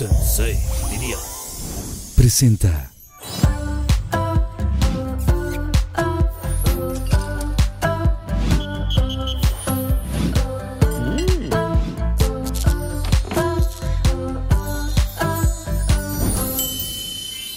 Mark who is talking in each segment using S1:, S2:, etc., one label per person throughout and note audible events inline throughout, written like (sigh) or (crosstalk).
S1: Sensei, diría. Presenta.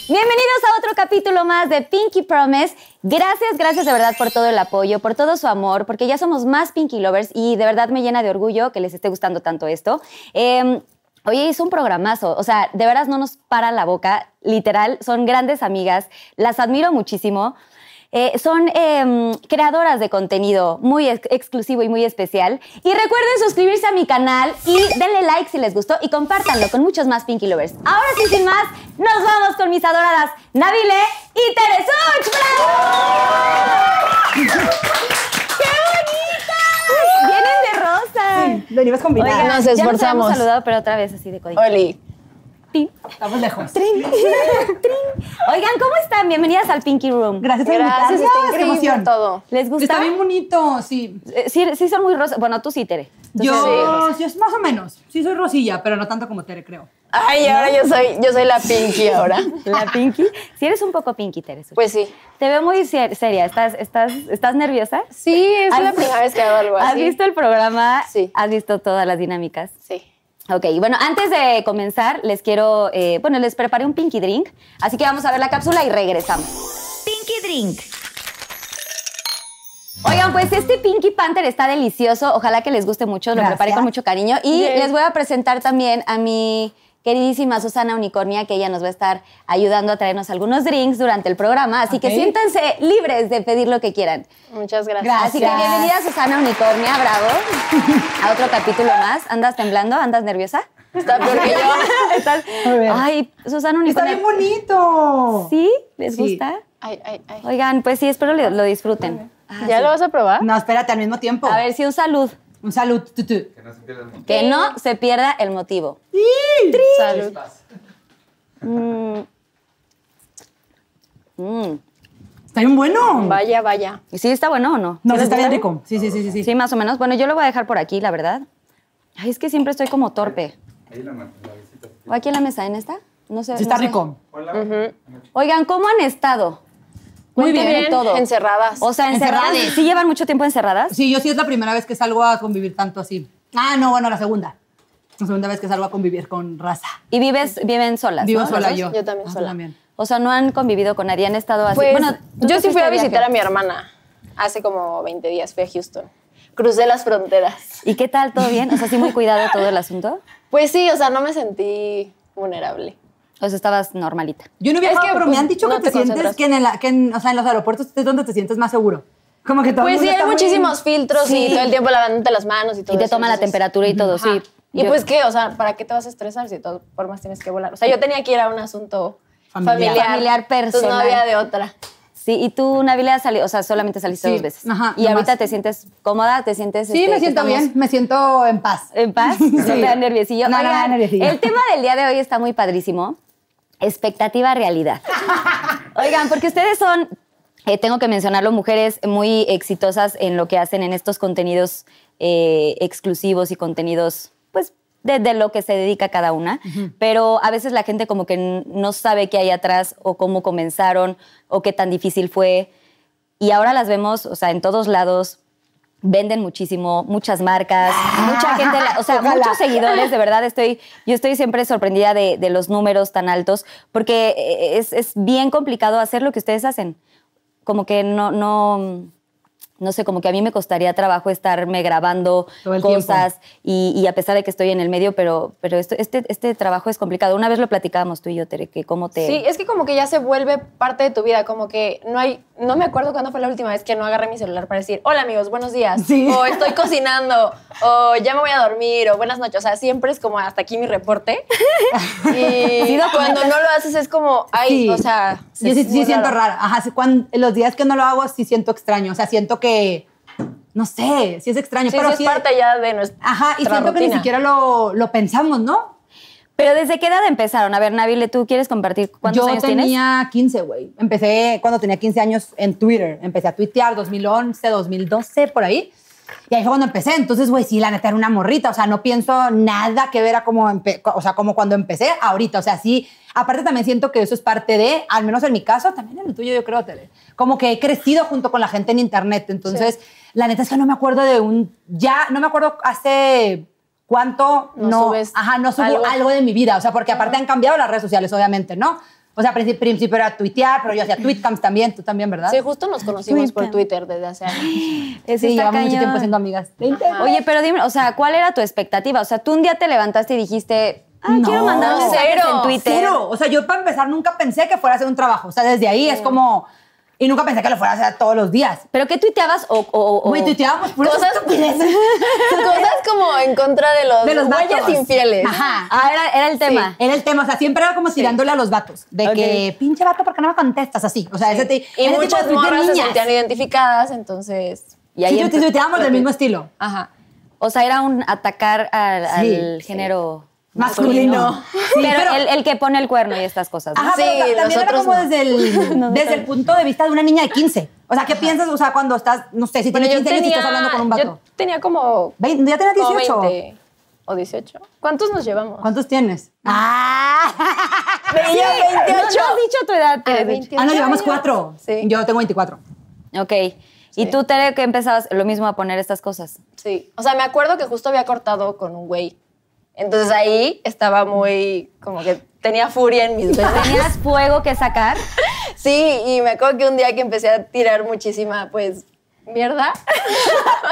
S2: Bienvenidos a otro capítulo más de Pinky Promise. Gracias, gracias de verdad por todo el apoyo, por todo su amor, porque ya somos más Pinky Lovers y de verdad me llena de orgullo que les esté gustando tanto esto. Eh, Oye, es un programazo, o sea, de veras no nos para la boca, literal, son grandes amigas, las admiro muchísimo. Eh, son em, creadoras de contenido muy ex- exclusivo y muy especial. Y recuerden suscribirse a mi canal y denle like si les gustó y compártanlo con muchos más Pinky Lovers. Ahora sí, sin más, nos vamos con mis adoradas Nabile y Teresuch. ¡Vienen de rosa!
S3: Venimos con
S2: Oigan,
S3: vinagre.
S4: Nos
S2: ya habíamos
S4: esforzamos.
S2: saludado, pero otra vez así de código.
S4: Oli.
S2: Tin.
S3: Estamos lejos.
S2: Trin, trin. Oigan, ¿cómo están? Bienvenidas al Pinky Room.
S3: Gracias por invitarme.
S4: Gracias,
S3: Qué
S4: está increíble
S3: emoción.
S4: todo.
S2: ¿Les gusta?
S3: Está bien bonito, sí.
S2: Eh, sí, sí son muy rosas. Bueno, tú sí, Tere. Tú sí eres rosa.
S3: Yo, sí, es más o menos. Sí soy Rosilla, pero no tanto como Tere, creo.
S4: Ay, ahora yo soy, yo soy la Pinky (laughs) ahora.
S2: La Pinky. Sí eres un poco Pinky, Tere. Such.
S4: Pues sí.
S2: Te veo muy ser- seria. ¿Estás, estás, estás nerviosa?
S4: Sí, es
S2: ¿Has-
S4: la primera vez que hago algo así.
S2: ¿Has visto el programa?
S4: Sí.
S2: ¿Has visto todas las dinámicas?
S4: Sí.
S2: Ok, bueno, antes de comenzar, les quiero, eh, bueno, les preparé un Pinky Drink, así que vamos a ver la cápsula y regresamos. Pinky Drink. Oigan, pues este Pinky Panther está delicioso, ojalá que les guste mucho, lo
S3: Gracias.
S2: preparé con mucho cariño y
S4: Yay.
S2: les voy a presentar también a mi queridísima Susana Unicornia, que ella nos va a estar ayudando a traernos algunos drinks durante el programa, así
S3: Ok.
S2: que siéntanse libres de pedir lo que quieran.
S4: Muchas gracias.
S3: Gracias.
S2: Así que bienvenida Susana Unicornia, bravo,
S3: (laughs)
S2: a otro capítulo más. ¿Andas temblando? ¿Andas nerviosa?
S4: Está peor que yo. (laughs)
S2: Estás-
S3: Muy bien.
S2: Ay, Susana
S3: Está
S2: Unicornia.
S3: bien bonito.
S2: ¿Sí? ¿Les
S3: Sí.
S2: gusta?
S4: Ay, ay, ay.
S2: Oigan, pues sí, espero lo, lo disfruten. Ah,
S4: ¿Ya lo vas a probar?
S3: No, espérate, al mismo tiempo.
S2: A ver, sí, un salud.
S3: Un salud. tu, tu.
S2: Que no se pierda el motivo.
S4: Salud.
S2: Mm.
S3: Está bien bueno.
S4: Vaya, vaya.
S2: ¿Y sí está bueno o no? ¿Sí
S3: No, sí
S2: les
S3: está bien
S2: gusta?
S3: rico. Sí, sí, sí, sí. sí.
S2: Sí, más o menos. Bueno, yo lo voy a dejar por aquí, la verdad. Ay, es que siempre estoy como torpe. ¿O aquí en la mesa? ¿En esta? No sé.
S3: Sí está
S2: no sé.
S3: rico.
S2: Oigan, ¿cómo han estado?
S3: Muy
S2: Cuéntenme
S3: bien,
S2: todo.
S4: encerradas.
S2: O sea, encerradas.
S3: Encerradas.
S2: ¿Sí llevan mucho tiempo encerradas?
S3: Sí, yo sí es la primera vez que salgo a convivir tanto así. Ah, no, bueno, la segunda. La segunda vez que salgo a convivir con raza.
S2: ¿Y vives, viven solas?
S3: Vivo
S2: no?
S3: sola
S2: ¿Las dos?
S3: yo.
S4: Yo también
S3: Ah, tú
S4: sola.
S2: O sea, no han convivido con nadie, han estado así.
S4: Pues,
S2: bueno, tú
S4: yo
S2: te
S4: sí fui
S2: fuiste
S4: a
S2: de viaje.
S4: visitar a mi hermana hace como 20 días. Fui a Houston. Crucé las fronteras.
S2: ¿Y qué tal? ¿Todo bien? O sea, sí, muy cuidado todo el asunto.
S4: Pues sí, o sea, no me sentí vulnerable.
S2: O sea, estabas normalita.
S3: Yo no
S4: Es
S3: viajado,
S4: que,
S3: pero me
S4: pues,
S3: han dicho
S4: no
S3: que te,
S4: te
S3: sientes
S4: concentras.
S3: que en, el, que en- o sea, en los aeropuertos es donde te sientes más seguro. Como que todo el
S4: Pues sí,
S3: mundo
S4: hay
S3: está muy-
S4: muchísimos filtros
S2: Sí.
S4: y todo el tiempo lavándote las manos y todo
S2: Y te
S4: eso,
S2: toman la
S4: entonces-
S2: temperatura y todo,
S4: Ajá.
S2: sí.
S4: Y
S2: Yo-
S4: pues qué, o sea, ¿para qué te vas a estresar si de todas formas tienes que volar? O sea, yo tenía que ir a un asunto
S3: Familiar.
S4: familiar,
S2: Familiar,
S4: entonces
S2: personal.
S4: no había de otra.
S2: Sí, y tú, Nabila, sali- o sea, solamente saliste
S3: Sí,
S2: dos veces.
S3: ajá,
S2: y ahorita
S3: nomás.
S2: te sientes cómoda, te sientes...
S3: Sí,
S2: este,
S3: me
S2: que
S3: siento
S2: estamos
S3: bien, me siento en paz.
S4: Eh,
S2: En
S3: (laughs)
S2: paz, no te da nerviosillo.
S3: No, no me da
S2: Oigan,
S3: nerviosillo.
S2: El tema del día de hoy está muy padrísimo. Expectativa
S3: (laughs)
S2: realidad. Oigan, porque ustedes son, eh, tengo que mencionarlo, mujeres muy exitosas en lo que hacen en estos contenidos eh, exclusivos y contenidos, pues, de, de lo que se dedica cada una. Pero a veces la gente como que n- no sabe qué hay atrás o cómo comenzaron o qué tan difícil fue. Y ahora las vemos, o sea, en todos lados. Venden muchísimo, muchas marcas, mucha gente, la- o sea,
S3: Ojalá.
S2: muchos seguidores, de verdad estoy, yo estoy siempre sorprendida de, de los números tan altos, porque eh, es, es bien complicado hacer lo que ustedes hacen. Como que no, no, no sé, como que a mí me costaría trabajo estarme grabando
S3: Todo el
S2: cosas y, y a pesar de que estoy en el medio, pero, pero esto- este, este trabajo es complicado. Una vez lo platicábamos tú y yo, Tere, que cómo te...
S4: Sí, es que como que ya se vuelve parte de tu vida, como que no hay, no me acuerdo cuándo fue la última vez que no agarré mi celular para decir, hola amigos, buenos días,
S3: Sí.
S4: o estoy cocinando, o ya me voy a dormir, o buenas noches, o sea, siempre es como hasta aquí
S2: (laughs)
S4: mi reporte. Y
S2: Sí, documentas.
S4: cuando no lo haces es como, ay,
S3: Sí.
S4: o sea,
S3: Yo sí,
S4: es
S3: sí
S4: muy
S3: siento
S4: raro.
S3: rara. Ajá, sí, cuan- los días que no lo hago sí siento extraño. O sea, siento que, no sé, sí es extraño.
S4: Sí,
S3: pero
S4: sí, es parte ya de nuestra
S3: Ajá, y siento que ni
S4: rutina.
S3: siquiera lo, lo pensamos, ¿no?
S2: Pero ¿desde qué edad empezaron? A ver, Nabile, ¿tú quieres compartir cuántos
S3: Yo
S2: años tienes?
S3: tenía 15, güey. Empecé cuando tenía 15 años en Twitter. Empecé a tuitear 2011, 2012, por ahí. Y ahí fue cuando empecé. Entonces, güey, sí, la neta era una morrita. O sea, no pienso nada que ver a como, o sea, como cuando empecé ahorita. O sea, sí. Aparte, también siento que eso es parte de, al menos en mi caso, también en el tuyo, yo creo, Tere, como que he crecido junto con la gente en Internet. Entonces,
S4: Sí.
S3: la neta es que no me acuerdo de un. Ya, no me acuerdo hace. ¿Cuánto?
S4: No subes
S3: ajá, no subo
S4: algo.
S3: algo. de mi vida. O sea, porque aparte han cambiado las redes sociales, obviamente, ¿no? O sea, al principio, principio era tuitear, pero yo hacía tweetcams también, tú también, ¿verdad?
S4: Sí, justo nos conocimos por Twitter desde
S3: (laughs)
S4: hace años.
S2: Eso
S3: Sí,
S2: está
S3: llevamos mucho
S2: cañón.
S3: tiempo siendo amigas.
S4: Ajá.
S2: Oye, pero dime, o sea, ¿cuál era tu expectativa? O sea, tú un día te levantaste y dijiste, ah,
S3: No,
S2: quiero mandar
S4: no,
S2: mensajes
S4: cero,
S2: en Twitter.
S3: Cero. O sea, yo para empezar nunca pensé que fuera a hacer un trabajo. O sea, desde ahí es como. Y nunca pensé que lo fuera a hacer todos los días.
S2: ¿Pero qué tuiteabas o...? o- o-
S3: Güey, tuiteábamos puras
S4: Cosas-
S3: estupideces.
S4: Cosas como en contra de los,
S3: De los
S4: güeyes
S3: vatos.
S4: infieles.
S3: Ajá.
S2: (laughs) Ah, era, era el tema.
S3: Era el tema, o sea, siempre era como tirándole a los vatos. De
S4: Ok.
S3: que, pinche vato, ¿por qué no me contestas así? O sea, ese, te,
S4: Y
S3: ese tipo de
S4: muchas
S3: tweet de
S4: morras se
S3: niñas.
S4: sentían identificadas, entonces.
S2: Y ahí
S3: sí,
S2: empe-
S3: tuite- tuiteábamos del mismo estilo.
S4: Ajá.
S2: O sea, era un atacar al,
S3: Sí,
S2: al género...
S3: Masculino. Sí,
S2: pero
S3: pero-
S2: el, el que pone el cuerno y estas cosas. ¿no?
S3: Ajá,
S4: Sí,
S3: pero ta- también era
S4: nosotros
S3: como
S4: (laughs) no.
S3: desde, el, desde el punto de vista de una niña de 15. O sea, ¿qué piensas? O sea, cuando estás, no sé, si
S4: Bueno,
S3: tienes 15
S4: yo
S3: años y
S4: tenía,
S3: estás hablando con un vato.
S4: yo tenía como,
S3: Vein- ya tenías
S4: como
S3: 18.
S4: 20 o 18. ¿Cuántos nos llevamos?
S3: ¿Cuántos tienes? ¡Ah!
S4: Tenía
S2: No, no has
S4: 28.
S2: dicho tu edad. tú
S4: Ah,
S2: has dicho.
S4: 28.
S3: Ah, no, llevamos
S4: años.
S3: cuatro.
S4: Sí.
S3: Yo tengo
S4: (laughs)
S3: 24.
S2: Ok. ¿Y tú, Tere, que empezabas lo mismo a poner estas
S3: (laughs)
S2: cosas?
S4: Sí. O sea, me acuerdo que justo había cortado con un güey. Entonces ahí estaba muy, como que tenía furia en
S3: (laughs)
S4: mis venas.
S2: ¿Tenías fuego que sacar?
S4: Sí, y me acuerdo que un día que empecé a tirar muchísima, pues, mierda. (laughs)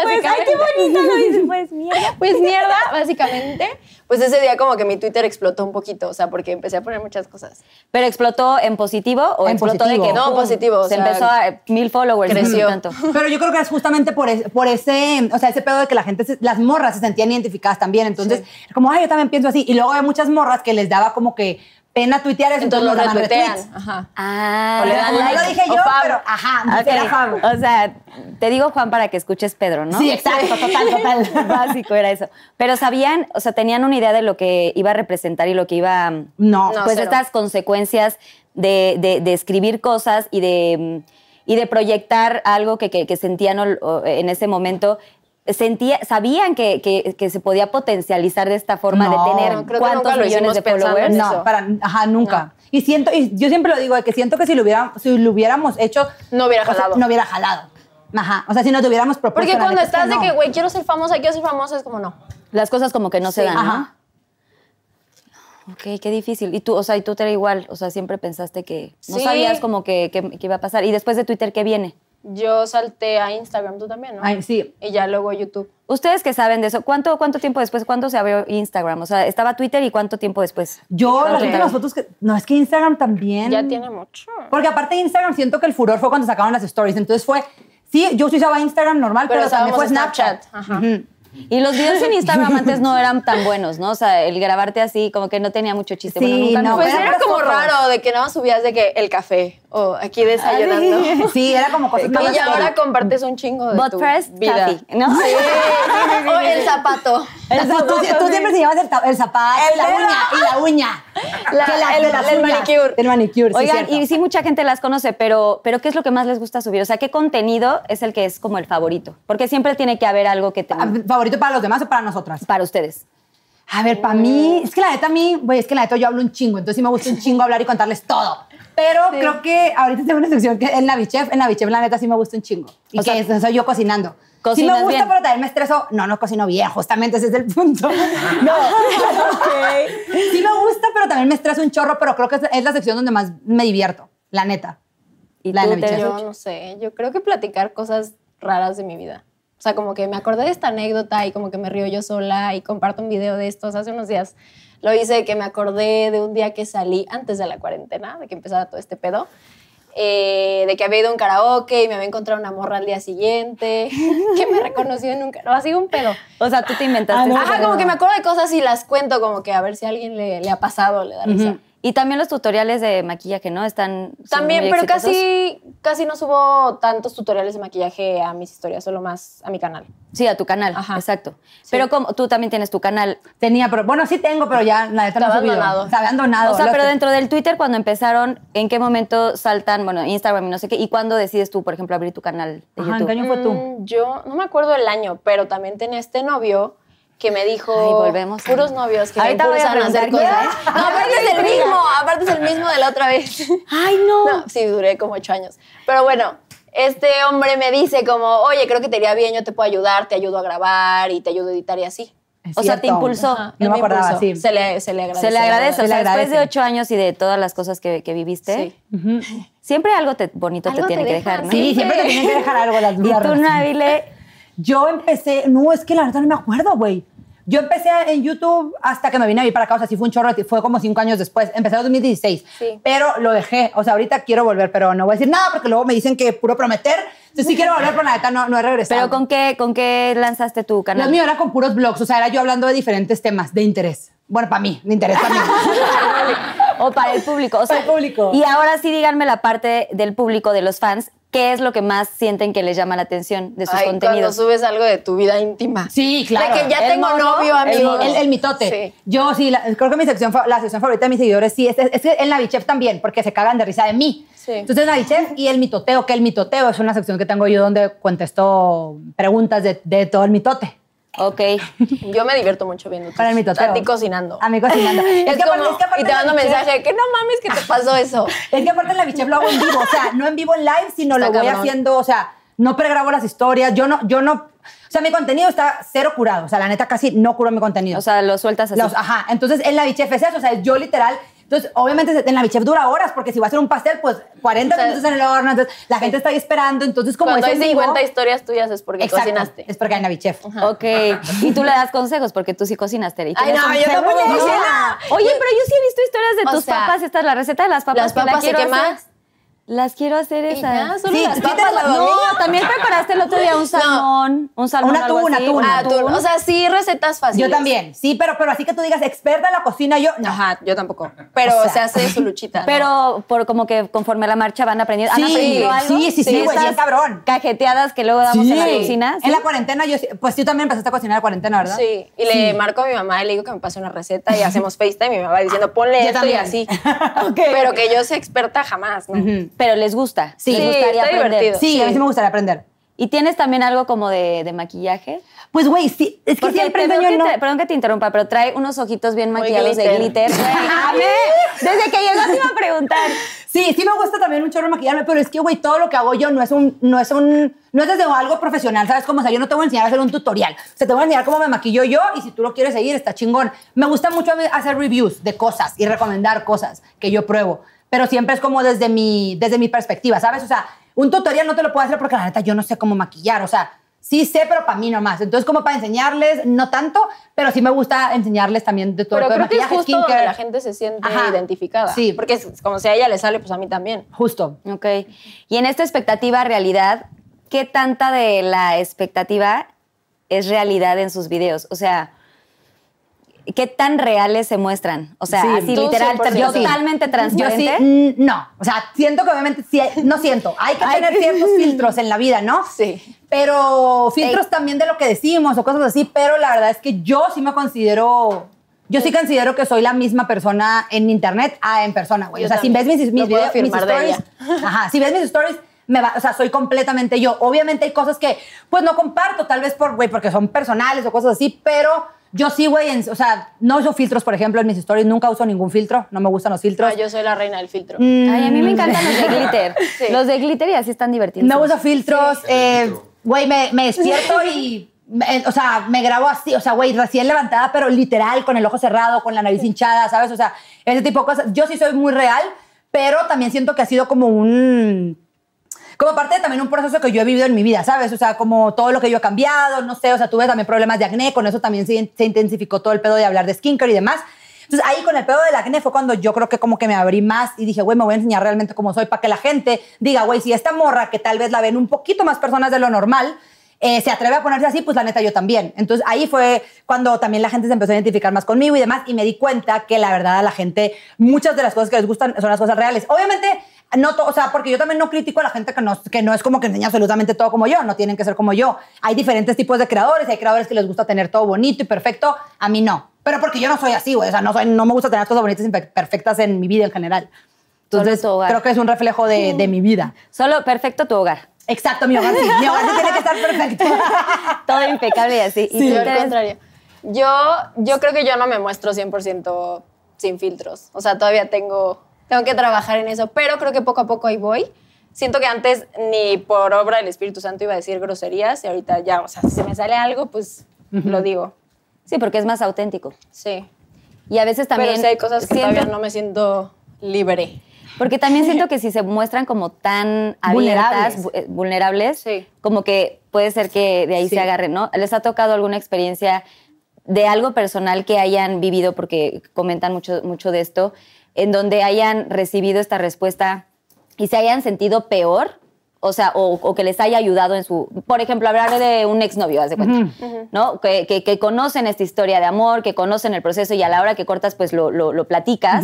S2: Pues, ay, qué bonito lo dices. Pues, mierda.
S4: Pues mierda, básicamente. Pues ese día como que mi Twitter explotó un poquito, o sea, porque empecé a poner muchas cosas.
S2: ¿Pero explotó en positivo o
S3: En
S2: explotó de
S3: positivo.
S2: que
S4: No,
S2: pum,
S4: positivo, o
S2: Se
S4: sea,
S2: empezó a mil followers.
S4: creció.
S2: no tanto?
S3: Pero yo creo que es justamente por, es- por ese, o sea, ese pedo de que la gente, se- las morras se sentían identificadas también. Entonces, como, ay, yo también pienso así. Y luego hay muchas morras que les daba como que pena tuitear eso,
S4: Entonces lo
S3: nos daban
S4: retuitean.
S3: retweets.
S4: Ajá.
S2: Ah,
S4: O le
S3: Pero
S4: dan
S3: como
S4: like,
S3: no lo dije
S4: o
S3: yo,
S4: Fab.
S3: pero ajá,
S2: Ok.
S3: era Fab.
S2: O sea, te digo Juan para que escuches Pedro, ¿no?
S3: Sí, exacto, total, total.
S2: (laughs) Básico era eso. Pero sabían, o sea, tenían una idea de lo que iba a representar y lo que iba. mm,
S3: No.
S4: No.
S2: pues
S4: cero.
S2: estas consecuencias de, de- de escribir cosas y de, mm, y de proyectar algo que, que- que sentían ol- o, eh, en ese momento. Sentía, sabían que, que- que se podía potencializar de esta forma
S3: No.
S2: de tener
S4: No, creo que
S2: cuántos
S4: nunca lo
S2: millones
S4: hicimos
S2: de
S4: pensando
S2: followers.
S4: en
S3: No,
S4: eso.
S3: para, ajá, nunca. Y siento, y yo siempre lo digo, de que siento que si lo, hubiera, si lo hubiéramos hecho.
S4: No hubiera
S3: o sea,
S4: jalado.
S3: no hubiera jalado. Ajá. O sea, si nos hubiéramos propuesto.
S4: Porque
S3: la
S4: cuando
S3: neta es
S4: estás de que,
S3: Pues, no.
S4: güey, quiero ser famosa, quiero ser famosa, es como no.
S2: Las cosas como que no se
S4: Sí,
S2: dan,
S3: Ajá.
S2: ¿no? Ok, qué difícil. Y tú, o sea, y tú te era igual, o sea, siempre pensaste que no
S4: Sí.
S2: sabías como que, que- que iba a pasar. Y después de Twitter, ¿qué viene?
S4: Yo salté a Instagram, tú también, ¿no?
S3: Ay, sí.
S4: Y ya luego YouTube.
S2: Ustedes que saben de eso, ¿cuánto, ¿cuánto tiempo después, cuándo se abrió Instagram? O sea, ¿estaba Twitter y cuánto tiempo después?
S3: Yo, la
S4: Instagram.
S3: gente, las fotos que. No, es que Instagram también.
S4: Ya tiene mucho.
S3: Porque aparte de Instagram, siento que el furor fue cuando sacaron las stories. Entonces fue. Sí, yo sí usaba Instagram normal,
S4: Pero
S3: pero, también
S4: usábamos
S3: fue Snapchat.
S4: Snapchat, ajá.
S3: Ujú.
S2: Y los videos en Instagram antes no eran
S4: (laughs)
S2: tan buenos, ¿no? O sea, el grabarte así como que no tenía mucho chiste. Bueno,
S3: Sí,
S2: nunca
S3: no,
S2: me-
S4: Pues
S3: pero
S4: era
S3: puras
S4: como
S3: fotos.
S4: raro de que nada más subías de que el café o aquí desayunando.
S3: Ah, Sí, era como cosas más
S4: (laughs) Y ahora
S3: así.
S4: compartes un chingo de
S2: But
S4: tu
S2: first,
S4: vida.
S2: coffee, ¿no?
S4: Sí. (laughs) o el zapato.
S3: Tú- tú, tú siempre te llevas el, ta- el zapato,
S4: El
S3: la
S4: dedo.
S3: uña, y la uña.
S4: La-
S3: Que
S4: el-
S3: que las
S4: el
S3: uñas.
S4: manicure.
S3: El manicure, sí,
S2: Oigan,
S3: cierto.
S2: y sí mucha gente las conoce, pero, pero ¿qué es lo que más les gusta subir? O sea, ¿qué contenido es el que es como el favorito? Porque siempre tiene que haber algo que te...
S3: Ah, ¿Favorito para los demás o para nosotras?
S2: para ustedes.
S3: A ver, para mí, es que la neta a mí, güey, es que la neta yo hablo un chingo, entonces sí me gusta un chingo hablar y contarles todo. Pero creo que ahorita tengo una sección que en Navichef, en Navichef la neta sí me gusta un cingo Y
S2: O
S3: que
S2: sea,
S3: es- soy yo cocinando. Sí me
S2: ¿cocinas
S3: gusta,
S2: bien?
S3: pero también me estreso. No, no cocino bien, justamente ese es el punto. No. Sí me gusta, pero también me estreso un chorro, pero creo que es- es la sección donde más me divierto, la neta.
S2: ¿Y
S3: La
S2: tú,
S3: de la
S2: Tere?
S4: Yo no sé, yo creo que platicar cosas raras de mi vida. O sea, como que me acordé de esta anécdota y como que me río yo sola y comparto un video de estos. Hace unos días lo hice que me acordé de un día que salí antes de la cuarentena, de que empezara todo este pedo, eh, de que había ido a un karaoke y me había encontrado una morra al día siguiente, (laughs) que me reconoció en un karaoke, así un pedo.
S2: O sea, tú te inventaste.
S3: Ah, no,
S2: esa
S4: Ajá,
S2: idea.
S4: como que me acuerdo de cosas y las cuento como que a ver si a alguien le, le ha pasado, le da risa.
S2: Y Y también los tutoriales de maquillaje, ¿no? Están. son
S4: También,
S2: muy
S4: pero
S2: exitosos.
S4: casi, casi no subo tantos tutoriales de maquillaje a mis historias, solo más a mi canal.
S2: Sí, a tu canal,
S4: Ajá.
S2: exacto. Pero como tú también tienes tu canal.
S3: Tenía, pero bueno, sí tengo, pero ya la neta
S4: Está
S3: no he subido.
S4: abandonado.
S3: Está abandonado.
S2: O sea,
S3: Lo
S2: pero
S3: que-
S2: dentro del Twitter, cuando empezaron, ¿en qué momento saltan, bueno, Instagram y no sé qué? ¿Y cuándo decides tú, por ejemplo, abrir tu canal de
S3: Ajá, ¿en
S2: YouTube?
S3: qué año fue tú?
S4: Mm, Yo no me acuerdo el año, pero también tenía este novio que me dijo
S2: Ay, volvemos a-
S4: puros novios que me
S2: Ahorita voy a
S4: impulsan a hacer
S2: preguntar
S4: cosas.
S2: quién es.
S4: No, aparte es el
S2: Intriga.
S4: mismo, aparte es el mismo de la otra vez.
S2: ¡Ay, no!
S4: No, sí, duré como ocho años. Pero bueno, este hombre me dice como, oye, creo que te iría bien, yo te puedo ayudar, te ayudo a grabar y te ayudo a editar y así.
S3: Es
S2: o sea, te
S3: cierto.
S2: impulsó.
S4: Ajá,
S3: no
S4: él
S3: me
S4: me
S3: acordaba,
S4: impulsó.
S3: sí.
S4: Se le, se le agradece.
S2: Se le agradece.
S4: la
S2: O sea,
S3: Se
S4: verdad.
S3: le
S2: después de
S3: agradece.
S2: ocho años y de todas las cosas que, que viviste,
S4: Sí.
S3: Ujú.
S2: siempre algo te, bonito
S4: Algo
S2: te
S4: te
S2: tienen que
S4: deja,
S2: dejar, ¿no?
S3: Sí, siempre te tienen que dejar algo
S2: (laughs)
S3: las
S2: Y tú,
S3: dudas.
S2: Nabile,
S3: Yo empecé, no, es que la verdad no me acuerdo, güey. Yo empecé en YouTube hasta que me vine a vivir para acá, o sea, sí fue un chorro, fue como cinco años después. Empecé en 2016,
S4: Sí.
S3: pero lo dejé. O sea, ahorita quiero volver, pero no voy a decir nada porque luego me dicen que puro prometer. Entonces sí quiero volver, pero la neta no, no he regresado.
S2: ¿pero con qué, con qué lanzaste tu
S3: Lo
S2: canal?
S3: mío era con puros blogs, o sea, era yo hablando de diferentes temas de interés. Bueno, para mí, de interés
S2: (laughs)
S3: para mí.
S2: o para el público. O sea,
S3: Para el público.
S2: Y ahora sí díganme la parte del público, de los fans, ¿qué es lo que más sienten que les llama la atención de sus
S4: Ay, cuando
S2: contenidos?
S4: subes algo de tu vida íntima.
S3: Sí, claro.
S4: De que ya
S2: El
S4: tengo
S2: mono,
S4: novio,
S3: El,
S4: amigo.
S3: el- el mitote.
S4: Sí.
S3: Yo sí, la- creo que mi sección, fa- la sección favorita de mis seguidores sí, es, es- es que en Navichef también, porque se cagan de risa de mí.
S4: Sí.
S3: Entonces, Navichef y el mitoteo, que el mitoteo es una sección que tengo yo donde contesto preguntas de, de todo el mitote.
S2: Ok.
S4: Yo me divierto mucho viendo tus-
S3: Para el mitoteo.
S4: A ti cocinando.
S3: A mí cocinando.
S4: (laughs) Es
S3: Es que aparte-
S4: como-
S3: es que aparte
S4: y te mando
S3: Navichef-
S4: mensaje de que no mames que te pasó eso.
S3: Es que aparte en Navichef lo hago en vivo, o sea, no en vivo en live, sino
S4: Está
S3: lo voy
S4: cabrón.
S3: haciendo, o sea, no pregrabo las historias, yo no, yo no, o sea, mi contenido está cero curado, o sea, la neta casi no curo mi contenido.
S2: O sea, lo sueltas así.
S3: Los- ajá, entonces en la bichef es eso, o sea, yo literal... Entonces, obviamente en la bichef dura horas, porque si va a hacer un pastel, pues 40
S4: O sea,
S3: minutos en el horno, entonces la gente está ahí esperando, entonces (laughs) como
S4: Cuando
S3: es
S4: hay
S3: en vivo-
S4: 50 historias tuyas es porque
S3: Exacto,
S4: cocinaste.
S3: es porque hay la bichef.
S2: Ok. Y tú le das consejos porque tú sí cocinas, Tere. y
S4: Ay,
S2: tienes
S4: no,
S2: un
S4: yo no
S2: cerebro.
S4: podía decir nada.
S2: Oye, pero yo sí he visto historias de
S4: O
S2: tus
S4: sea,
S2: papas. Esta es la receta de las papas.
S4: las
S2: que la
S4: papas y
S2: quiero
S4: qué
S2: hacer.
S4: más.
S2: Las quiero hacer
S4: Y
S2: esas.
S4: ya, solo las papas
S2: te-
S4: la
S2: no,
S4: domingo.
S2: también preparaste el otro día un salmón. Un salmón.
S3: Un
S2: algo
S3: atún,
S2: así,
S3: atún,
S2: un
S4: Ah, tú-
S2: atún.
S4: O sea, sí, recetas fáciles.
S3: Yo también, sí, pero, pero así que tú digas, experta en la cocina, yo, no.
S4: Ajá, yo tampoco. Pero
S3: O sea,
S4: se hace
S3: (laughs)
S4: su luchita. ¿no?
S2: Pero por como que conforme a la marcha van aprendiendo. ¿Han
S3: Sí,
S2: aprendido algo?
S3: sí, sí, sí,
S2: De
S3: güey,
S2: esas
S3: bien cabrón.
S2: Cajeteadas que luego damos en la
S3: Sí.
S2: cocina. ¿sí?
S3: En la cuarentena, yo, sí- pues tú también empezaste a cocinar en la cuarentena, ¿verdad?
S4: Sí, y le marco a mi mamá y le digo que me pase una receta
S3: (laughs)
S4: y hacemos FaceTime y mi mamá va diciendo ponle
S3: Yo
S4: esto
S3: también.
S4: y así.
S3: (laughs) Ok.
S4: Pero que yo sea experta jamás, ¿no?
S2: Pero les gusta.
S4: Sí,
S2: les gustaría
S4: está
S2: aprender.
S4: divertido.
S3: Sí, a mí sí me gustaría aprender.
S2: ¿Y tienes también algo como de, de maquillaje?
S3: Pues, güey, sí, es que
S2: Porque
S3: siempre
S2: te veo
S3: sueño,
S2: que
S3: no. (laughs)
S2: te- perdón que te interrumpa, pero trae unos ojitos bien
S4: Muy
S2: maquillados de
S4: glitter. (laughs)
S2: glitter. Güey, amé. Desde que llegó te iba a preguntar.
S3: Sí, sí me gusta también un chorro maquillarme, pero es que, güey, todo lo que hago yo no es un, no es un, no es desde algo profesional, ¿sabes? Como, o sea, yo no te voy a enseñar a hacer un tutorial. O sea, te voy a enseñar cómo me maquillo yo y si tú lo quieres seguir, está chingón. Me gusta mucho a mí hacer reviews de cosas y recomendar cosas que yo pruebo, pero siempre es como desde mi, desde mi perspectiva, ¿sabes? O sea, un tutorial no te lo puedo hacer porque la neta yo no sé cómo maquillar, o sea, sí sé, pero para mí nomás. Entonces, como para enseñarles, no tanto, pero sí me gusta enseñarles también de todo
S4: Pero
S3: tipo de
S4: creo que es
S3: maquillaje,
S4: justo donde
S3: skincare.
S4: la gente se siente
S3: Ajá.
S4: identificada.
S3: Sí.
S4: Porque es como si a ella le sale, pues a mí también.
S3: Justo.
S2: Ok. Y en esta expectativa realidad, ¿qué tanta de la expectativa es realidad en sus videos? O sea, ¿qué tan reales se muestran? O sea,
S3: Sí.
S2: así
S4: Tú
S2: literal,
S4: 100%.
S2: tra- totalmente
S3: Yo sí,
S2: transparente.
S3: mm, no. O sea, siento que obviamente sí hay- no siento. Hay
S4: (laughs)
S3: que tener ciertos filtros en la vida, ¿no?
S4: Sí.
S3: Pero filtros también de lo que decimos o cosas así, pero la verdad es que yo sí me considero. Yo
S4: Pues
S3: sí considero que soy la misma persona en internet a en persona, güey.
S4: Yo
S3: O sea, si ves
S4: también.
S3: mis, mis
S4: Lo puedo
S3: videos, mis
S4: afirmar de
S3: stories. Ajá, si ves mis stories, me va, o sea, soy completamente yo. Obviamente hay cosas que, pues no comparto, tal vez por, güey, porque son personales o cosas así, pero yo sí, güey, en- o sea, no uso filtros, por ejemplo, en mis stories, nunca uso ningún filtro, no me gustan los filtros.
S4: Ah, yo soy la reina del filtro.
S3: Mm,
S2: Ay, a mí me encantan los
S4: (laughs)
S2: de glitter.
S4: Mm. Sí.
S2: Los de glitter y así están divertidos.
S3: No uso filtros. eh, Güey, me, me despierto y. me- eh, o sea, me grabo así, o sea, güey, recién levantada, pero literal, con el ojo cerrado, con la nariz hinchada, ¿sabes? O sea, ese tipo de cosas. Yo sí soy muy real, pero también siento que ha sido como un. Como parte de también un proceso que yo he vivido en mi vida, ¿sabes? O sea, como todo lo que yo he cambiado, no sé, o sea, tuve también problemas de acné, con eso también se, se intensificó todo el pedo de hablar de skincare y demás. Entonces ahí con el pedo del acné fue cuando yo creo que como que me abrí más y dije, güey, me voy a enseñar realmente cómo soy para que la gente diga, güey, si esta morra que tal vez la ven un poquito más personas de lo normal, eh, se atreve a ponerse así, pues la neta yo también. Entonces ahí fue cuando también la gente se empezó a identificar más conmigo y demás y me di cuenta que la verdad a la gente, muchas de las cosas que les gustan son las cosas reales. Obviamente, no to- o sea, porque yo también no critico a la gente que no, que no es como que enseña absolutamente todo como yo, no tienen que ser como yo. Hay diferentes tipos de creadores, hay creadores que les gusta tener todo bonito y perfecto, a mí no. Pero porque yo no soy así, güey, o sea, no, soy, no me gusta tener cosas bonitas y per- perfectas en mi vida en general. Entonces,
S2: Solo tu hogar.
S3: creo que es un reflejo de, de mi vida.
S2: Solo perfecto tu hogar.
S3: Exacto, mi hogar sí, mi hogar sí tiene que estar perfecto.
S2: Todo impecable y así. ¿Y tú,
S4: yo al
S2: Teresa?
S4: contrario. Yo, yo creo que yo no me muestro 100% sin filtros. O sea, todavía tengo, tengo que trabajar en eso, pero creo que poco a poco ahí voy. Siento que antes ni por obra del Espíritu Santo iba a decir groserías y ahorita ya, o sea, si se me sale algo, pues lo digo.
S2: Sí, porque es más auténtico.
S4: Sí.
S2: Y a veces también...
S4: pero sí hay cosas que
S2: siento-
S4: todavía no me siento libre.
S2: Porque también siento que si se muestran como tan abiertas,
S3: Vulnerables.
S2: vu- eh, vulnerables,
S4: Sí.
S2: como que puede ser que de ahí
S3: Sí.
S2: se agarren, ¿no? ¿Les ha tocado alguna experiencia de algo personal que hayan vivido, porque comentan mucho, mucho de esto, en donde hayan recibido esta respuesta y se hayan sentido peor? O sea, o, o que les haya ayudado en su... Por ejemplo, hablar de un exnovio, haz de cuenta, ¿no? Que, que- que conocen esta historia de amor, que conocen el proceso y a la hora que cortas, pues lo, lo- lo platicas.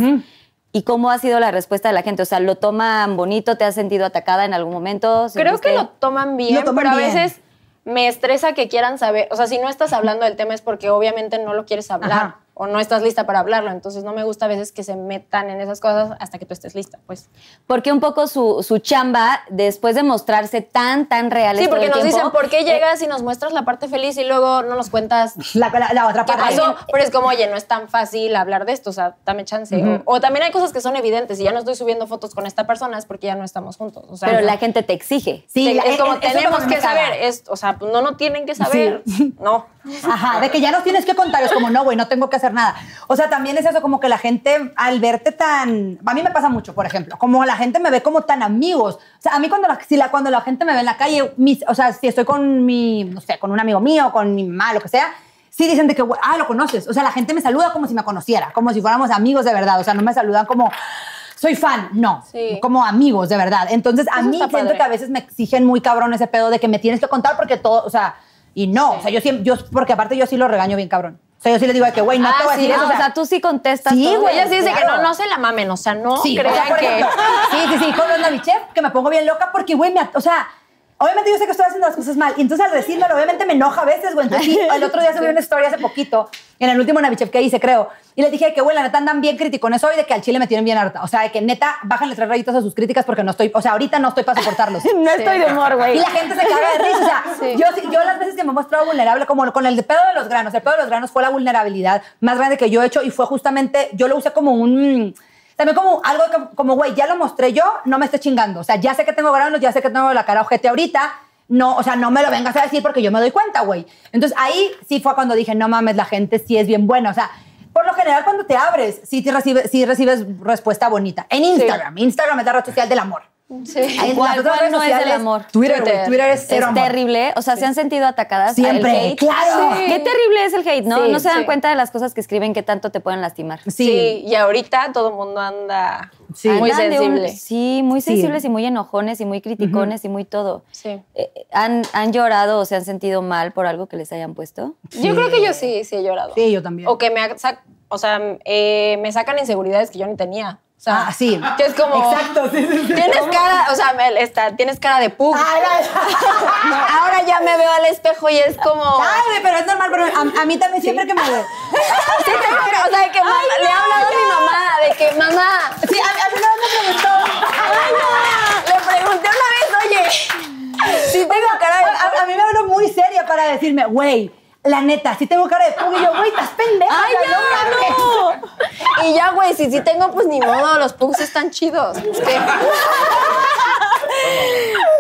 S2: ¿Y cómo ha sido la respuesta de la gente? O sea, ¿lo toman bonito? ¿Te has sentido atacada en algún momento?
S4: Creo que lo
S2: ¿Sentiste-
S4: toman bien,
S3: Lo toman
S4: pero
S3: bien.
S4: a veces me estresa que quieran saber. O sea, si no estás hablando del tema es porque obviamente no lo quieres hablar
S3: Ajá.
S4: o no estás lista para hablarlo. Entonces no me gusta a veces que se metan en esas cosas hasta que tú estés lista, pues.
S2: Porque un poco su, su chamba, después de mostrarse tan, tan reales
S4: Sí,
S2: todo
S4: porque
S2: el
S4: nos
S2: tiempo,
S4: dicen, ¿por
S3: Eh,
S4: qué llegas y nos muestras la parte feliz y luego no nos
S3: (laughs)
S4: cuentas qué
S3: La, la- la otra parte.
S4: pasó? Pero es como, oye, no es tan fácil hablar de esto, o sea, dame chance. o, o también hay cosas que son evidentes. Si ya no estoy subiendo fotos con esta persona es porque ya no estamos juntos. O sea,
S2: Pero
S4: no.
S2: la gente te exige.
S3: Sí,
S4: Te-
S3: la-
S4: es como
S3: es- eso
S4: tenemos
S3: como me
S4: que
S3: caga.
S4: saber, es, o sea, pues, no, no tienen que saber, no.
S3: (laughs) Ajá, de que ya nos tienes que contar. Es como, no, güey, no tengo que hacer nada. O sea, también es eso, como que la gente, al verte tan. A mí me pasa mucho, por ejemplo, como la gente me ve como tan amigos. O sea, a mí cuando la, si la, cuando la gente me ve en la calle, mis, o sea, si estoy con mi, no sé, con un amigo mío, con mi mamá, lo que sea. Sí, dicen de que, güey, ah, lo conoces. O sea, la gente me saluda como si me conociera, como si fuéramos amigos de verdad. O sea, no me saludan como, soy fan. No,
S4: Sí.
S3: como amigos de verdad. Entonces, a
S4: Eso
S3: mí
S4: está
S3: siento
S4: padre.
S3: que a veces me exigen muy cabrón ese pedo de que me tienes que contar porque todo, o sea, y no, o sea, yo siempre, yo, porque aparte yo sí lo regaño bien cabrón. O sea, yo sí le digo de que, güey, no
S2: Ah,
S3: te voy a
S2: sí,
S3: decir eso.
S2: o sea, tú sí contestas
S3: Sí,
S2: todo.
S3: güey,
S4: Ella sí dice que
S3: claro.
S4: no, no se la mamen, o sea, no
S3: sí, o sea,
S4: crean
S3: por
S4: que... (laughs)
S3: ejemplo, sí, sí, sí, con los Navichef, que me pongo bien loca porque, güey, me, at- o sea, obviamente yo sé que estoy haciendo las cosas mal, y entonces al decírmelo, obviamente me enoja a veces, güey. Entonces, sí, el otro día subí una historia hace poquito, en el último Navichef que hice, creo, y les dije de que, güey, la neta andan bien criticones hoy, de que al chile me tienen bien harta. O sea, de que neta, bájenle tres rayitas a sus críticas porque no estoy, o sea, ahorita no estoy para soportarlos.
S2: No estoy de humor,
S3: Y
S2: (laughs) güey.
S3: la gente se caga de risa. O sea,
S4: Sí.
S3: yo, sí- yo las veces que me he mostrado vulnerable, como con el de pedo de los granos, el pedo de los granos fue la vulnerabilidad más grande que yo he hecho y fue justamente, yo lo usé como un... mm, También como algo que- como, güey, ya lo mostré yo, no me esté chingando. O sea, ya sé que tengo granos, ya sé que tengo la cara ojete ahorita. No, o sea, no me lo vengas a decir porque yo me doy cuenta, güey. Entonces ahí sí fue cuando dije, no mames, la gente sí es bien buena. O sea, por lo general cuando te abres, sí, te recibe, sí recibes respuesta bonita. En Instagram, Instagram es la red social del amor.
S4: Sí.
S3: Ahí en
S2: ¿Cuál-
S3: las otras
S2: cuál
S3: redes
S2: no es el
S3: sociales,
S2: amor?
S3: Twitter, güey,
S4: Twitter.
S3: Twitter, es cero
S2: es
S3: amor.
S2: terrible. O sea, se han sentido atacadas.
S3: Siempre,
S2: al hate?
S3: claro.
S2: Qué terrible es el hate, ¿no?
S4: Sí,
S2: no se dan
S4: sí.
S2: cuenta de las cosas que escriben, que tanto te pueden lastimar.
S3: Sí.
S4: Sí, y ahorita todo el mundo anda
S3: Sí.
S4: muy
S2: Andan de Ah, un-
S4: sensible.
S2: sí, muy
S3: Sí.
S2: sensibles y muy enojones y muy criticones y muy todo.
S4: Sí.
S2: Eh, eh, ¿han, ¿Han llorado o se han sentido mal por algo que les hayan puesto?
S4: Yo creo que yo sí, sí he llorado.
S3: Sí, yo también.
S4: O que me, ha- sac- o sea, eh, me sacan inseguridades que yo ni tenía. O sea,
S3: Ah, sí.
S4: Que es como...
S3: Exacto, sí, sí, sí.
S4: Tienes cara, o sea, me- está, tienes cara de pug.
S3: Ay, (laughs) no.
S4: No, ahora ya me veo al espejo y es como...
S3: Ay, güey, pero es normal, pero a, a mí también siempre que me...
S4: (laughs) Sí, te juro, o sea, que ma- le he hablado a mi mamá de que, mamá,
S3: (laughs) Sí, a, a mí una vez me preguntó.
S4: Le pregunté una vez, oye, si tengo
S3: (laughs)
S4: cara de...
S3: A, a mí me habló muy seria para decirme, güey, la neta, sí tengo cara de pug. Y yo, güey, estás pendeja.
S4: ¡Ay,
S3: o sea,
S4: ya,
S3: (laughs) no,
S4: no! Y ya, güey, si sí tengo, pues ni modo, los pugs están chidos. Es que-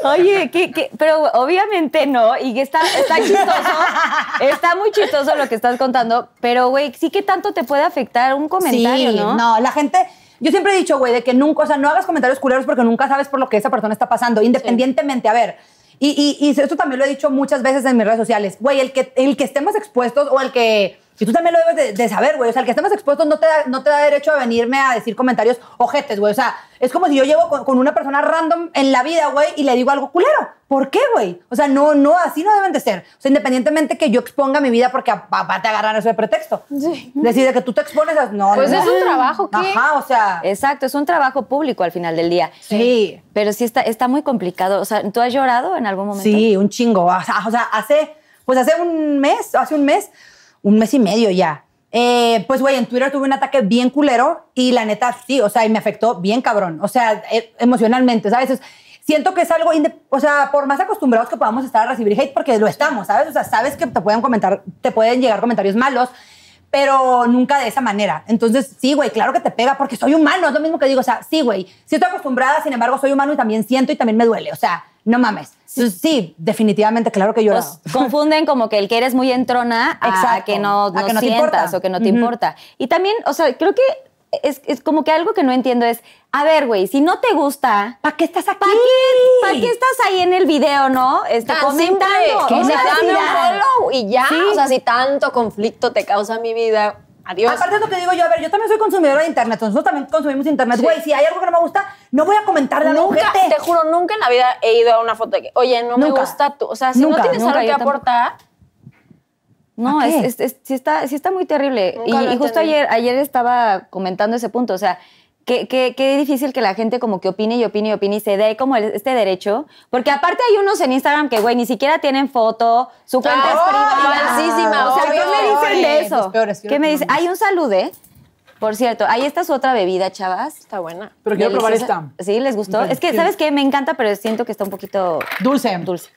S2: Oye, ¿qué- qué? pero obviamente no, y que está, está
S3: (laughs)
S2: chistoso, está muy chistoso lo que estás contando, pero güey, sí que tanto te puede afectar un comentario,
S3: sí,
S2: ¿no?
S3: la gente. Yo siempre he dicho, güey, de que nunca, o sea, no hagas comentarios culeros porque nunca sabes por lo que esa persona está pasando, independientemente. A ver, y, y, y esto también lo he dicho muchas veces en mis redes sociales, güey, el que, el que estemos expuestos o el que Y tú también lo debes de, de saber, güey. O sea, el que esté más expuesto no te, da, no te da derecho a venirme a decir comentarios ojetes, güey. O sea, es como si yo llevo con, con una persona random en la vida, güey, y le digo algo culero. ¿Por qué, güey? O sea, no, no, así no deben de ser. O sea, independientemente que yo exponga mi vida porque a papá te agarran eso de pretexto.
S4: Sí.
S3: Decir de que tú te expones a... No,
S4: Pues
S3: no.
S4: es un trabajo, ¿qué?
S3: Ajá, o sea...
S2: Exacto, es un trabajo público al final del día.
S3: Sí.
S2: Pero sí está, está muy complicado. O sea, ¿tú has llorado en algún momento?
S3: Sí, un chingo. O sea, o sea, hace, pues hace un mes, hace un mes, un mes y medio ya. Eh, pues, güey, en Twitter tuve un ataque bien culero y la neta sí, o sea, y me afectó bien cabrón. O sea, eh, emocionalmente, ¿sabes? Es- siento que es algo, inde- o sea, por más acostumbrados que podamos estar a recibir hate, porque lo estamos, ¿sabes? O sea, sabes que te pueden comentar, te pueden llegar comentarios malos, pero nunca de esa manera. Entonces, sí, güey, claro que te pega porque soy humano, es lo mismo que digo, o sea, sí, güey, sí estoy acostumbrada, sin embargo, soy humano y también siento y también me duele, o sea, no mames. Entonces, sí, definitivamente, claro que yo...
S2: Pues confunden como que el que eres muy entrona a
S3: Exacto,
S2: que no,
S3: a
S2: no
S3: que no te
S2: sientas
S3: importa.
S2: o que no te
S3: Ujú.
S2: importa. Y también, o sea, creo que es, es como que algo que no entiendo es, a ver, güey, si no te gusta,
S3: ¿Para qué estás aquí?
S2: ¿para qué, pa' qué estás ahí en el video, no? Este,
S4: Tan Ah, simple,
S2: comentando.
S4: o sea, dame un
S2: necesidad.
S4: follow y ya. O sea, si tanto conflicto te causa mi vida, adiós.
S3: Aparte es lo que digo yo, a ver, yo también soy consumidora de internet, nosotros también consumimos internet.
S4: Sí.
S3: Güey, si hay algo que no me gusta, no voy a comentar de algo
S4: nunca,
S3: ojete.
S4: te juro, nunca en la vida he ido a una foto de que, oye, no me
S3: Nunca.
S4: gusta tú. O sea, si
S3: Nunca,
S4: no tienes
S2: nunca,
S4: algo que
S2: yo tampoco.
S4: aportar,
S2: No,
S3: ¿A
S2: es,
S3: qué?
S2: es- es- sí, está, sí está muy terrible.
S4: Nunca
S2: Y,
S4: lo
S2: y justo
S4: entendí.
S2: ayer, ayer estaba comentando ese punto, o sea, qué, qué, qué difícil que la gente como que opine y opine y opine y se dé como el- este derecho, porque aparte hay unos en Instagram que, güey, ni siquiera tienen foto, su cuenta
S4: Ah,
S2: es privada.
S4: falsísima,
S2: o sea,
S4: obvio,
S2: ¿qué me dicen de
S3: peores,
S2: eso?
S3: los peores, yo
S2: ¿Qué
S3: no
S2: me
S3: como
S2: dicen?
S3: más.
S2: Hay un salude, por cierto, ahí está su otra bebida, chavas.
S4: está buena.
S3: Pero quiero probar
S2: Deliciosa.
S3: esta.
S2: Sí, les gustó.
S3: Ok,
S2: es que,
S3: sí.
S2: ¿sabes qué? Me encanta, pero siento que está un poquito
S3: Dulce.
S2: dulce.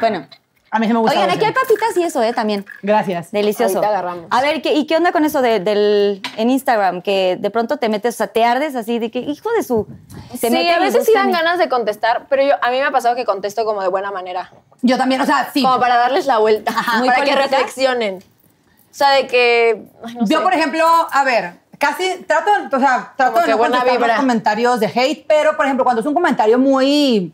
S2: bueno.
S3: A mí sí me gusta
S2: Oigan, aquí
S3: dulce.
S2: hay papitas y eso, ¿eh? También.
S3: Gracias.
S2: Delicioso.
S4: Ahorita agarramos.
S2: A ver, ¿qué, ¿y qué onda con eso de- del, en Instagram? Que de pronto te metes, o sea, te ardes así de que, hijo de su. se
S4: sí,
S2: meten
S4: a
S2: y
S4: veces sí
S2: buscan
S4: dan
S2: y-
S4: ganas de contestar, pero yo, a mí me ha pasado que contesto como de buena manera.
S3: Yo también, o sea, sí.
S4: Como para darles la vuelta, (laughs)
S2: Muy
S4: para que
S2: política.
S4: reflexionen. O sea, de que... ay, no
S3: yo,
S4: sé.
S3: por ejemplo, a ver, casi trato, o sea, trato
S4: Como
S3: de
S4: que
S3: no
S4: buena
S3: contestar los
S4: vibra.
S3: comentarios de hate, pero, por ejemplo, cuando es un comentario muy...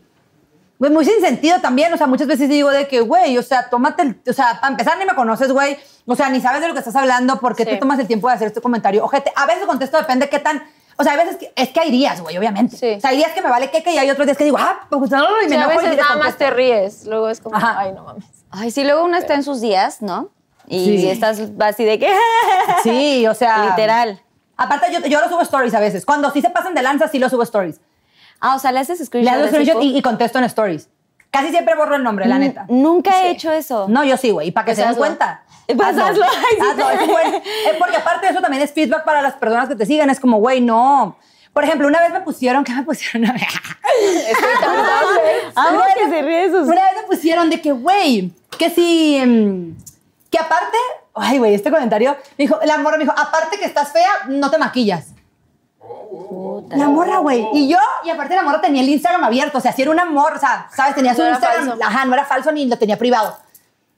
S3: Güey, muy sin sentido también. O sea, muchas veces digo de que, güey, o sea, tómate el. O sea, para empezar ni me conoces, güey. O sea, ni sabes de lo que estás hablando. ¿Por qué
S4: Sí.
S3: te tomas el tiempo de hacer este comentario? Ojete, a veces contesto, depende qué tan. O sea, hay veces que. Es que hay días, güey, obviamente.
S4: Sí.
S3: O sea, hay días que me vale queque y hay otros días que digo, ah, pues no, y
S4: O
S3: me
S4: sea, a
S3: enojo y
S4: veces
S3: ni
S4: nada
S3: les
S4: más
S3: contesto.
S4: te ríes. Luego es como,
S3: Ajá.
S4: ay, no mames. (laughs)
S2: Ay, sí, luego uno está en sus días, ¿no? Y
S3: Sí.
S2: estás así de que. (laughs)
S3: Sí, o sea.
S4: (laughs)
S2: Literal.
S3: Aparte, yo, yo lo subo stories a veces. Cuando sí se pasan de lanza, sí lo subo stories.
S2: Ah, o sea, le haces
S3: Le
S2: screenshot.
S3: hago
S2: de ese
S3: screenshot
S2: post?
S3: y, y contesto en stories. Casi siempre borro el nombre, la
S2: Mm,
S3: neta.
S2: Nunca he hecho eso.
S3: No, yo sí, güey. Y para que
S4: Pues
S3: se den
S4: hazlo.
S3: cuenta.
S2: Pues hazlo. Ay, sí.
S3: Hazlo, es bueno. Eh, porque aparte de eso también es feedback para las personas que te siguen. Es como, güey, no. Por ejemplo, una vez me pusieron, ¿qué me pusieron? (laughs)
S2: Amo
S4: Ah,
S3: Ah, Una vez
S2: que
S3: me-
S2: se ríe de sus-
S3: Una vez me pusieron de que, güey, que si. mm, Que aparte. Ay, güey, este comentario. Me dijo, la morra me dijo, aparte que estás fea, no te maquillas. La morra, güey. Y yo, y aparte la morra tenía el Instagram abierto. O sea, si era una morra, o sea, ¿sabes? Tenía su
S4: No era
S3: Instagram.
S4: falso.
S3: Ajá, no era falso ni lo tenía privado.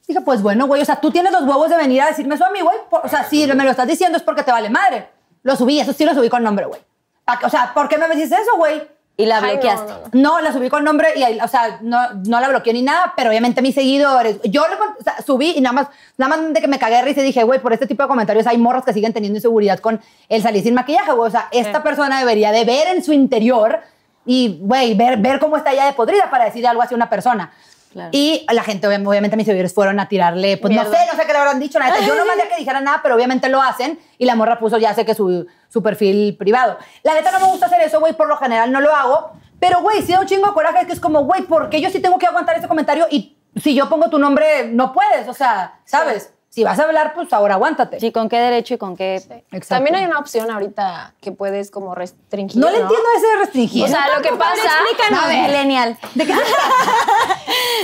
S3: Dije, pues bueno, güey, o sea, tú tienes los huevos de venir a decirme eso a mí, güey. Por- O sea, si me lo estás diciendo es porque te vale madre. Lo subí, eso sí lo subí con nombre, güey. Pa' que- O sea, ¿por qué me dices eso, güey?
S2: Y la
S4: Ay, no,
S2: bloqueaste.
S4: no, no.
S3: No, la subí con nombre y, ahí, o sea, no, no la bloqueó ni nada, pero obviamente mis seguidores. Yo le cont- o sea, subí y nada más, nada más de que me cagué de risa y dije, güey, por este tipo de comentarios hay morros que siguen teniendo inseguridad con el salir sin maquillaje, güey. O sea, esta
S4: Sí.
S3: persona debería de ver en su interior y, güey, ver, ver cómo está ella de podrida para decir algo así a una persona.
S2: Claro.
S3: Y la gente, obvi- obviamente, mis seguidores fueron a tirarle, pues no
S4: Mierda.
S3: sé, no sé qué le habrán dicho, la neta. Yo no
S4: (laughs)
S3: mandé a que dijera nada, pero obviamente lo hacen. Y la morra puso, ya sé que su, su perfil privado. La neta no me gusta hacer eso, güey, por lo general no lo hago. Pero, güey, sí da un chingo de coraje que es como, güey, ¿por qué yo sí tengo que aguantar este comentario? Y si yo pongo tu nombre, no puedes, o sea, ¿sabes? Si vas a hablar, pues ahora aguántate.
S2: Sí, ¿con qué derecho y con qué.
S3: Exacto.
S4: También hay una opción ahorita que puedes como restringir,
S3: No le entiendo ese de restringir.
S4: O sea, lo que pasa...
S2: Explícanos,
S3: A ver.
S2: millennial.
S3: ¿De qué se trata?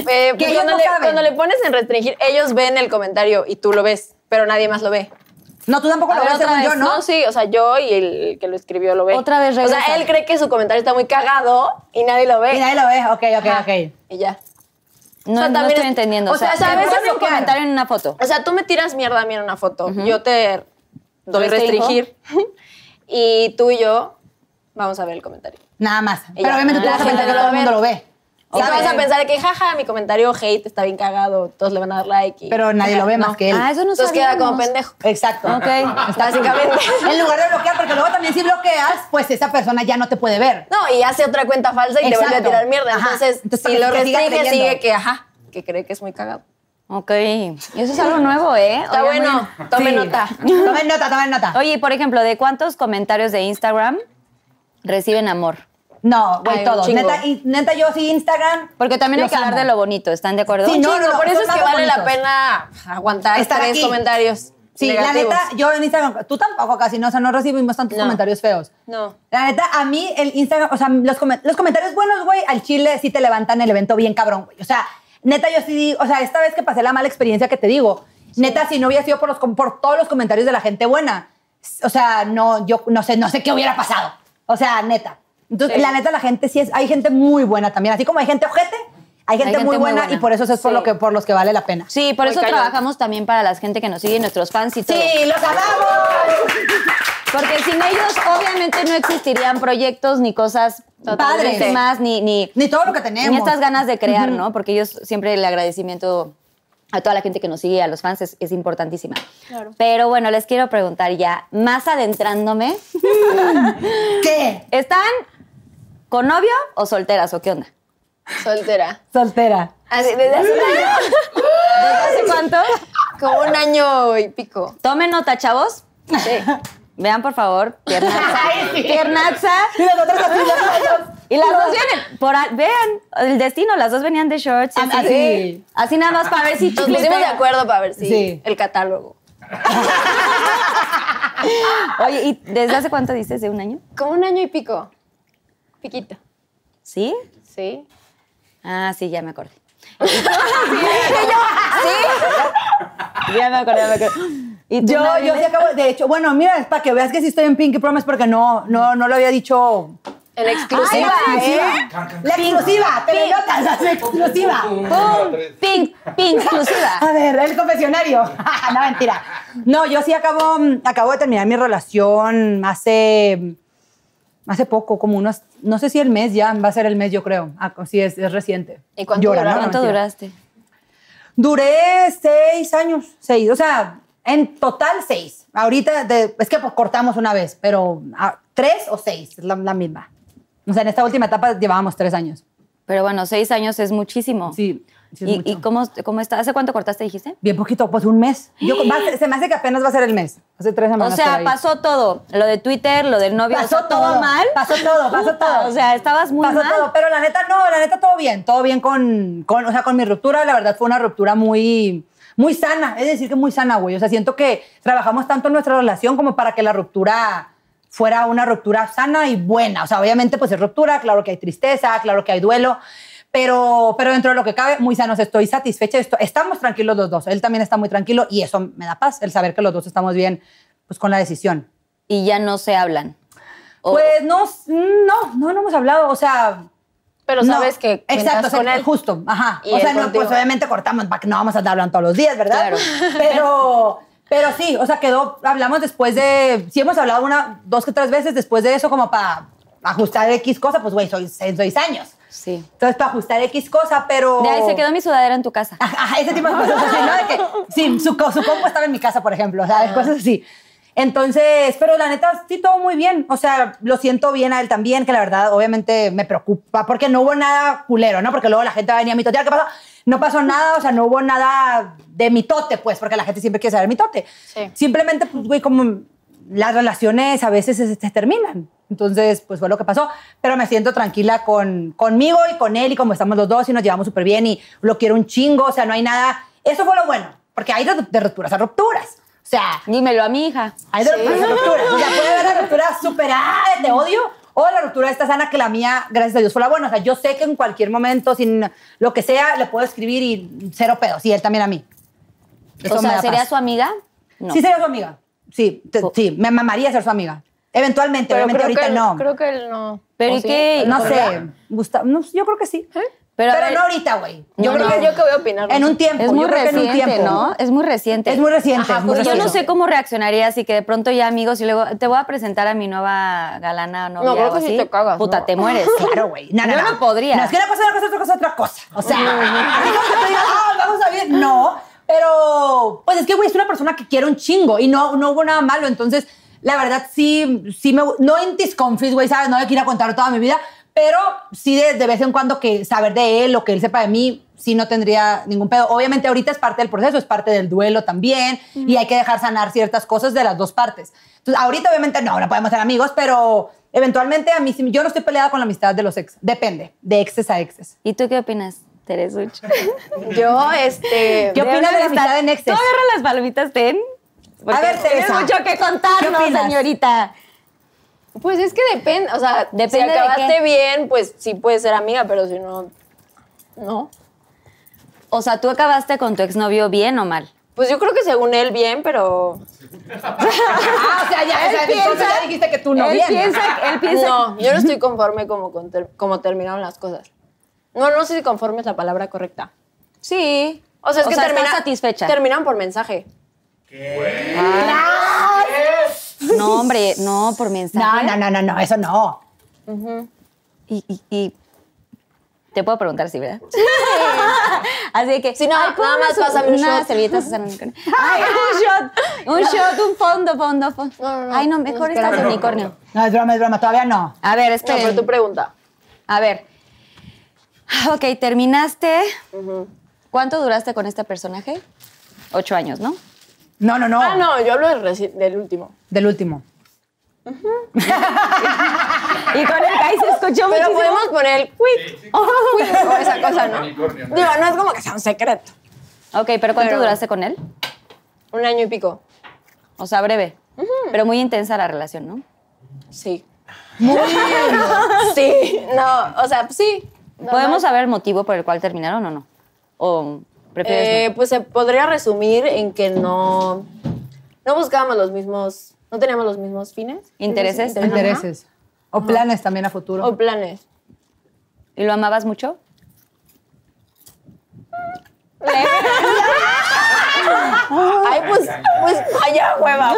S4: Eh, pues
S3: ellos
S4: cuando,
S3: no
S4: le,
S3: saben.
S4: cuando le pones en restringir, ellos ven el comentario y tú lo ves, pero nadie más lo ve.
S3: No, tú tampoco
S4: A
S3: lo
S4: ver,
S3: ves
S4: otra
S3: según yo,
S4: vez.
S3: ¿no?
S4: sí, o sea, yo y el que lo escribió lo ve.
S2: Otra vez
S4: O
S2: regresa.
S4: sea, él cree que su comentario está muy cagado y nadie lo ve.
S3: Y nadie lo ve, ok, ok,
S4: Ajá,
S3: ok.
S4: Y ya.
S2: No,
S4: O sea,
S2: no
S4: también
S2: estoy
S4: es-
S2: entendiendo.
S4: o sea, o sea, a
S2: te
S4: veces
S2: pones un
S4: bloquear.
S2: comentario en una foto.
S4: O sea, tú me tiras mierda a mí en una foto. Yo te doy
S2: Este hijo.
S3: (laughs)
S4: restringir. y tú y yo vamos a ver el comentario.
S3: Nada más.
S4: ya.
S3: Pero obviamente tú
S4: La
S3: vas a pensar
S4: gente
S3: que
S4: no
S3: todo el
S4: lo
S3: mundo
S4: ve.
S3: lo ve.
S4: O
S2: ¿Sabes?
S4: vas a pensar que, jaja, mi comentario hate está bien cagado, todos le van a dar like. y-
S3: Pero nadie lo ve más que él.
S2: Ah, eso no
S4: Entonces queda como
S2: sabíamos.
S4: pendejo.
S3: Exacto.
S2: Ok.
S3: Está
S4: (laughs) Básicamente.
S3: (laughs) En lugar de bloquear, porque luego también si bloqueas, pues esa persona ya no te puede ver.
S4: No, y hace otra cuenta falsa y
S3: Exacto.
S4: te vuelve a tirar mierda.
S3: Ajá.
S4: Entonces,
S3: Entonces,
S4: si
S3: para
S4: lo
S3: que siga
S4: restringe,
S3: creyendo.
S4: sigue que, ajá, que cree que es muy cagado.
S2: Ok. Y eso es algo nuevo, ¿eh?
S4: Está
S2: Oigan,
S4: bueno,
S2: muy-
S4: tomen
S3: Sí.
S4: nota.
S3: Tomen nota, tomen nota.
S2: Oye, y por ejemplo, ¿de cuántos comentarios de Instagram reciben amor?
S3: No, güey,
S4: Ay, un
S3: todos.
S4: chingo.
S3: Neta, y, neta, yo sí, Instagram.
S2: Porque también hay
S3: Los
S2: que hablar
S3: amo.
S2: de lo bonito, ¿están de acuerdo?
S3: Sí,
S4: Un
S3: no,
S4: chingo,
S3: no,
S4: por eso
S3: son
S4: es que
S3: más
S4: vale la
S3: bonitos.
S4: pena aguantar
S3: Estar
S4: tres
S3: aquí.
S4: comentarios.
S3: Sí,
S4: negativos.
S3: la neta, yo en Instagram, tú tampoco casi, no, o sea, no recibimos tantos
S4: No.
S3: comentarios feos.
S4: No.
S3: La neta, a mí el Instagram, o sea, los, comen- los comentarios buenos, güey, al chile sí te levantan el evento bien cabrón, güey. O sea, neta, yo sí, di- o sea, esta vez que pasé la mala experiencia que te digo, neta, si no hubiera sido por, los, com- por todos los comentarios de la gente buena, s- o sea, no, yo no sé, no sé qué hubiera pasado. O sea, neta. Entonces,
S4: Sí.
S3: la neta, la gente sí es, hay gente muy buena también, así como hay gente ojete, hay gente, muy, buena, y por eso eso es por,
S4: Sí.
S3: lo que, por los que vale la pena.
S2: Sí, por
S4: Muy
S2: eso
S4: cañón.
S2: trabajamos también para la gente que nos sigue, nuestros fans y todo.
S3: Sí, los amamos.
S2: Porque sin ellos, obviamente, no existirían proyectos ni cosas
S3: Totalmente.
S2: padres más, ni, ni,
S3: Ni todo lo que tenemos.
S2: ni estas ganas de crear, ¿no? Porque ellos siempre el agradecimiento a toda la gente que nos sigue, a los fans, es, es importantísima.
S4: Claro.
S2: Pero bueno, les quiero preguntar ya, más adentrándome,
S3: ¿Qué?
S2: ¿están con novio o solteras o qué onda?
S4: Soltera.
S3: Soltera.
S4: Así, desde hace un año.
S2: ¿Desde hace cuánto?
S4: Como un año y pico.
S2: Tomen nota, chavos.
S3: (laughs)
S4: Sí.
S2: Vean, por favor,
S4: (laughs)
S2: piernaza. Piernaza.
S3: Y nosotros así, nosotros-
S2: Y las dos vienen, por a- vean, el destino, las dos venían de shorts. y
S3: Ah,
S2: así,
S3: sí.
S2: así nada más para ver si
S4: Nos
S2: chicle
S4: pusimos de
S2: pega.
S4: acuerdo para ver si
S3: Sí.
S4: el catálogo.
S2: Oye, ¿y desde hace cuánto dices? ¿De un año?
S4: Como un año y pico. Piquito.
S2: ¿Sí?
S4: Sí.
S2: Ah, sí, ya me acordé. ¿Sí? Ya me acordé, (gasps) ya me acordé. ¿Y tú,
S3: Yo,
S2: Navi,
S3: yo
S2: me-
S3: sí acabo, de hecho, bueno, mira, es para que veas que sí estoy en Pinky Promise porque no, no, no lo había dicho.
S4: En exclusiva,
S3: Ay,
S4: ¿eh?
S3: exclusiva. La exclusiva, telenotas, (laughs) la exclusiva.
S2: ¡Pum! ¡Pink! ¡Pink exclusiva!
S3: A ver, el confesionario. (laughs) no, mentira. No, yo sí acabo, mm, acabo de terminar mi relación hace, hace poco, como unos, no sé si el mes ya, va a ser el mes yo creo. Ah, sí, es, es reciente.
S4: ¿Y cuánto
S3: ¿no?
S4: duraron?
S2: ¿Cuánto
S3: mentira.
S2: duraste?
S3: Duré seis años, seis, o sea, en total seis. Ahorita, de- es que pues cortamos una vez, pero ah, tres o seis, es la, la misma. O sea, en esta última etapa llevábamos tres años.
S2: Pero bueno, seis años es muchísimo.
S3: Sí, sí es
S2: ¿Y,
S3: mucho.
S2: y cómo, cómo está? ¿Hace cuánto cortaste, dijiste?
S3: Bien poquito, pues un mes. Yo, va a ser- se me hace que apenas va a ser el mes, hace tres
S2: O
S3: semanas. por
S2: sea,
S3: ahí.
S2: pasó todo. Lo de Twitter, lo del novio.
S3: Pasó
S2: o sea, todo,
S3: todo.
S2: mal.
S3: Pasó todo, pasó
S2: Puta,
S3: todo.
S2: O sea, estabas muy
S3: Pasó
S2: mal.
S3: todo, pero la neta no, la neta todo bien, todo bien con, con, o sea, con mi ruptura, la verdad fue una ruptura muy, muy sana, es decir que muy sana, güey, o sea, siento que trabajamos tanto en nuestra relación como para que la ruptura fuera una ruptura sana y buena, o sea, obviamente pues es ruptura, claro que hay tristeza, claro que hay duelo, pero, pero dentro de lo que cabe, muy sanos, estoy satisfecha, esto- estamos tranquilos los dos, él también está muy tranquilo y eso me da paz, el saber que los dos estamos bien, pues con la decisión.
S2: Y ya no se hablan. O-
S3: Pues no, no, no, no hemos hablado, o sea,
S4: Pero
S3: no,
S4: sabes que
S3: exacto,
S4: cuentas con
S3: exacto,
S4: él.
S3: justo, ajá.
S4: Y
S3: O
S4: él
S3: sea, no,
S4: contigo.
S3: pues obviamente cortamos, va, que no vamos a estar hablando todos los días, ¿verdad?
S2: Claro.
S3: (laughs) Pero, pero sí, o sea, quedó, hablamos después de, sí hemos hablado una, dos que tres veces después de eso como para ajustar X cosa, pues güey, soy seis, seis años.
S2: Sí.
S3: Entonces, para ajustar X cosa, pero...
S2: De ahí se quedó mi sudadera en tu casa.
S3: Ajá, ajá, ese tipo de cosas así, ¿no? De que, sí, su, co- su compu estaba en mi casa, por ejemplo, o sea, de cosas así. Entonces, pero la neta, sí, todo muy bien. O sea, lo siento bien a él también, que la verdad, obviamente, me preocupa, porque no hubo nada culero, ¿no? Porque luego la gente va a venir a mi tote, ¿qué pasó? No pasó nada, o sea, no hubo nada de mi tote, pues, porque la gente siempre quiere saber mi tote.
S4: Sí.
S3: Simplemente, pues, güey, como las relaciones a veces se, se terminan. Entonces, pues fue lo que pasó. Pero me siento tranquila con, conmigo y con él y como estamos los dos y nos llevamos súper bien y lo quiero un chingo. O sea, no hay nada. Eso fue lo bueno, porque hay de, de rupturas a rupturas. O sea,
S2: Dímelo a mi hija.
S3: hay de rupturas a rupturas. O sea, puede haber la ruptura súper, ah, te odio. O la ruptura esta sana que la mía, gracias a Dios, fue la buena. O sea, yo sé que en cualquier momento, sin lo que sea, le puedo escribir y cero pedos. Y él también a mí. Eso
S2: o
S3: me
S2: sea,
S3: da
S2: ¿sería
S3: paz.
S2: su amiga? No.
S3: Sí, sería su amiga. Sí, te-
S2: Po-
S3: sí, me mamaría ser su amiga. Eventualmente,
S4: Oh. Pero
S3: obviamente
S4: creo que
S3: ahorita no.
S4: él, Creo que él no. ¿Eh?
S2: Pero
S4: ¿O
S2: ¿y
S4: sí?
S2: qué?
S3: No
S2: ¿Por
S3: sé, Gustavo, no, yo creo que sí. Pero,
S2: a ver,
S3: no ahorita, güey.
S4: Yo
S3: No,
S4: creo
S3: no.
S4: que yo que voy a opinar.
S3: En un tiempo.
S2: eh, Es muy
S3: yo creo que en un
S2: reciente,
S3: tiempo.
S2: ¿no? Es muy reciente.
S3: Es muy reciente.
S4: Ajá,
S3: es muy
S4: justo.
S2: Pues yo no
S3: reciente.
S2: sé cómo reaccionaría si que de pronto ya amigos y luego te voy a presentar a mi nueva galana o novia
S4: No, creo
S2: o
S4: que sí
S2: así.
S4: te cagas,
S2: Puta,
S4: ¿no?
S2: te
S3: (laughs)
S2: mueres.
S3: Claro, güey. No, no,
S2: Yo no podría.
S3: No, es que una cosa es una cosa, otra cosa es otra cosa. O sea, (laughs) así como que te digas, "Ah, vamos a ver. No, pero pues es que, güey, es una persona que quiere un chingo y no, no hubo nada malo. Entonces, la verdad, sí, sí me. No en disconfit, güey, ¿sabes? No le quiero contar toda mi vida, pero sí de, de vez en cuando que saber de él o que él sepa de mí. Sí, no tendría ningún pedo. Obviamente, ahorita es parte del proceso, es parte del duelo también, y hay que dejar sanar ciertas cosas de las dos partes. Entonces, ahorita, obviamente, no, no podemos ser amigos, pero Eventualmente a mí, sí- yo no estoy peleada con la amistad de los ex. Depende, de exes a exes.
S2: ¿Y tú qué opinas, Teresuch?
S4: Yo,
S2: (laughs)
S4: este.
S3: ¿Qué opinas de la amistad en
S2: ¿Tú
S3: exes?
S2: agarras las palomitas, Ten? Porque
S3: A ver,
S2: tienes
S3: Teresa,
S2: mucho que
S3: ¿qué
S2: contarnos,
S3: opinas?
S2: señorita.
S4: Pues es que depende, o sea,
S2: Depende
S4: depende
S2: de
S4: si acabaste
S2: qué.
S4: bien, pues sí puedes ser amiga, pero si no, no.
S2: O sea, ¿tú acabaste con tu exnovio bien o mal?
S4: Pues yo creo que según él bien, pero
S3: (laughs) Ah, o sea, ya, o sea, entonces ya dijiste que tú no
S2: él
S3: bien.
S2: piensa, él piensa
S4: no, yo no estoy conforme como, con ter- como terminaron las cosas. No, no sé si conforme es la palabra correcta.
S2: Sí.
S4: O sea, es que
S2: estás
S4: termina-
S2: satisfecha.
S4: terminan por mensaje.
S2: No, hombre, no, por mensaje.
S3: (laughs) No, no, no, no, no, eso no.
S2: Y, y, y- te puedo preguntar si, ¿verdad? (laughs) Así de que.
S4: Si no,
S2: ay,
S4: nada
S2: ponme
S4: más
S2: su-
S4: pásame un
S2: unas
S4: shot.
S2: servilletas, Susana, unicornio. Ay, un shot. Un shot, un fondo, fondo, fondo.
S4: No, no, no.
S2: Ay, no, mejor
S4: Espera.
S2: estas de unicornio.
S3: No, es broma, es broma, todavía no.
S2: A ver,
S4: No,
S2: esperen.
S4: pero tu pregunta.
S2: A ver. Ok, terminaste. ¿Cuánto duraste con este personaje? Ocho años, ¿no?
S3: No, no, no.
S4: Ah, no, yo hablo del, reci- del último.
S3: Del último.
S2: Y con el Kai se escuchó
S4: Pero
S2: muchísimo.
S4: podemos poner el quick, quick, o esa cosa, ¿no?
S5: Unicornio,
S4: Digo,
S5: ¿no?
S4: no es como que sea un secreto.
S2: Ok, pero ¿cuánto
S4: Pero-
S2: duraste con él?
S4: Un año y pico.
S2: O sea, breve. Pero muy intensa la relación, ¿no?
S4: Sí. (laughs) sí, no, o sea, sí. normal. Eh,
S2: ¿Podemos saber el motivo por el cual terminaron o no? ¿O prefieres
S4: Eh,
S2: no?
S4: pues se podría resumir en que no, no buscábamos los mismos, no teníamos los mismos fines.
S2: ¿Intereses?
S4: Ajá.
S3: Intereses. O planes también a futuro.
S4: O planes.
S2: ¿Y lo amabas mucho?
S4: Ay, pues, pues, vaya hueva.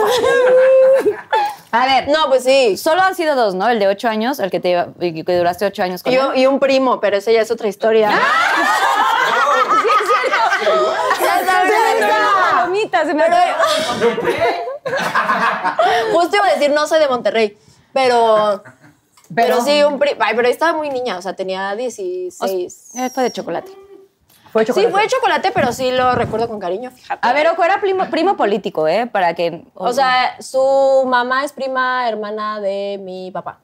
S2: A ver,
S4: No, pues sí.
S2: solo han sido dos, ¿no? El de ocho años, el que, te, el que duraste ocho años con
S4: Y,
S2: él.
S4: un- y un primo, pero esa ya es otra historia. Justo iba a decir, no soy de Monterrey, pero... Pero, sí, un primo. Ay, pero estaba muy niña, o sea, tenía 16.
S2: Eh, Fue de chocolate.
S3: Fue
S4: Sí,
S3: chocolate.
S4: fue de chocolate, pero sí lo recuerdo con cariño, fíjate.
S2: A ver, ojo, era primo, primo político, ¿eh? Para que...
S4: O sea, su mamá es prima hermana de mi papá.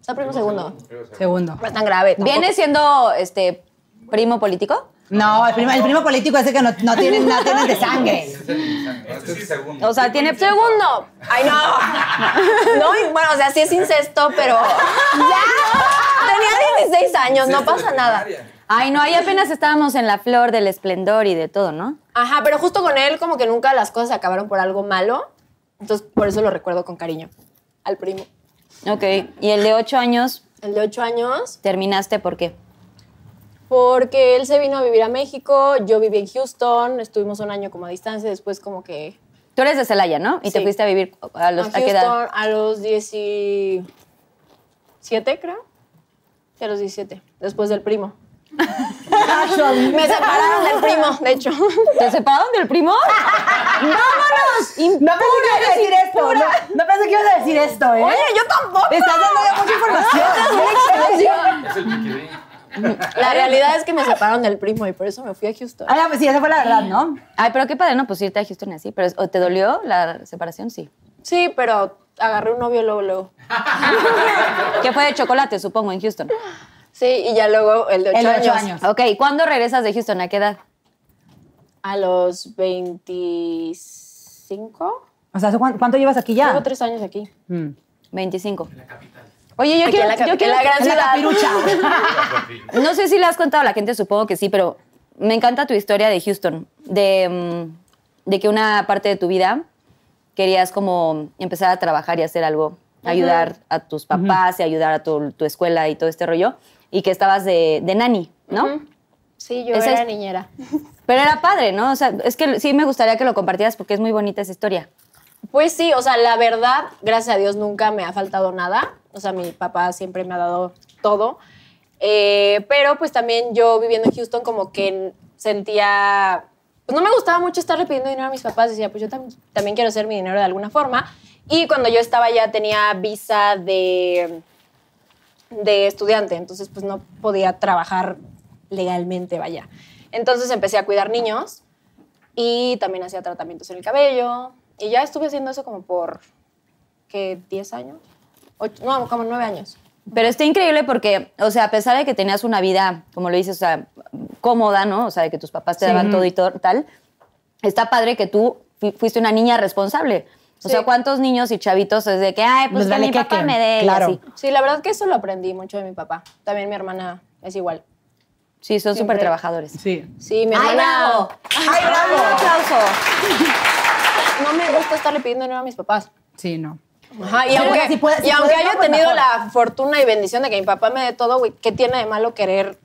S4: O sea, primo segundo.
S3: Segundo.
S4: No es tan grave. tampoco.
S2: ¿Viene siendo, este, primo político?
S3: No, el primo, el primo político ese que no, no tienen no tienen de sangre. (laughs)
S5: Este es segundo.
S2: O sea, tiene...
S4: Segundo.
S2: (laughs)
S4: Ay, no. No, y bueno, o sea, sí es incesto, pero. ¡Ya! Tenía 16 años, no pasa nada.
S2: Ay, no, ahí apenas estábamos en la flor del esplendor y de todo, ¿no?
S4: Ajá, pero justo con él, como que nunca las cosas se acabaron por algo malo. Entonces, por eso lo recuerdo con cariño. Al primo.
S2: Ok, y el de ocho años
S4: El de 8 años,
S2: terminaste, ¿por qué?
S4: porque él se vino a vivir a México, yo viví en Houston, estuvimos un año como a distancia, después como que
S2: Tú eres de Celaya, ¿no? Y te
S4: Sí.
S2: fuiste a vivir a los...
S4: a
S2: qué edad?
S4: Houston a los 17, creo. Sí, A los 17, después del primo. Me separaron del primo, de hecho.
S2: ¿Te separaron del primo? ¡Vámonos!
S3: No pensé que ibas a decir esto. No, no pensé que ibas a decir esto, ¿eh?
S4: (laughs) Oye, yo tampoco.
S3: Te estás dando ya mucha (laughs) información.
S5: Es el Mickey
S4: La realidad es que me separaron del primo y por eso me fui a Houston.
S3: Ah, pues sí, esa fue la verdad, ¿no?
S2: Ay, pero qué padre, no, pues irte a Houston así. Pero, ¿o ¿te dolió la separación?
S4: (laughs)
S2: Sí.
S4: Sí, pero agarré un novio luego, luego.
S2: Que fue de chocolate, supongo, en Houston.
S4: Sí, y ya luego el de 8
S3: El de ocho
S4: años.
S3: años.
S2: Ok, ¿y ¿cuándo regresas de Houston? ¿A qué edad?
S4: A los 25.
S3: O sea, ¿hace cuán- ¿cuánto llevas aquí ya?
S4: Llevo tres años aquí.
S2: 25. Oye, yo
S4: Aquí
S2: quiero,
S4: en la capi-
S2: yo quiero-
S4: en la gran
S2: en la
S4: ciudad.
S2: capirucha.
S4: (laughs)
S2: No sé si le has contado a la gente, supongo que sí, pero me encanta tu historia de Houston, de, mm, de que una parte de tu vida querías como empezar a trabajar y hacer algo, ayudar a tus papás y ayudar a tu, tu escuela y todo este rollo, y que estabas de, de nani, ¿no?
S4: Ujú. Sí, yo
S2: Esa
S4: era
S2: es-
S4: niñera.
S2: Pero era padre, ¿no? O sea, es que sí me gustaría que lo compartieras porque es muy bonita esa historia.
S4: Pues sí, o sea, la verdad, gracias a Dios nunca me ha faltado nada. O sea, mi papá siempre me ha dado todo. Eh, pero pues también yo viviendo en Houston como que n- sentía... Pues no me gustaba mucho estarle pidiendo dinero a mis papás. Decía, pues yo tam- también quiero hacer mi dinero de alguna forma. Y cuando yo estaba ya tenía visa de, de estudiante, entonces pues no podía trabajar legalmente, vaya. Entonces empecé a cuidar niños y también hacía tratamientos en el cabello. Y ya estuve haciendo eso como por, ¿qué? ¿10 años? Ocho- no, como 9 años.
S2: Pero está increíble porque, o sea, a pesar de que tenías una vida, como lo dices, o sea, cómoda, ¿no? O sea, de que tus papás te daban todo y to- tal, está padre que tú fui- fuiste una niña responsable. O
S4: Sí.
S2: sea, ¿cuántos niños y chavitos es de que, ay, pues
S3: Pues
S2: que
S3: vale
S2: mi
S3: que-
S2: papá
S3: que-
S2: me dé y
S3: claro.
S2: así?
S4: Sí, la verdad que eso lo aprendí mucho de mi papá. También mi hermana es igual.
S2: Sí, son
S4: Siempre.
S2: súper trabajadores.
S3: Sí.
S4: Sí, mi
S2: ¡Ay,
S4: hermana...
S2: bravo!
S3: ¡Ay, bravo!
S2: ¡Un aplauso!
S4: No me gusta estarle pidiendo dinero a mis papás.
S3: Sí, no.
S4: Ajá, y
S3: Pero
S4: aunque,
S3: si puede- si
S4: y aunque
S3: puede, no,
S4: haya
S3: pues
S4: tenido
S3: mejor.
S4: la fortuna y bendición de que mi papá me dé todo, güey, ¿qué tiene de malo querer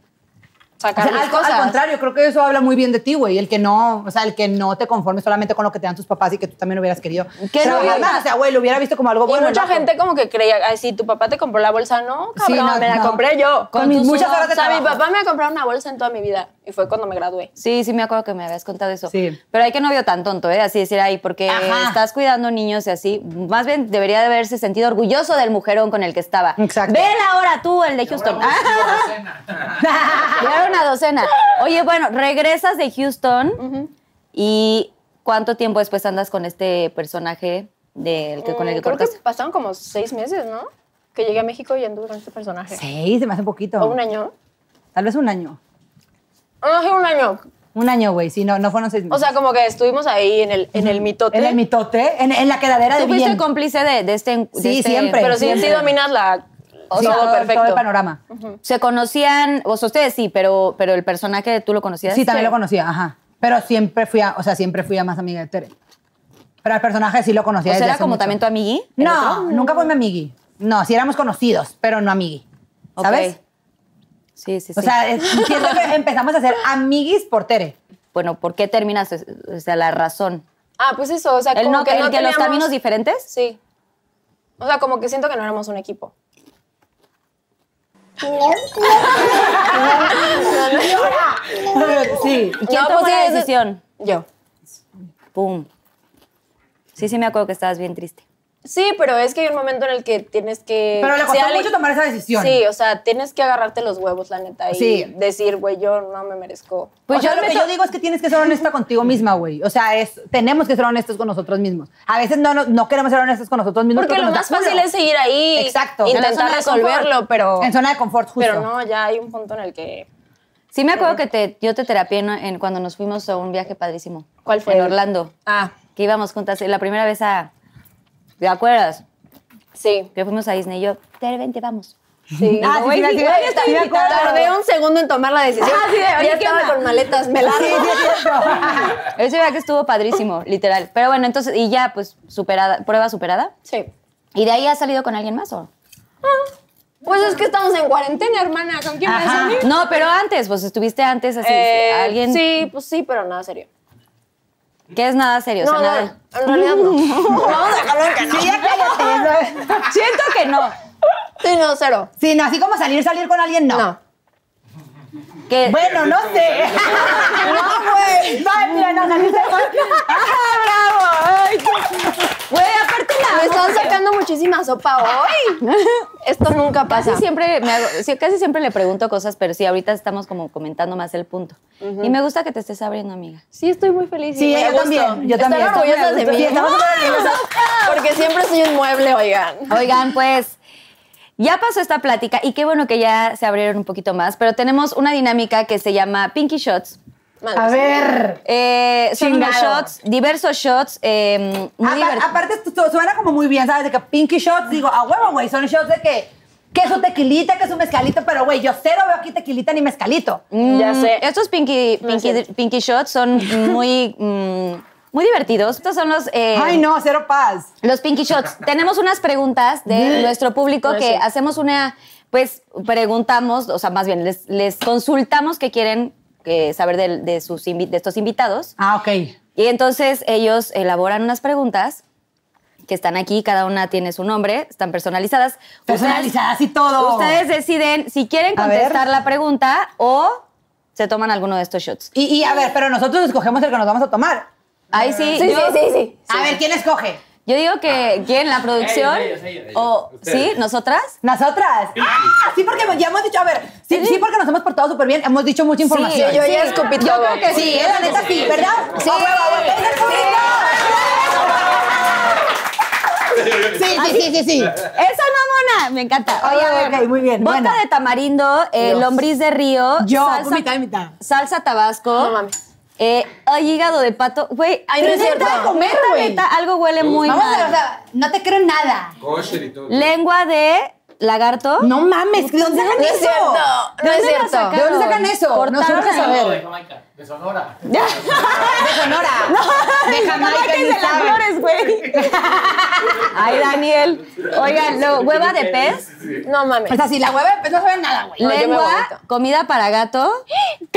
S3: O
S4: sacar
S3: sea,
S4: mis
S3: al,
S4: cosas?
S3: al contrario, creo que eso habla muy bien de ti, güey. El que no, o sea, el que no te conformes solamente con lo que te dan tus papás y que tú también hubieras querido.
S2: Que no,
S3: trabajar
S2: y-
S3: más. O sea, güey, lo hubiera visto como algo
S4: Y
S3: bueno.
S4: mucha
S3: ¿no?
S4: gente como que creía, ay, si tu papá te compró la bolsa, no,
S3: Sí,
S4: cabrón,
S3: no,
S4: me la
S3: no.
S4: compré yo.
S3: Con
S4: tu
S3: mis muchas
S4: sudor.
S3: horas de
S4: O sea, mi
S3: trabajo.
S4: papá me ha comprado una bolsa en toda mi vida y fue cuando me gradué.
S2: Sí, sí me acuerdo que me habías contado eso.
S3: Sí.
S2: Pero hay que no vio tan tonto, ¿eh? Así decir, ay, porque
S3: Ajá.
S2: estás cuidando niños y así. Más bien debería de haberse sentido orgulloso del mujerón con el que estaba.
S3: Exacto.
S2: Ven ahora tú, el de Houston. Ah, ya era una docena. Oye, bueno, regresas de Houston y ¿cuánto tiempo después andas con este personaje del que, con el
S4: Mm,
S2: que
S4: Creo
S2: cortaste?
S4: que pasaron como seis meses, ¿no? Que llegué a México y anduve con este personaje.
S3: Sí, se me hace un poquito.
S4: ¿O un año?
S3: Tal vez un año.
S4: Ah, sí, un año.
S3: Un año, güey. Sí, no, no fueron seis meses.
S4: O sea, como que estuvimos ahí en el, en el mitote.
S3: en el mitote, en, en la quedadera de
S2: Tú fuiste
S3: bien.
S2: cómplice de, de este... de
S3: Sí,
S2: este-
S3: siempre.
S4: Pero sí, sí
S3: siempre.
S4: dominas la...
S3: Sí,
S4: todo
S3: todo,
S4: perfecto.
S3: todo el panorama.
S2: Se conocían, o sea, ustedes sí, pero, pero el personaje tú lo conocías.
S3: Sí, también lo conocía, ajá. Pero siempre fui a, o sea, siempre fui a más amiga de Tere. Pero al personaje sí lo
S2: O sea,
S3: conocía. desde
S2: era
S3: hace
S2: como
S3: mucho.
S2: también tu amigui. el
S3: No,
S2: otro?
S3: nunca fue mi amigui. No, sí éramos conocidos, pero no amigui.
S2: Ok.
S3: ¿Sabes?
S2: Sí, sí, sí.
S3: O sea, es- siento que empezamos a ser amiguis por Tere.
S2: bueno, ¿por qué terminas? O sea, la razón.
S4: Ah, pues eso, o sea,
S2: El,
S4: como
S2: no,
S4: que
S2: el
S4: no
S2: que los
S4: teníamos-
S2: caminos diferentes.
S4: Sí. O sea, como que siento que no éramos un equipo.
S3: Sí.
S2: ¿Y quién
S4: No,
S2: tomó
S4: pues
S2: la
S4: es-
S2: decisión?
S4: Yo.
S2: Pum. Sí, sí, me acuerdo que estabas bien triste.
S4: Sí, pero es que hay un momento en el que tienes que...
S3: Pero le costó
S4: si alguien-
S3: mucho tomar esa decisión.
S4: Sí, o sea, tienes que agarrarte los huevos, la neta, y
S3: Sí.
S4: decir, güey, yo no me merezco.
S3: Pues
S2: Pues
S3: yo
S2: yo
S3: lo
S2: me
S3: que
S2: to-
S3: yo digo es que tienes que ser honesta contigo misma, güey. O sea, es, tenemos que ser honestos con nosotros mismos. A veces no, no, no queremos ser honestos con nosotros mismos.
S4: Porque lo
S3: nos da
S4: más fácil
S3: culo.
S4: es seguir ahí,
S3: Exacto. En la
S4: intentar
S3: zona de
S4: resolverlo,
S3: confort.
S4: pero,
S3: En zona de confort, justo.
S4: pero no, ya hay un punto en el que...
S2: Sí, me acuerdo que te, yo te terapié en, en- cuando nos fuimos a un viaje padrísimo.
S4: ¿Cuál fue?
S2: En Orlando.
S4: Ah,
S2: Que íbamos juntas. La primera vez a. ¿Te acuerdas?
S4: sí.
S2: Que fuimos a Disney. y Yo, Tere, vente, vamos.
S4: Sí,
S3: Ah, sí,
S4: güey,
S3: sí, sí,
S4: güey,
S3: sí,
S4: estoy
S3: sí, me acuerdo.
S4: invitada. Tardé un segundo en tomar la decisión.
S2: Ah, sí, de, oye,
S4: ya
S2: ¿qué
S4: estaba
S2: onda?
S4: con maletas, me largo.
S2: Ese viaje estuvo
S4: (laughs)
S2: padrísimo, literal. Pero bueno, entonces, y ya, pues, superada, prueba superada.
S4: Sí.
S2: ¿Y de ahí has salido con alguien más o?
S4: Pues es que estamos en cuarentena, hermana. ¿Con quién me vas a unir?
S2: No, pero antes, pues estuviste antes así,
S4: Eh,
S2: alguien
S4: Sí, pues sí, pero nada serio.
S2: que es nada serio, o
S4: No,
S2: sea,
S4: no,
S2: nada.
S4: en
S2: (laughs)
S4: realidad no. Vamos a dejarlo en que no.
S3: Sí, ya cállate. eso es.
S2: Siento que no.
S4: Sí, no, cero.
S3: Sí, no, así como salir, salir con alguien, no.
S4: No.
S2: Que
S3: Bueno, no sé. (laughs) no, güey. No, mira, no, Ah, salir, salir
S2: güey, aparte
S4: Me
S2: la
S4: están sacando muchísima sopa hoy. Esto nunca pasa.
S2: casi siempre me hago, sí, casi siempre le pregunto cosas, pero sí ahorita estamos como comentando más el punto. Y me gusta que te estés abriendo, amiga.
S4: Sí, estoy muy feliz. y
S3: Sí,
S4: me
S3: yo
S4: gusto.
S3: también, yo
S4: Están
S3: también.
S4: orgullosas de mí.
S3: Sí, estamos súper
S4: Ay,
S3: orgullosas.
S4: Porque siempre soy un mueble, oigan.
S2: Oigan, pues ya pasó esta plática y qué bueno que ya se abrieron un poquito más, pero tenemos una dinámica que se llama Pinky Shots.
S4: Madre.
S3: A ver.
S2: Eh, son unos
S4: Chingado.
S2: shots, diversos shots, eh, muy
S3: Apa-
S2: divertidos.
S3: aparte, esto su- suena como muy bien, ¿sabes? De que pinky shots, digo, a huevo, güey, son shots de que, que es un tequilita, que es un mezcalito, pero, güey, yo cero veo aquí tequilita ni mezcalito.
S4: Ya
S2: Mm,
S4: sé.
S2: Estos pinky,
S4: No es
S2: pinky,
S4: cierto.
S2: pinky shots son muy, mm, muy divertidos. Estos son los, eh,
S3: Ay, no, cero paz. (laughs)
S2: los pinky shots. Tenemos unas preguntas de nuestro público
S4: No es
S2: que
S4: cierto.
S2: hacemos una pues preguntamos, o sea, más bien les, les consultamos qué quieren eh, saber del- de, sus invi- de estos invitados.
S3: Ah, ok.
S2: Y entonces ellos elaboran unas preguntas que están aquí, cada una tiene su nombre, están personalizadas.
S3: Personalizadas y todo.
S2: Ustedes deciden si quieren
S3: A ver.
S2: contestar la pregunta o se toman alguno de estos shots.
S3: Y, y, a ver, pero nosotros escogemos el que nos vamos a tomar.
S2: Ahí sí,
S4: Sí,
S2: yo,
S4: sí, sí, sí.
S3: A ver, ¿quién escoge?
S2: yo digo que ¿quién? ¿La producción?
S5: Ellos, ellos, ellos.
S2: ¿O
S5: Ustedes.
S2: sí? ¿Nosotras?
S3: Nosotras. Ah, sí, porque ya hemos dicho, a ver, sí, sí, porque nos hemos portado súper bien, hemos dicho mucha información.
S4: Sí, yo ya escupí
S3: Yo
S4: todo.
S3: creo que sí, eh, la neta sí, ¿verdad? Sí, sí, sí, sí, sí, sí.
S2: ¡Esa mamona! Me encanta.
S3: Ah,
S2: Oye, a ver,
S3: ok, muy bien,
S2: Bota
S3: bueno.
S2: de tamarindo, eh,
S3: Dios.
S2: lombriz de río.
S3: Yo, con mitad y mitad.
S2: Salsa tabasco.
S4: No mames.
S2: Eh, ay, hígado de pato. Güey,
S4: Ay, no es
S2: neta,
S4: cierto.
S2: comer,
S3: Neta,
S2: güey.
S3: neta,
S2: algo huele muy
S3: Vamos
S2: mal.
S3: a ver, o sea, no te creo nada.
S5: Kosher y todo.
S2: Lengua de lagarto.
S3: No mames, ¿de dónde sacan
S4: No es
S3: eso?
S4: cierto. No es
S2: ¿Dónde la
S4: cierto.
S2: sacaron?
S3: ¿De dónde sacan eso?
S2: Cortaron
S3: Nosotros a
S2: ahí.
S3: ver.
S6: de Jamaica,
S4: (laughs)
S6: de Sonora.
S3: De Sonora. (laughs) De Jamaica,
S2: Sáquense
S3: ni
S2: las
S3: sabe.
S2: flores, güey. (laughs) Ay, Daniel. Oigan, lo- hueva de pez,
S4: No mames.
S3: O sea, si la hueva pues no sabe nada, (laughs) güey.
S4: No, yo me
S2: lengua,
S4: vomito.
S2: comida para gato,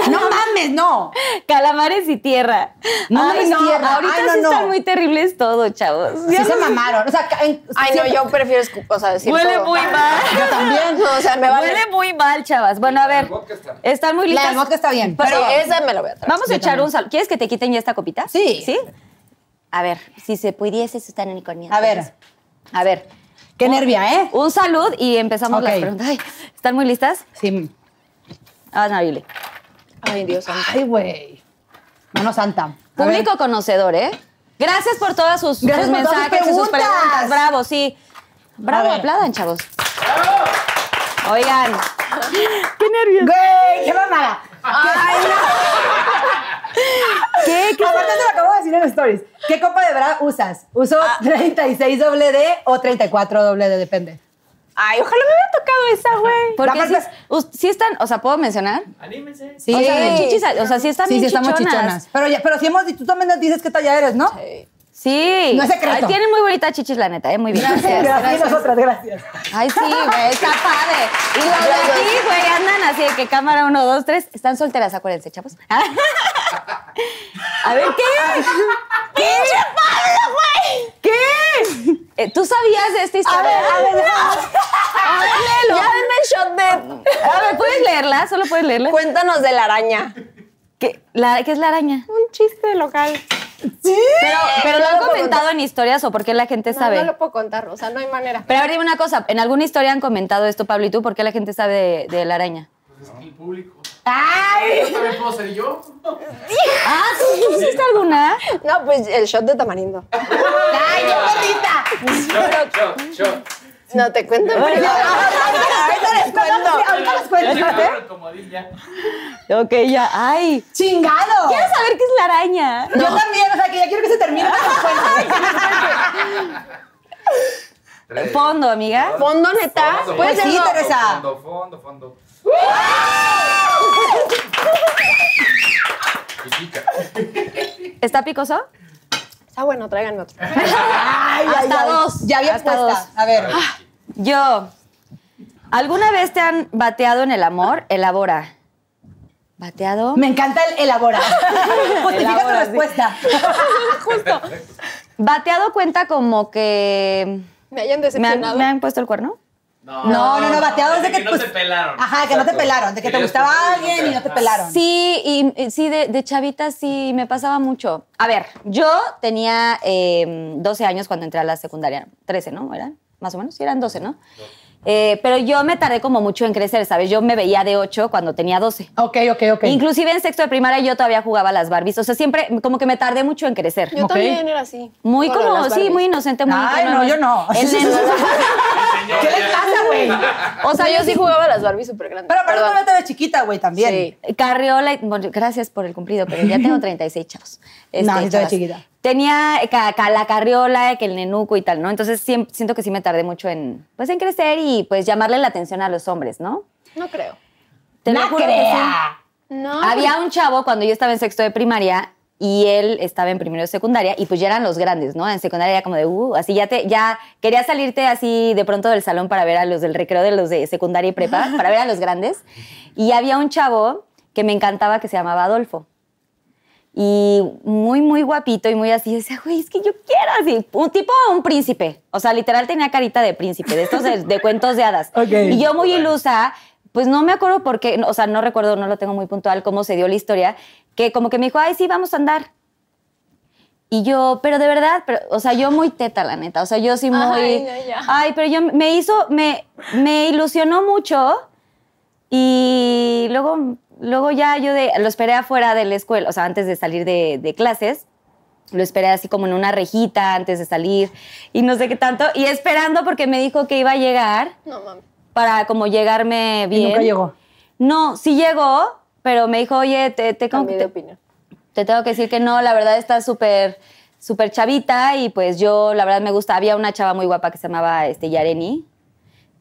S3: No mames, no.
S2: calamares y tierra.
S3: No,
S2: Ay,
S3: mames, tierra.
S2: ahorita
S3: Ay, no,
S2: sí
S3: no.
S2: están muy terribles todo, chavos.
S3: Sí se mamaron. O sea, en-
S4: Ay, no,
S3: siempre-
S4: yo prefiero escu- o sea, decir
S2: Huele
S4: todo.
S2: muy mal.
S4: (laughs) Yo también. No, o sea, me vale.
S2: Huele muy mal, chavas. Bueno, a ver.
S5: vodka está.
S2: Están muy
S3: La
S2: listas.
S3: del vodka está bien.
S4: Pero
S3: Pero
S4: esa me la voy a traer.
S2: Vamos a echar un sal. ¿Quieres que te quiten ya esta copita?
S3: Sí.
S2: ¿Sí? A ver, si se pudiese, eso está en el corneo.
S3: A ver.
S2: A ver.
S3: qué
S2: Un-
S3: nervia, ¿eh?
S2: Un salud y empezamos
S3: Ok.
S2: las preguntas. Ay, ¿Están muy listas?
S3: Sí.
S2: Ah, no, horrible.
S4: Ay, Dios santo.
S3: Ay, güey. Mano santa. A
S2: Público
S3: ver.
S2: conocedor, ¿eh? Gracias por todas sus, sus
S3: Gracias por todas sus
S2: mensajes y sus
S3: preguntas.
S2: preguntas. Bravo, sí. Bravo,
S3: ver.
S2: aplaudan, chavos. Oigan. Qué nervios.
S3: Güey, qué mamada.
S4: Ay,
S2: ¿Qué? ¿Qué?
S3: Aparte te lo acabo de decir en stories. ¿Qué copa de bra usas? ¿Uso
S2: Ah.
S3: 36 doble D o 34 doble D? Depende.
S4: Ay, ojalá me hubiera tocado esa, güey.
S2: Porque si,
S3: Aparte-
S2: sí están, o sea, ¿puedo mencionar?
S6: Anímense.
S3: Sí.
S2: O sea, de chichis, o sea, sí están
S3: sí,
S2: bien
S3: sí, estamos
S2: chichonas.
S3: chichonas. Pero, ya, pero si hemos dicho, tú también nos dices qué talla eres, ¿no? Sí.
S2: Sí.
S3: No es secreto.
S2: Ay, tienen muy bonita chichis, la neta, ¿eh? Muy bien.
S3: Gracias, nosotras, gracias.
S2: Ay, sí, güey, está padre. Y los de aquí, güey, andan así de que cámara uno, dos, tres. Están solteras, acuérdense, chavos. (laughs) A ver, ¿qué? ¡Pinche Pablo, güey! ¿Qué? Eh, ¿Tú sabías de esta historia?
S3: ver, a ver,
S2: A ver, léelo.
S4: Ya denme el shot de...
S2: A ver, ¿puedes leerla? Solo puedes leerla.
S4: Cuéntanos de la araña.
S2: ¿Qué, la- ¿qué es la araña?
S4: Un chiste local.
S2: Pero, pero lo
S4: No
S2: han
S4: lo puedo
S2: comentado en historias o por qué la gente
S4: No,
S2: sabe.
S4: no lo puedo contar, o sea, no hay manera.
S2: Pero a ver, dime una cosa. ¿En alguna historia han comentado esto, Pablo y tú? ¿Por qué la gente sabe de, de la araña?
S6: Pues es que el público.
S3: ¡Ay!
S6: Yo también puedo ser yo.
S2: Ah, ¿sí? ¿Tú hiciste alguna?
S4: No, pues el shot de tamarindo.
S3: ¡Ay, qué perrita!
S5: Shot, shot, shot.
S4: No te cuento. pero-
S3: Ahorita les cuento. Ahorita les cuento.
S6: Claro, como dije ya.
S2: Ok, ya. ¡Ay!
S3: ¡Chingado!
S2: Quiero saber qué es la araña.
S3: Yo también, o sea, que ya quiero que se termine. para que nos cuentes.
S5: Tres.
S2: Fondo, amiga.
S4: Fondo neta.
S5: Fondo,
S4: Puede
S3: Pues
S4: ser
S3: sí,
S4: no.
S3: Teresa.
S5: Fondo, fondo, fondo. Y pica.
S2: ¿Está picoso? (laughs)
S4: Está bueno, tráiganme otro.
S3: Ay, ay,
S2: Hasta
S3: ay.
S2: dos.
S3: Ya había
S2: Hasta
S3: puesta.
S2: dos. Ah.
S3: A ver.
S2: Yo. ¿Alguna vez te han bateado en el amor? Elabora. ¿Bateado?
S3: Me encanta el elabora. (laughs) Justifica tu
S2: Elabora, sí.
S3: respuesta.
S2: ¿Bateado cuenta como que
S4: Me hayan
S2: me han,
S4: decepcionado.
S2: me han puesto el cuerno?
S6: No,
S3: No,
S2: Ah,
S3: no, no, bateado es de que.
S6: no
S3: pues,
S6: te pelaron.
S3: Ajá, que no te
S5: Exacto.
S3: pelaron. De que te
S5: Querías
S3: gustaba
S5: coger y no
S3: alguien
S5: te-
S3: y no te
S5: Ah.
S3: pelaron.
S2: Sí, y y sí, de, de chavita sí me pasaba mucho. A ver, yo tenía eh, 12 años cuando entré a la secundaria. 13, ¿no? ¿Eran? Más o menos, sí, eran 12, ¿no? Eh, pero yo me tardé como mucho en crecer, ¿sabes? Yo me veía de 8 cuando tenía 12.
S3: Ok, ok, ok.
S2: Inclusive en sexto de primaria yo todavía jugaba a las Barbies. O sea, siempre como que me tardé mucho en crecer.
S4: Yo
S3: Ok.
S4: también era así.
S2: Muy
S4: Con lo de
S2: como,
S4: las
S2: sí,
S4: Barbies.
S2: muy inocente, muy
S3: Ay, no,
S2: ingenua.
S3: yo no.
S2: En-
S3: (laughs)
S2: en-
S3: ¿Qué les pasa, güey?
S4: O sea, yo sí jugaba a las Barbies súper grandes.
S3: Pero aparte
S4: Perdón.
S3: tú te ves chiquita, güey, también.
S4: Sí.
S2: Carriola, y- bueno, gracias por el cumplido, pero ya
S3: (laughs)
S2: tengo 36 chavos. Este,
S3: No, sí te ves
S2: chavas.
S3: chiquita.
S2: Tenía eh, ca- ca- la carriola, eh, que el nenuco y tal, ¿no? Entonces siem- siento que sí me tardé mucho en, pues, en crecer y pues llamarle la atención a los hombres, ¿no?
S4: No creo.
S2: Te lo
S3: No
S2: juro que sí.
S3: crea.
S4: No.
S2: Había un chavo cuando yo estaba en sexto de primaria y él estaba en primero de secundaria y pues ya eran los grandes, ¿no? En secundaria era como de, uh, así ya te, ya quería salirte así de pronto del salón para ver a los del recreo de los de secundaria y prepa, para ver a los grandes. Y había un chavo que me encantaba que se llamaba Adolfo. Y muy, muy guapito y muy así. Decía, güey, es que yo quiero así. Un tipo, un príncipe. O sea, literal tenía carita de príncipe, de estos de, de cuentos de hadas.
S3: (laughs) Ok.
S2: Y yo muy ilusa, pues no me acuerdo por qué, o sea, no recuerdo, no lo tengo muy puntual cómo se dio la historia, que como que me dijo, ay, sí, vamos a andar. Y yo, pero de verdad, pero, o sea, yo muy teta, la neta. O sea, yo sí muy.
S4: Ay, no, ya.
S2: Ay, pero yo me hizo, me, me ilusionó mucho. Y luego, luego ya yo de- lo esperé afuera de la escuela, o sea, antes de salir de, de clases. Lo esperé así como en una rejita antes de salir y no sé qué tanto. Y esperando porque me dijo que iba a llegar
S4: No mames.
S2: para como llegarme
S3: Y
S2: bien.
S3: nunca llegó.
S2: No, sí llegó, pero me dijo, oye, te, te,
S4: Cambié de
S2: te,
S4: opinión.
S2: te tengo que decir que no, la verdad está súper súper chavita y pues yo la verdad me gusta, había una chava muy guapa que se llamaba este, Yareni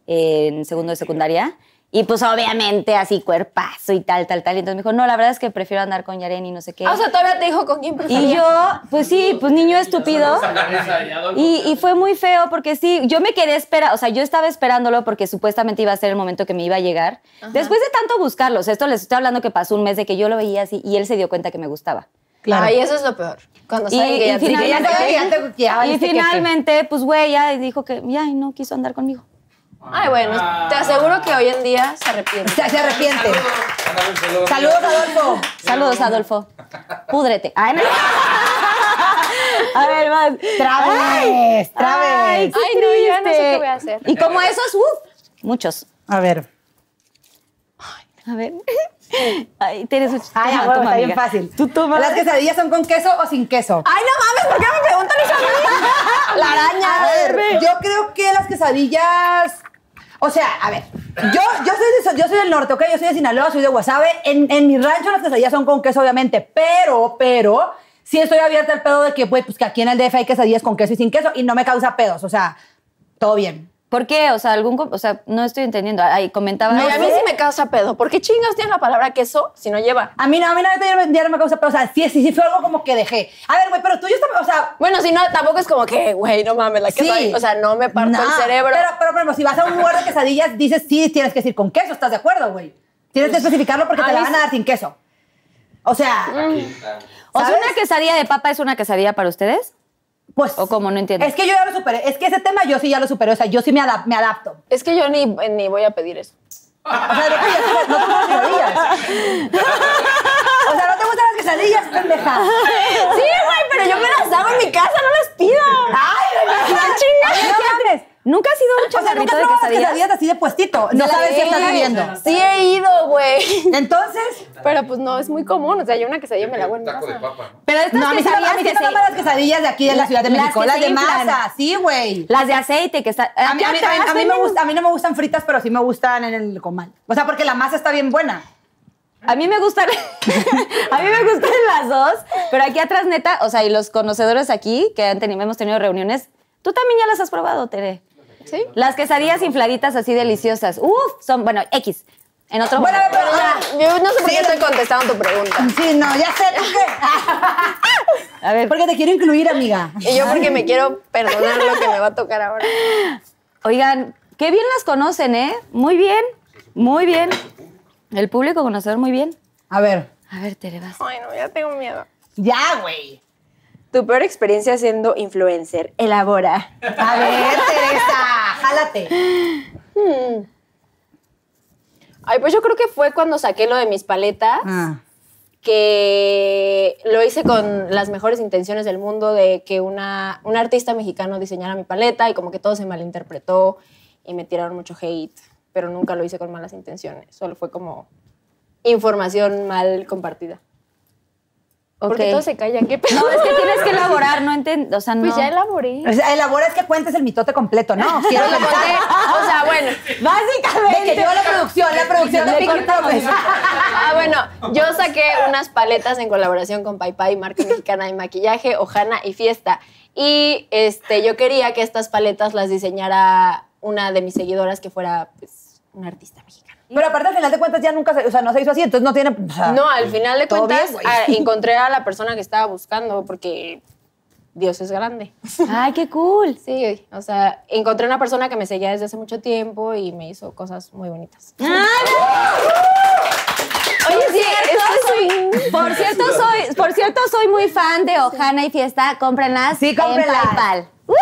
S2: en segundo de secundaria y pues obviamente así cuerpazo y tal, tal, tal, y entonces me dijo, no, la verdad es que prefiero andar con Yareni, no sé qué.
S4: Ah, o sea, todavía te dijo con quién
S2: y
S4: prefería.
S2: yo, pues sí, pues niño estúpido.
S6: Esa, y Adolfo.
S2: Y, y fue muy feo porque sí, yo me quedé espera, o sea, yo estaba esperándolo porque supuestamente iba a ser el momento que me iba a llegar. Después de tanto buscarlos, esto les estoy hablando que pasó un mes de que yo lo veía así y él se dio cuenta que me gustaba.
S3: Claro.
S4: Ay, eso es lo peor. Cuando
S2: Y-
S4: saben que
S2: y
S4: ya te- ¿eh?
S3: Sí, que ya
S2: finalmente-
S3: sabes que ya te- que ya
S2: y
S3: valiste que- que-
S2: finalmente, pues güey, ya dijo que ya y no quiso andar conmigo.
S4: Ay, bueno, te aseguro que hoy en día se arrepiente.
S3: Se, se arrepiente.
S5: Mándale un saludo.
S3: Saludos, Adolfo.
S2: Saludos, Adolfo. Púdrete. Ay,
S4: (laughs)
S2: no. A ver, más.
S3: Traves,
S2: Ay,
S3: traves.
S2: qué
S4: Ay, no, ya no sé
S2: triste.
S4: qué voy a hacer.
S2: Y como esos, uff, muchos.
S3: A ver.
S2: A ver. (laughs) Ay, tienes un
S3: Ay,
S2: toma,
S3: amor,
S2: toma,
S3: está bien
S2: amiga.
S3: fácil.
S2: Tú tomas.
S3: ¿Las quesadillas son con queso o sin queso?
S2: Ay, no mames, ¿por qué me preguntan eso a mí? La araña.
S3: A ver, yo creo que las quesadillas. O sea, a ver, yo, yo, soy, de- yo soy del norte, ¿ok? Yo soy de Sinaloa, soy de Guasave. En, en mi rancho las quesadillas son con queso, obviamente, pero, pero, sí estoy abierta al pedo de que, güey, pues que aquí en el DF hay quesadillas con queso y sin queso y no me causa pedos, o sea, todo bien.
S2: ¿Por qué? O sea, algún, com- o sea, no estoy entendiendo. Ay, comentaba.
S4: Ay, a mí sí me causa pedo. ¿Por qué chingas tiene la palabra queso si no lleva?
S3: A mí no, a mí no, ahorita ya no me- ya no me causa pedos, o sea, sí, sí, sí fue algo como que dejé. A ver, güey, pero tú yo estaba, o sea,
S4: Bueno, si no, tampoco es como que, güey, no mames, la
S3: Sí.
S4: queso. hay. O sea, no me parto
S3: Nah,
S4: el cerebro.
S3: Pero, pero, por ejemplo, si vas a un lugar de quesadillas, dices sí, tienes que decir con queso, ¿estás de acuerdo, güey? Tienes que especificarlo porque
S4: Pues, a
S3: te la
S4: mí
S3: van a
S4: sí.
S3: dar sin queso. O sea,
S4: Mm.
S2: O sea,
S3: ¿sabes?
S2: una quesadilla de papa es una quesadilla para ustedes.
S3: pues.
S2: ¿O cómo? No entiendo.
S3: Es que yo ya lo superé. Es que ese tema yo sí ya lo superé. O sea, yo sí me, adap- me adapto.
S4: Es que yo ni, ni voy a pedir eso.
S3: O sea, de que ya no- no tomo quesadillas. O sea, no te gustan las quesadillas, pendeja.
S4: Sí, güey, pero yo me las hago en mi casa, no las pido.
S3: Ay,
S4: Ah,
S3: pendeja.
S4: chinga.
S3: Ay, No mames.
S2: Nunca ha sido un
S3: Ah, O sea,
S2: chaparrito
S3: nunca
S2: de
S3: probas
S2: quesadilla.
S3: quesadillas así de puestito. No
S4: Sí,
S3: sabes si estás viviendo.
S4: Sí he ido, güey.
S3: Entonces,
S4: Pero pues no, es muy común. O sea, yo una quesadilla me la hago en mi
S5: Taco de
S4: casa.
S5: papa, ¿no?
S2: Pero estas
S3: no, a mí sí me
S2: quesadillas
S3: a mí
S2: que
S3: sí me maman las
S2: se...
S3: quesadillas de aquí de la Ciudad de
S2: Las
S3: México.
S2: que
S3: Las
S2: se
S3: de
S2: inflan.
S3: masa, sí, güey.
S2: Las de aceite que está.
S3: A mí, a mí- a mí- a mí me gusta, a mí no me gustan fritas, pero sí me gustan en el comal. O sea, porque la masa está bien buena.
S2: A mí me gustan, a mí me gustan las dos, pero aquí atrás neta, o sea, y los conocedores aquí que han tenido, hemos tenido reuniones, tú también ya las has probado, Tere.
S4: Sí.
S2: Las quesadillas infladitas así deliciosas. Uf, son bueno, X. En otro
S3: Bueno,
S2: momento.
S3: pero-
S4: Ya, yo no sé por
S3: Sí,
S4: qué estoy contestando tu pregunta.
S3: Sí, no, ya sé. ¿tú (laughs) qué?
S2: a ver.
S3: Ah, porque te quiero incluir, amiga.
S4: Y yo porque me quiero perdonar lo que me va a tocar ahora.
S2: Oigan, qué bien las conocen, ¿eh? Muy bien. Muy bien. El público conocedor muy bien.
S3: A ver.
S2: A ver, Tere, vas.
S4: Ay, no, ya tengo miedo.
S3: Ya, güey.
S4: Tu peor experiencia siendo influencer. Elabora.
S3: A ver, Teresa, jálate.
S4: Ay, pues yo creo que fue cuando saqué lo de mis paletas, que lo hice con las mejores intenciones del mundo de que una, un artista mexicano diseñara mi paleta y como que todo se malinterpretó y me tiraron mucho hate, pero nunca lo hice con malas intenciones, solo fue como información mal compartida. Porque
S2: Ok.
S4: todo se calla, qué pedo. (laughs)
S2: No, es que tienes que elaborar, no entiendo. O sea, no.
S4: Pues
S2: (laughs)
S4: ya elaboré.
S3: O sea, elabora es que cuentes el mitote completo, ¿no? Quiero
S4: Lo
S3: pensar.
S4: conté, o sea, bueno.
S3: Básicamente. De que yo la producción, la producción de Pinky Promise.
S4: Ah, bueno, yo saqué unas paletas en colaboración con Pai Pai, marca mexicana de maquillaje, Ojana y Fiesta. Y este, yo quería que estas paletas las diseñara una de mis seguidoras que fuera pues, un artista mexicano.
S3: Pero aparte, al final de cuentas, ya nunca se, o sea, no se hizo así, entonces no tiene. o sea,
S4: No, al final de
S3: todo
S4: cuentas
S3: bien, güey.
S4: a- encontré a la persona que estaba buscando porque Dios es grande.
S2: Ay, qué cool.
S4: Sí, o sea, encontré una persona que me seguía desde hace mucho tiempo y me hizo cosas muy bonitas. Oye, Ah, sí, es que soy-
S2: Por cierto, soy, por cierto, soy muy fan de Ojana y Fiesta. Cómprenlas
S3: Sí, cómprenlas.
S2: en PayPal. ¡Woo!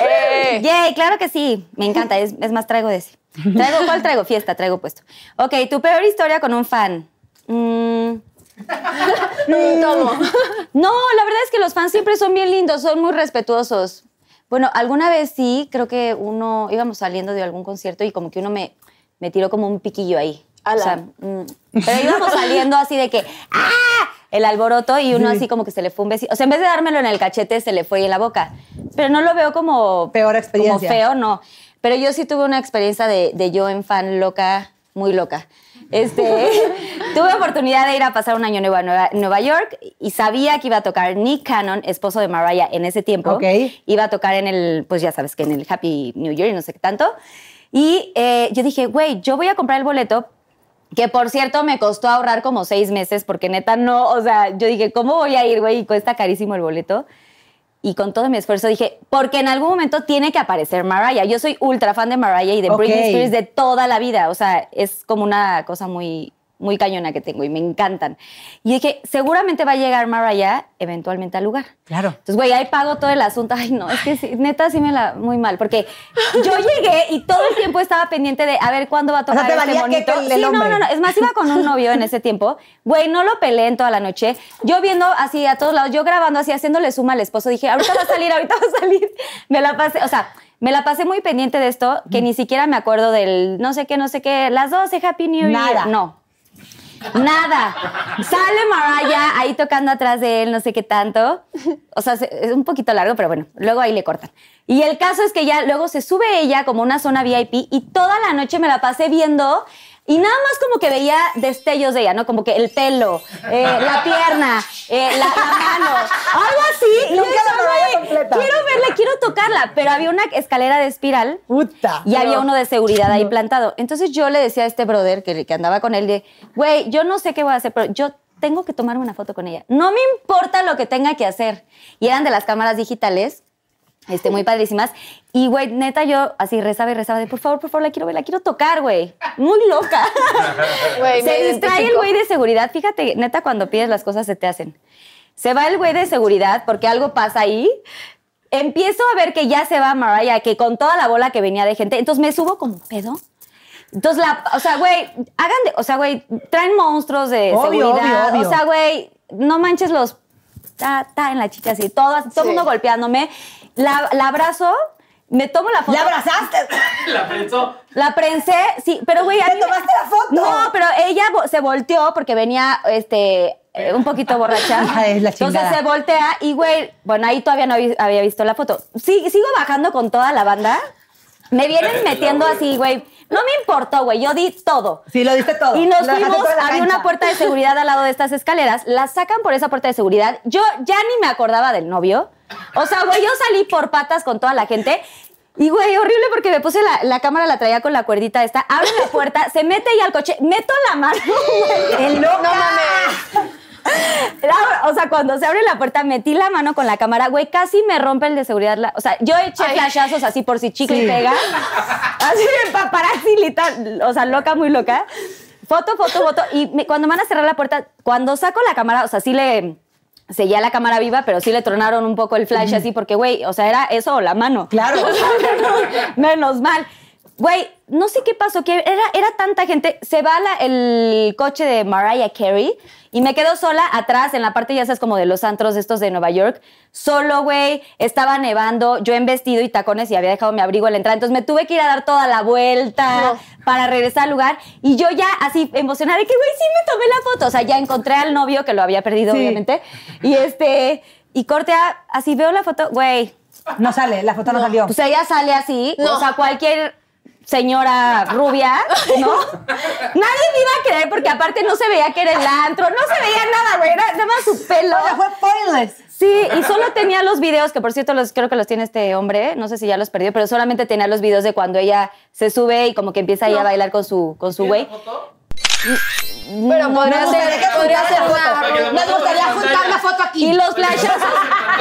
S4: Eh.
S2: Yay, claro que sí. Me encanta. Es, es más, traigo de ese. Traigo, ¿Cuál traigo? Fiesta, traigo puesto. Ok, tu peor historia con un fan. Mm,
S4: Tomo.
S2: No, la verdad es que los fans siempre son bien lindos, son muy respetuosos. Bueno, alguna vez sí, creo que uno íbamos saliendo de algún concierto y como que uno me, me tiró como un piquillo ahí.
S4: Ala.
S2: O sea, mm, pero íbamos saliendo así de que ¡ah! el alboroto y uno así como que se le fue un besito. O sea, en vez de dármelo en el cachete, se le fue en la boca. Pero no lo veo como...
S3: Peor experiencia.
S2: Como feo, no. Pero yo sí tuve una experiencia de, de yo en fan loca, muy loca. Este, (laughs) tuve oportunidad de ir a pasar un año nuevo a Nueva, Nueva York y sabía que iba a tocar Nick Cannon, esposo de Mariah en ese tiempo.
S3: Ok.
S2: Iba a tocar en el, pues ya sabes que en el Happy New Year y no sé qué tanto. Y eh, yo dije, güey, yo voy a comprar el boleto que por cierto me costó ahorrar como seis meses porque neta no, o sea, yo dije, ¿cómo voy a ir, güey? Y cuesta carísimo el boleto. Y con todo mi esfuerzo dije, porque en algún momento tiene que aparecer Mariah. Yo soy ultra fan de Mariah y de
S3: Ok.
S2: Britney Spears de toda la vida. O sea, es como una cosa muy, muy cañona que tengo y me encantan. Y dije, seguramente va a llegar Mariah eventualmente al lugar.
S3: Claro.
S2: Entonces, güey, ahí pago todo el asunto. Ay, no, es que sí, neta sí me la muy mal. Porque yo llegué y todo el tiempo estaba pendiente de a ver cuándo va a tocar
S3: te
S2: este
S3: valía
S2: monito.
S3: que- que
S2: sí,
S3: el
S2: no,
S3: hombre.
S2: no, no. Es más, iba con un novio en ese tiempo. Güey, no lo peleé en toda la noche. Yo viendo así a todos lados, yo grabando así, haciéndole suma al esposo. Dije, ahorita va a salir, ahorita va a salir. Me la pasé, o sea, me la pasé muy pendiente de esto, que ni siquiera me acuerdo del no sé qué, no sé qué. Las 12, Happy New
S3: Nada.
S2: Year. No. Nada. Sale Mariah ahí tocando atrás de él, no sé qué tanto. O sea, se- es un poquito largo, pero bueno, luego ahí le cortan. Y el caso es que ya luego se sube ella como una zona VIP y toda la noche me la pasé viendo y nada más como que veía destellos de ella, ¿no? Como que el pelo, eh, la pierna, eh, la, la mano, algo así. Y
S3: Nunca
S2: yo
S3: la
S2: decía,
S3: Mariah
S2: "Güey,
S3: completa".
S2: Quiero verla, quiero tocarla, pero había una escalera de espiral
S3: Puta.
S2: y había uno de seguridad ahí plantado. Entonces yo le decía a este brother que, que andaba con él, de, güey, yo no sé qué voy a hacer, pero yo tengo que tomarme una foto con ella. No me importa lo que tenga que hacer. Y eran de las cámaras digitales, este, muy padrísimas. Y, güey, neta, yo así rezaba y rezaba de, por favor, por favor, la quiero ver, la quiero tocar, güey. Muy loca.
S4: Güey, me
S2: se distrae el
S4: identifico.
S2: güey de seguridad. Fíjate, neta, cuando pides las cosas se te hacen. Se va el güey de seguridad porque algo pasa ahí. Empiezo a ver que ya se va Mariah, que con toda la bola que venía de gente. Entonces me subo como pedo. Entonces, la, o sea, güey, hagan de, o sea, güey, traen monstruos de
S3: Obvio,
S2: seguridad.
S3: obvio, obvio.
S2: O sea, güey, no manches los ta, ta en la chica así, todo, así, todo el
S4: Sí.
S2: mundo golpeándome. La, la abrazo, me tomo la foto.
S3: ¿La abrazaste?
S6: La pensó.
S2: La prensé, sí, pero güey, a
S3: ¿Te
S2: mí me-
S3: tomaste la foto?
S2: No, pero ella vo- se volteó porque venía, este, eh, un poquito
S3: (laughs)
S2: borracha.
S3: Ay, Ah, la
S2: Entonces
S3: chingada.
S2: se voltea y güey, bueno, ahí todavía no habí- había visto la foto. Sí, sigo bajando con toda la banda. Me vienen metiendo así, güey. No me importó, güey, yo di todo.
S3: Sí, lo diste todo.
S2: Y nos
S3: Lo dejaste
S2: fuimos,
S3: todo en la
S2: había
S3: cancha.
S2: una puerta de seguridad al lado de estas escaleras, la sacan por esa puerta de seguridad. Yo ya ni me acordaba del novio. O sea, güey, yo salí por patas con toda la gente. Y, güey, horrible porque me puse la, la cámara, la traía con la cuerdita esta, abre la puerta, se mete ahí al coche, meto la mano. güey.
S3: ¡Qué loca!
S2: La- o sea, cuando se abre la puerta, metí la mano con la cámara, güey, casi me rompe el de seguridad. la- o sea, yo eché
S4: Ay.
S2: flashazos así por si chicle
S3: Sí.
S2: y pega. Así de paparazzi, literal, o sea, loca, muy loca. Foto, foto, foto. Y me- cuando me van a cerrar la puerta, cuando saco la cámara, o sea, sí le seguía la cámara viva, pero sí le tronaron un poco el flash así, porque, güey, o sea, era eso o la mano.
S3: Claro.
S2: O sea, menos, (laughs) menos mal. Güey, no sé qué pasó, que era, era tanta gente. Se va la- el coche de Mariah Carey y me quedo sola atrás en la parte, ya sabes, como de los antros estos de Nueva York. Solo, güey, estaba nevando, yo en vestido y tacones y había dejado mi abrigo en la entrada. Entonces me tuve que ir a dar toda la vuelta para regresar al lugar. Y yo ya así emocionada de que, güey, sí me tomé la foto. O sea, ya encontré al novio que lo había perdido,
S3: Sí.
S2: obviamente. Y este, y corte a- así veo la foto, güey.
S3: No sale, la foto no, salió.
S2: Pues ella sale así,
S4: No.
S2: o sea, cualquier señora rubia, ¿no? Nadie me iba a creer porque aparte no se veía que era el antro, no se veía nada, güey, era nada más su pelo.
S3: O sea, fue pointless.
S2: Sí, y solo tenía los videos, que por cierto los, creo que los tiene este hombre, no sé si ya los perdió, pero solamente tenía los videos de cuando ella se sube y como que empieza ahí a bailar con su, con su güey. Mm,
S4: Pero podría
S3: Nos
S4: ser,
S3: gustaría que
S4: podría
S3: juntaran
S4: ser
S3: la foto.
S4: una
S6: Para que la
S3: Nos gustaría
S6: pongamos en
S3: juntar
S6: pantalla.
S3: la foto aquí.
S2: Y los flashazos,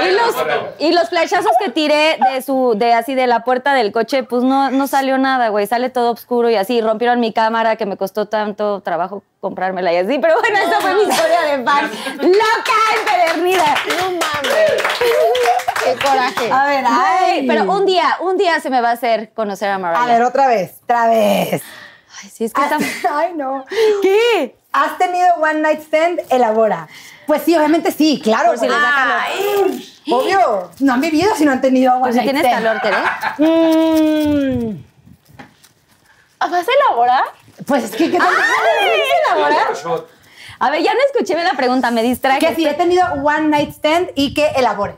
S2: y los, y los flashazos que tiré de su, de así de la puerta del coche, pues no, no salió nada, güey. Sale todo oscuro y así. Rompieron mi cámara que me costó tanto trabajo comprármela y así. Pero bueno, esa fue mi historia de (laughs) fan. Loca, empedernida.
S4: No mames. Qué coraje.
S3: A ver, ay.
S2: Güey, eh, pero un día, un día se me va a hacer conocer a Mariah.
S3: A ver, otra vez, otra vez.
S2: Ay, sí, es que está-
S3: Ay, no. (laughs) ¿Qué? ¿Has tenido One Night Stand? Elabora. Pues sí, obviamente sí, claro.
S2: Por si le
S3: güey.
S2: sacan los-
S3: Ay, Obvio. No han vivido si no han tenido One
S2: Pues si
S3: Night
S2: tienes calor,
S3: Stand.
S2: Tere.
S3: Mm,
S4: ¿Vas a elaborar?
S3: pues es que, ¿qué tal?
S2: Ah,
S5: Shot.
S2: A ver, ya no escuché bien la pregunta, me distraje.
S3: que si he tenido One Night Stand y que elabore.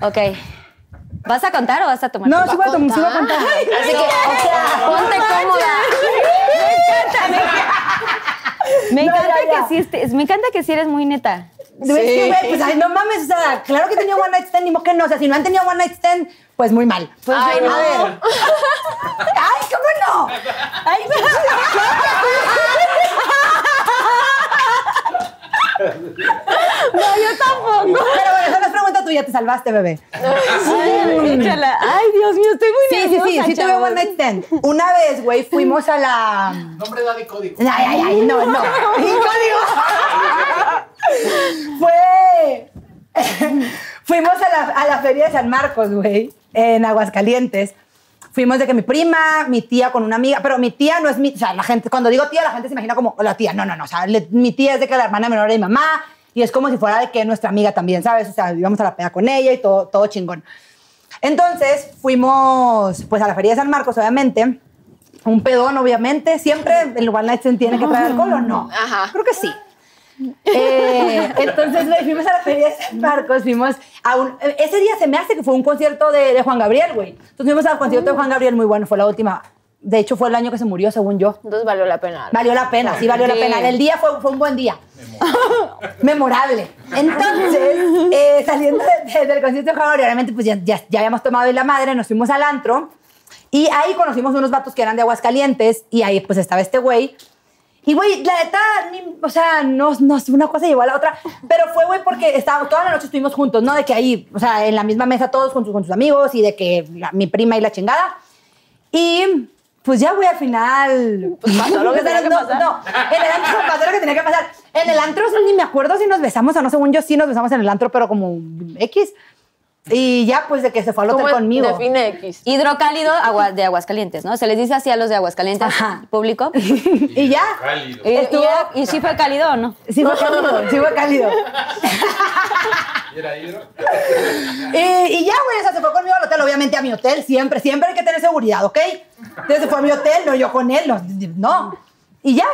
S2: Ok. ¿Vas a contar o vas a tomar?
S3: No,
S2: tu-
S3: sí voy a tom- sí voy a contar.
S4: Así que, o sea,
S2: Ponte cómoda. Me encanta, me,
S3: ya, ya.
S2: que sí estés- me encanta que sí eres muy neta.
S3: Es que, güey, pues ay, no mames, o sea, claro que he tenido One Night Stand, ni modo que no. O sea, si no han tenido One Night Stand, pues muy mal. Pues,
S4: Ay, no.
S3: A ver. ¡Ay, cómo no! ¡Ay, no! yo tampoco. Pero bueno, esa no es pregunta tuya, te salvaste, bebé.
S2: Ay, échala. Ay, Dios mío, estoy muy
S3: Sí, sí,
S2: nerviosa.
S3: sí, sí tuve
S2: chavos.
S3: One Night Stand. Una vez, güey, fuimos a la...
S6: Nombre, edad y código.
S3: Ay, ay, ay, no, no. Ni código. (laughs) Fue. (laughs) Fuimos a la, a la feria de San Marcos, güey, en Aguascalientes. Fuimos de que mi prima, mi tía con una amiga, pero mi tía no es mi, o sea, la gente, cuando digo tía, la gente se imagina como la tía, no, no, no, o sea, le- mi tía es de que la hermana menor de mi mamá y es como si fuera de que nuestra amiga también, ¿sabes? O sea, íbamos a la peda con ella y todo, todo chingón. Entonces fuimos pues a la feria de San Marcos, obviamente. Un pedón, obviamente. Siempre el One Night Stand tiene que traer alcohol o no.
S4: Ajá.
S3: Creo que sí. Eh, entonces güey, fuimos a la feria de San Marcos, fuimos a un... eh, Ese día se me hace que fue un concierto de, de Juan Gabriel, güey. Entonces fuimos al concierto de Juan Gabriel, muy bueno, fue la última. De hecho, fue el año que se murió, según yo.
S4: Entonces valió la pena.
S3: Valió la pena, sí, valió
S4: Sí.
S3: la pena. El día fue, fue un buen día. (laughs) Memorable. Entonces, eh, saliendo de- de- del concierto de Juan Gabriel, obviamente, pues ya, ya- ya habíamos tomado de la madre, nos fuimos al antro. Y ahí conocimos unos vatos que eran de Aguascalientes. Y ahí, pues, estaba este güey. Y, güey, la neta, ni- o sea, no, no, una cosa llevó a la otra. Pero fue, güey, porque estaba, toda la noche estuvimos juntos, ¿no? De que ahí, o sea, en la misma mesa todos con sus, con sus amigos y de que la- mi prima y la chingada. Y pues ya, güey, al final.
S4: Pues
S3: (laughs)
S4: pasó lo que tenía que
S3: no,
S4: pasar.
S3: No, en el antro pasó lo que tenía que pasar. En el antro ni me acuerdo si nos besamos o no, según yo sí nos besamos en el antro, pero como X. Y ya, pues de que se fue al
S4: ¿Cómo
S3: hotel conmigo.
S4: Define X.
S2: Hidrocálido agua, de Aguascalientes, ¿no? Se les dice así a los de Aguascalientes,
S3: Ajá. (laughs)
S2: público.
S3: Y ya.
S5: Cálido.
S4: Eh.
S2: ¿Y,
S3: Estuvo-
S2: y, y sí fue cálido o no?
S3: Sí fue cálido, sí fue cálido.
S5: ¿Y era hidro?
S3: Eh, y ya, güey, o sea, se fue conmigo al hotel, obviamente a mi hotel, siempre, siempre hay que tener seguridad, ¿ok? Entonces se fue a mi hotel, no yo con él, no. no. Y ya.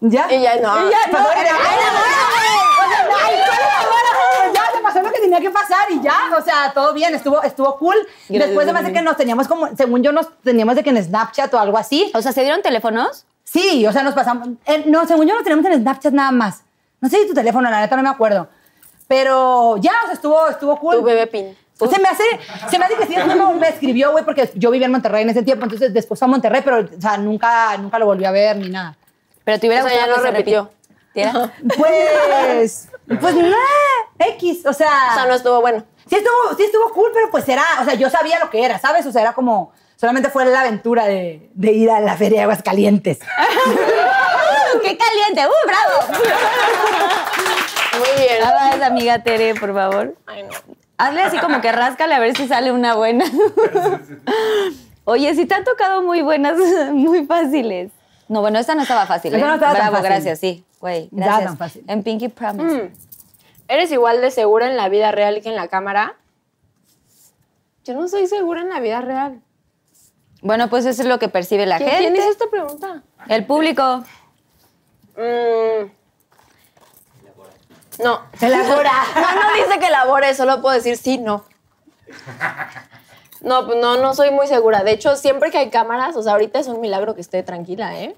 S3: Ya.
S4: Y ya no.
S3: Y ya, no. era- era- era- o sea, ay, ¿cuál era ahora? Ya, se pasó lo que tenía que pasar y ya, o sea, todo bien, estuvo, estuvo cool.
S2: Gracias,
S3: Después, además de que nos teníamos como, según yo, nos teníamos de que en Snapchat o algo así.
S2: O sea, ¿se dieron teléfonos?
S3: Sí, o sea, nos pasamos. eh, no, según yo nos tenemos en Snapchat nada más. No sé si tu teléfono, la neta no me acuerdo. Pero ya, o sea, estuvo, estuvo cool.
S4: Tu bebé pin.
S3: O sea, Se me hace, se me hace que sí, después no me escribió, güey, porque yo vivía en Monterrey en ese tiempo, entonces después fue a Monterrey, pero, o sea, nunca, nunca lo volví a ver ni nada.
S2: Pero te hubiera
S4: O sea,
S2: gustado
S4: ya
S2: que
S4: no
S2: se
S4: repitió.
S2: repitiera.
S3: Pues, pues nah, X, o sea,
S4: O sea, no estuvo bueno.
S3: sí estuvo, sí estuvo cool, pero pues era, o sea, yo sabía lo que era, ¿sabes? O sea, era como, solamente fue la aventura de, de ir a la feria de Aguascalientes.
S4: Ah,
S2: ¡Qué caliente! ¡Uh, bravo!
S4: Muy bien.
S2: Ah, vas, amiga Tere, por favor.
S4: Ay, no.
S2: Hazle así como que ráscale a ver si sale una
S3: (laughs)
S2: buena. Oye, si te han tocado muy buenas, (laughs) muy fáciles. No, bueno, esta no estaba fácil.
S3: Esta
S2: ¿eh?
S3: no estaba tan
S2: Bravo,
S3: fácil.
S2: gracias, sí. Güey,
S3: Nada
S2: gracias.
S3: tan fácil.
S2: En Pinky Promise.
S4: Mm. ¿Eres igual de segura en la vida real que en la cámara? Yo no soy segura en la vida real.
S2: Bueno, pues eso es lo que percibe la
S4: ¿Qui-
S2: gente.
S4: ¿Quién hizo esta pregunta?
S2: El público.
S4: Mm. No.
S3: Elabora.
S4: (laughs) No, no dice que elabore, solo puedo decir sí, no. No, pues no, no soy muy segura. De hecho, siempre que hay cámaras, o sea, ahorita es un milagro que esté tranquila, ¿eh?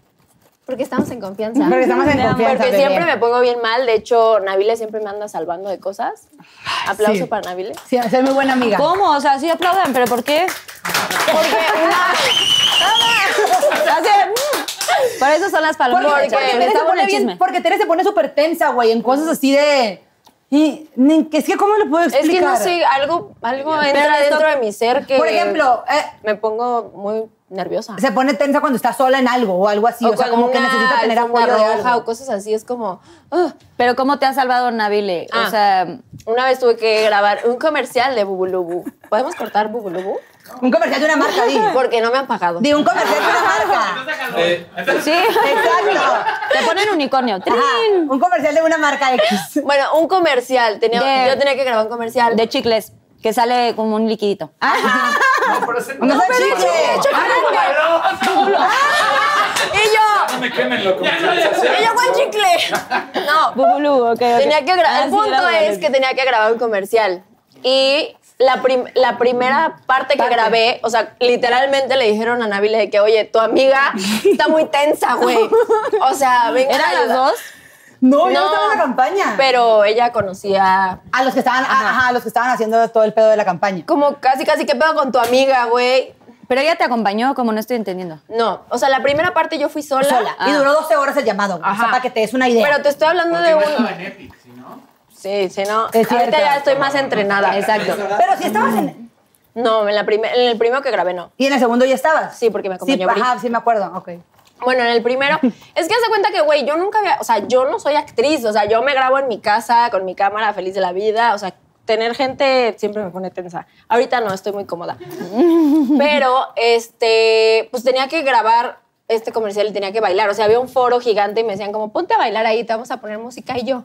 S4: Porque estamos en confianza.
S3: Porque estamos en confianza,
S4: Porque
S3: bebé.
S4: siempre me pongo bien mal. De hecho, Nabile siempre me anda salvando de cosas. Aplauso
S3: sí.
S4: para
S3: (laughs)
S4: Nabile.
S3: Sí, ser muy buena amiga.
S2: ¿Cómo? O sea, sí aplaudan, pero ¿por qué? Porque una. Así, mm. Por eso son las
S3: Porque,
S2: palomitas.
S3: porque
S2: chaval,
S3: Tere
S2: está
S3: se
S2: bueno
S3: pone
S2: el
S3: bien-
S2: chisme.
S3: porque Tere se pone súper tensa, güey, en cosas así de... Y, ni- que es que, ¿cómo lo puedo
S4: Es
S3: explicar?
S4: que no sé, algo, algo entra
S2: esto-
S4: dentro de mi ser que.
S3: Por ejemplo, eh,
S4: me pongo muy nerviosa.
S3: se pone tensa cuando está sola en algo o algo así. O, sea,
S4: con
S3: como que
S4: una
S3: necesita tener
S4: alfombra
S3: apoyo de
S4: roja
S3: algo.
S4: o cosas así. Es como. "Ugh".
S2: Pero ¿cómo te ha salvado Nabile?
S4: Ah.
S2: O sea,
S4: Una vez tuve que grabar un comercial de Bubulubu. ¿Podemos cortar Bubulubu?
S3: Un comercial de una marca, di.
S4: Porque no me han pagado.
S3: Di un comercial
S4: (laughs)
S3: de una marca.
S5: Eh,
S2: sí. (laughs)
S3: Exacto.
S2: Te ponen unicornio.
S3: Ajá,
S2: ¡Trin!
S3: Un comercial de una marca X.
S4: Bueno, un comercial. Tenía,
S2: De-
S4: yo tenía que grabar un comercial.
S2: De chicles, que sale como un liquidito.
S3: (laughs)
S6: No, pero ese
S3: No, pero
S6: chico.
S3: ese chico.
S6: Ay, no, no, no.
S4: (laughs) Y yo,
S5: No me quemen, loco.
S4: y yo
S3: (laughs)
S4: con chicle. No,
S2: Bubulú, ok, ok.
S4: tenía que
S2: Ah,
S4: grabar.
S2: sí,
S4: El punto
S2: graba,
S4: es
S2: ok.
S4: que tenía que grabar un comercial. Y la, prim- la primera parte que
S3: Parte.
S4: grabé, o sea, literalmente le dijeron a Nabile de que, oye, tu amiga está muy
S2: (laughs)
S4: tensa, güey. O sea, venga.
S2: ¿Eran las
S4: ayuda.
S2: dos?
S3: No, yo no estaba en la campaña.
S4: Pero ella conocía
S3: A los que estaban, ajá. a los que estaban haciendo todo el pedo de la campaña.
S4: como casi, casi, ¿qué pedo con tu amiga, güey?
S2: Pero ella te acompañó, como no estoy entendiendo.
S4: No, o sea, la primera parte yo fui sola.
S3: Sola. Y
S2: Ah.
S3: duró 12 horas el llamado. güey. O sea,
S4: Ajá.
S3: para que te des una idea.
S4: Pero te estoy hablando
S6: Porque
S4: de
S6: no
S4: un...
S6: estaba en Epic, ¿sí, no?
S4: Sí, sí, no.
S3: Es
S4: Ahorita
S3: cierto.
S4: ya estoy más entrenada.
S2: Exacto.
S3: Pero si estabas en.
S4: No, en, la prime- en el primero que grabé no.
S3: ¿Y en el segundo ya estabas?
S4: Sí, porque me acompañó
S3: Sí,
S4: Bri.
S3: ajá, sí, me acuerdo. Ok.
S4: Bueno, en
S3: (laughs)
S4: el primero. es que hace cuenta que, güey, yo nunca había. O sea, yo no soy actriz. O sea, yo me grabo en mi casa con mi cámara, feliz de la vida. O sea, tener gente siempre me pone tensa. Ahorita no, estoy muy cómoda. Pero, este. Pues tenía que grabar este comercial y tenía que bailar. O sea, había un foro gigante y me decían, como, ponte a bailar ahí, te vamos a poner música. Y yo.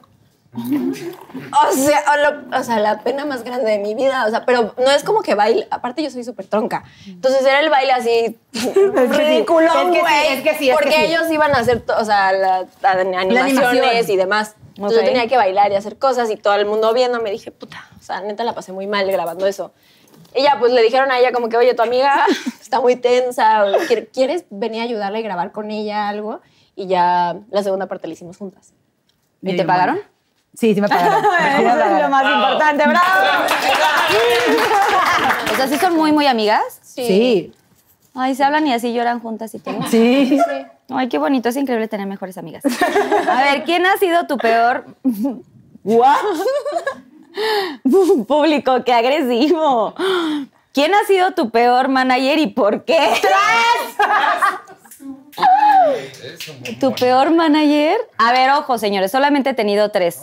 S4: O sea, o lo- o sea, la pena más grande de mi vida. O sea, pero no es como que baile. Aparte, yo soy súper tronca. Entonces era el
S3: (laughs)
S4: baile así ridículo,
S3: Es que sí,
S4: güey.
S3: es que sí, es que
S4: porque
S3: sí.
S4: ellos iban a hacer, to- o sea, la- la- animaciones
S3: animación.
S4: y demás. Entonces
S2: Ok.
S4: yo tenía que bailar y hacer cosas y todo el mundo viendo. Me dije, puta, o sea, neta la pasé muy mal grabando eso. Y ya, pues le dijeron a ella como que, oye, tu amiga (laughs) está muy tensa, o ¿quier- ¿quieres venir a ayudarla y grabar con ella algo? Y ya la segunda parte la hicimos juntas.
S2: ¿Y te pagaron?
S3: Sí, sí me pagaron. Sí me pagaron.
S2: más importante, bravo. o sea, sí son muy, muy amigas.
S3: Sí.
S2: Ay, se hablan y así lloran juntas y todo.
S3: Sí.
S2: Ay, qué bonito, es increíble tener mejores amigas. A ver, ¿quién ha sido tu peor What? (laughs) público? ¡Qué agresivo! ¿Quién ha sido tu peor manager y por qué? ¡Tres! ¿Tu peor manager? A ver, ojo, señores, solamente he tenido tres.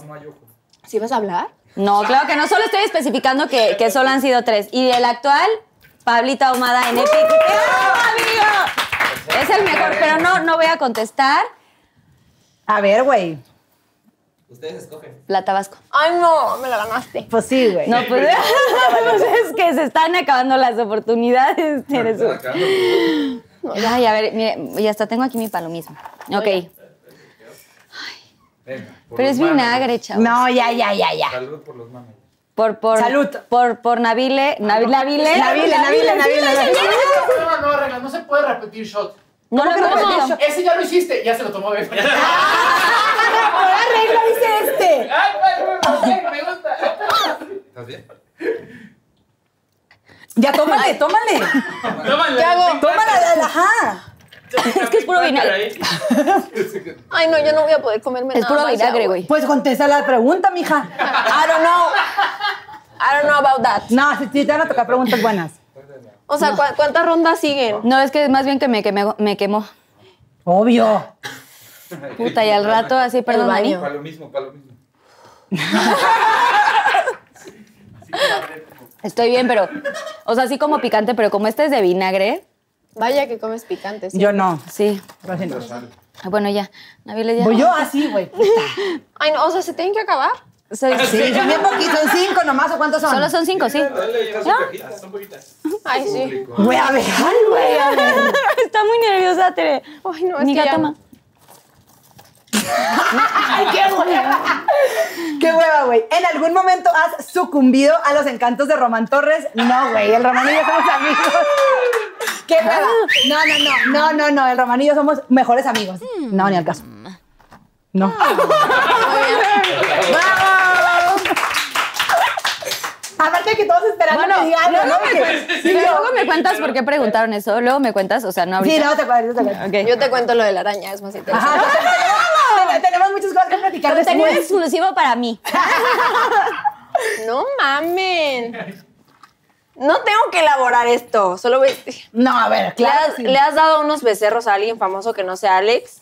S4: ¿Sí vas a hablar?
S2: No, claro que no, solo estoy especificando que, que solo han sido tres. Y el actual, Pablita Ahumada en Epic. ¡Te amo, amigo! Es el mejor, pero no, no voy a contestar.
S3: A ver, güey.
S2: La Tabasco.
S4: Ay, no, me la ganaste.
S3: Pues sí, güey.
S2: No, pues, (laughs) pues es que se están acabando las oportunidades. Tere, su- Ay, a ver, mire, y hasta tengo aquí mi palomismo. Ok. Pero es vinagre, chavos.
S3: No, ya, ya, ya, ya.
S5: Salud por los mames.
S2: Por, por,
S3: Salud. Ah,
S2: Por, por Nabile. Nabi- Nabile.
S3: Nabile, Nabile, Nabile, Nabile.
S6: No, no, regla, no se puede repetir shot.
S2: No lo
S3: ¿Cómo que no
S2: como.
S3: repetió?
S6: Ese ya lo hiciste, ya se lo tomó Bebe.
S3: Ahora regla dice este.
S6: Ay, bueno, bueno, me gusta.
S5: ¿Estás bien?
S3: Ya tómale, tómale.
S6: ¿Qué
S3: Tómala, ajá.
S2: Es que es puro vinagre.
S4: Ay, no, yo no voy a poder comerme
S2: Es
S4: nada
S2: puro
S4: más de
S2: vinagre,
S4: agua.
S2: güey.
S3: Pues contesta la pregunta, mija.
S4: I don't know. I don't know about that.
S3: No, sí, sí, te van a tocar preguntas buenas.
S4: O sea, ¿cu- ¿cuántas rondas siguen?
S2: No, es que más bien que me, que me, me quemó.
S3: Obvio.
S2: Puta, y al rato así, perdón,
S4: baño.
S2: Dani.
S5: Para lo mismo, para lo mismo.
S2: Estoy bien, pero. O sea, así como picante, pero como este es de vinagre,
S4: Vaya que comes picante, sí.
S3: Yo no.
S2: sí.
S3: Lo siento.
S2: Ah, Bueno, ya. Nabile ya.
S3: Voy yo así, güey. puta.
S4: Ay, no, o sea, ¿se tienen que acabar?
S2: Soy-
S3: Sí, son bien poquitos, son cinco nomás, ¿o cuántos son?
S2: Solo son cinco, sí. ¿No?
S5: Son poquitas.
S4: Ay, sí.
S3: Güey, a ver, ay, güey, a ver.
S2: (laughs) Está muy nerviosa, Tere.
S4: Ay, no, es
S2: Mija,
S4: que ya-
S2: toma.
S3: Ay, qué hueva. Qué hueva, güey. ¿En algún momento has sucumbido a los encantos de Román Torres? No, güey, el Román y yo somos amigos. ¿Qué hueva? No, no, no, no, no, no. El Román y yo somos mejores amigos. No, ni al caso. No. ¡Bravo! Aparte que todos esperando
S2: Bueno,
S3: que diga algo,
S2: luego,
S3: ¿no?
S2: me,
S3: Porque-
S2: cuen-
S3: sí,
S2: pues, luego
S3: yo-
S2: me cuentas por qué preguntaron eso. Luego me cuentas, o sea, no
S3: Sí,
S2: ahorita.
S3: luego te acuerdas, te acuerdas.
S2: Ok.
S4: Yo te cuento lo de la araña, es más interesante.
S3: Ajá, tenemos- Tenemos muchas cosas que platicar
S2: Contenido
S3: después.
S2: exclusivo para mí.
S4: No mamen. No tengo que elaborar esto. Solo voy-
S3: No, a ver,
S4: ¿Le,
S3: claro.
S4: has,
S3: sí.
S4: le has dado unos becerros a alguien famoso que no sea Alex?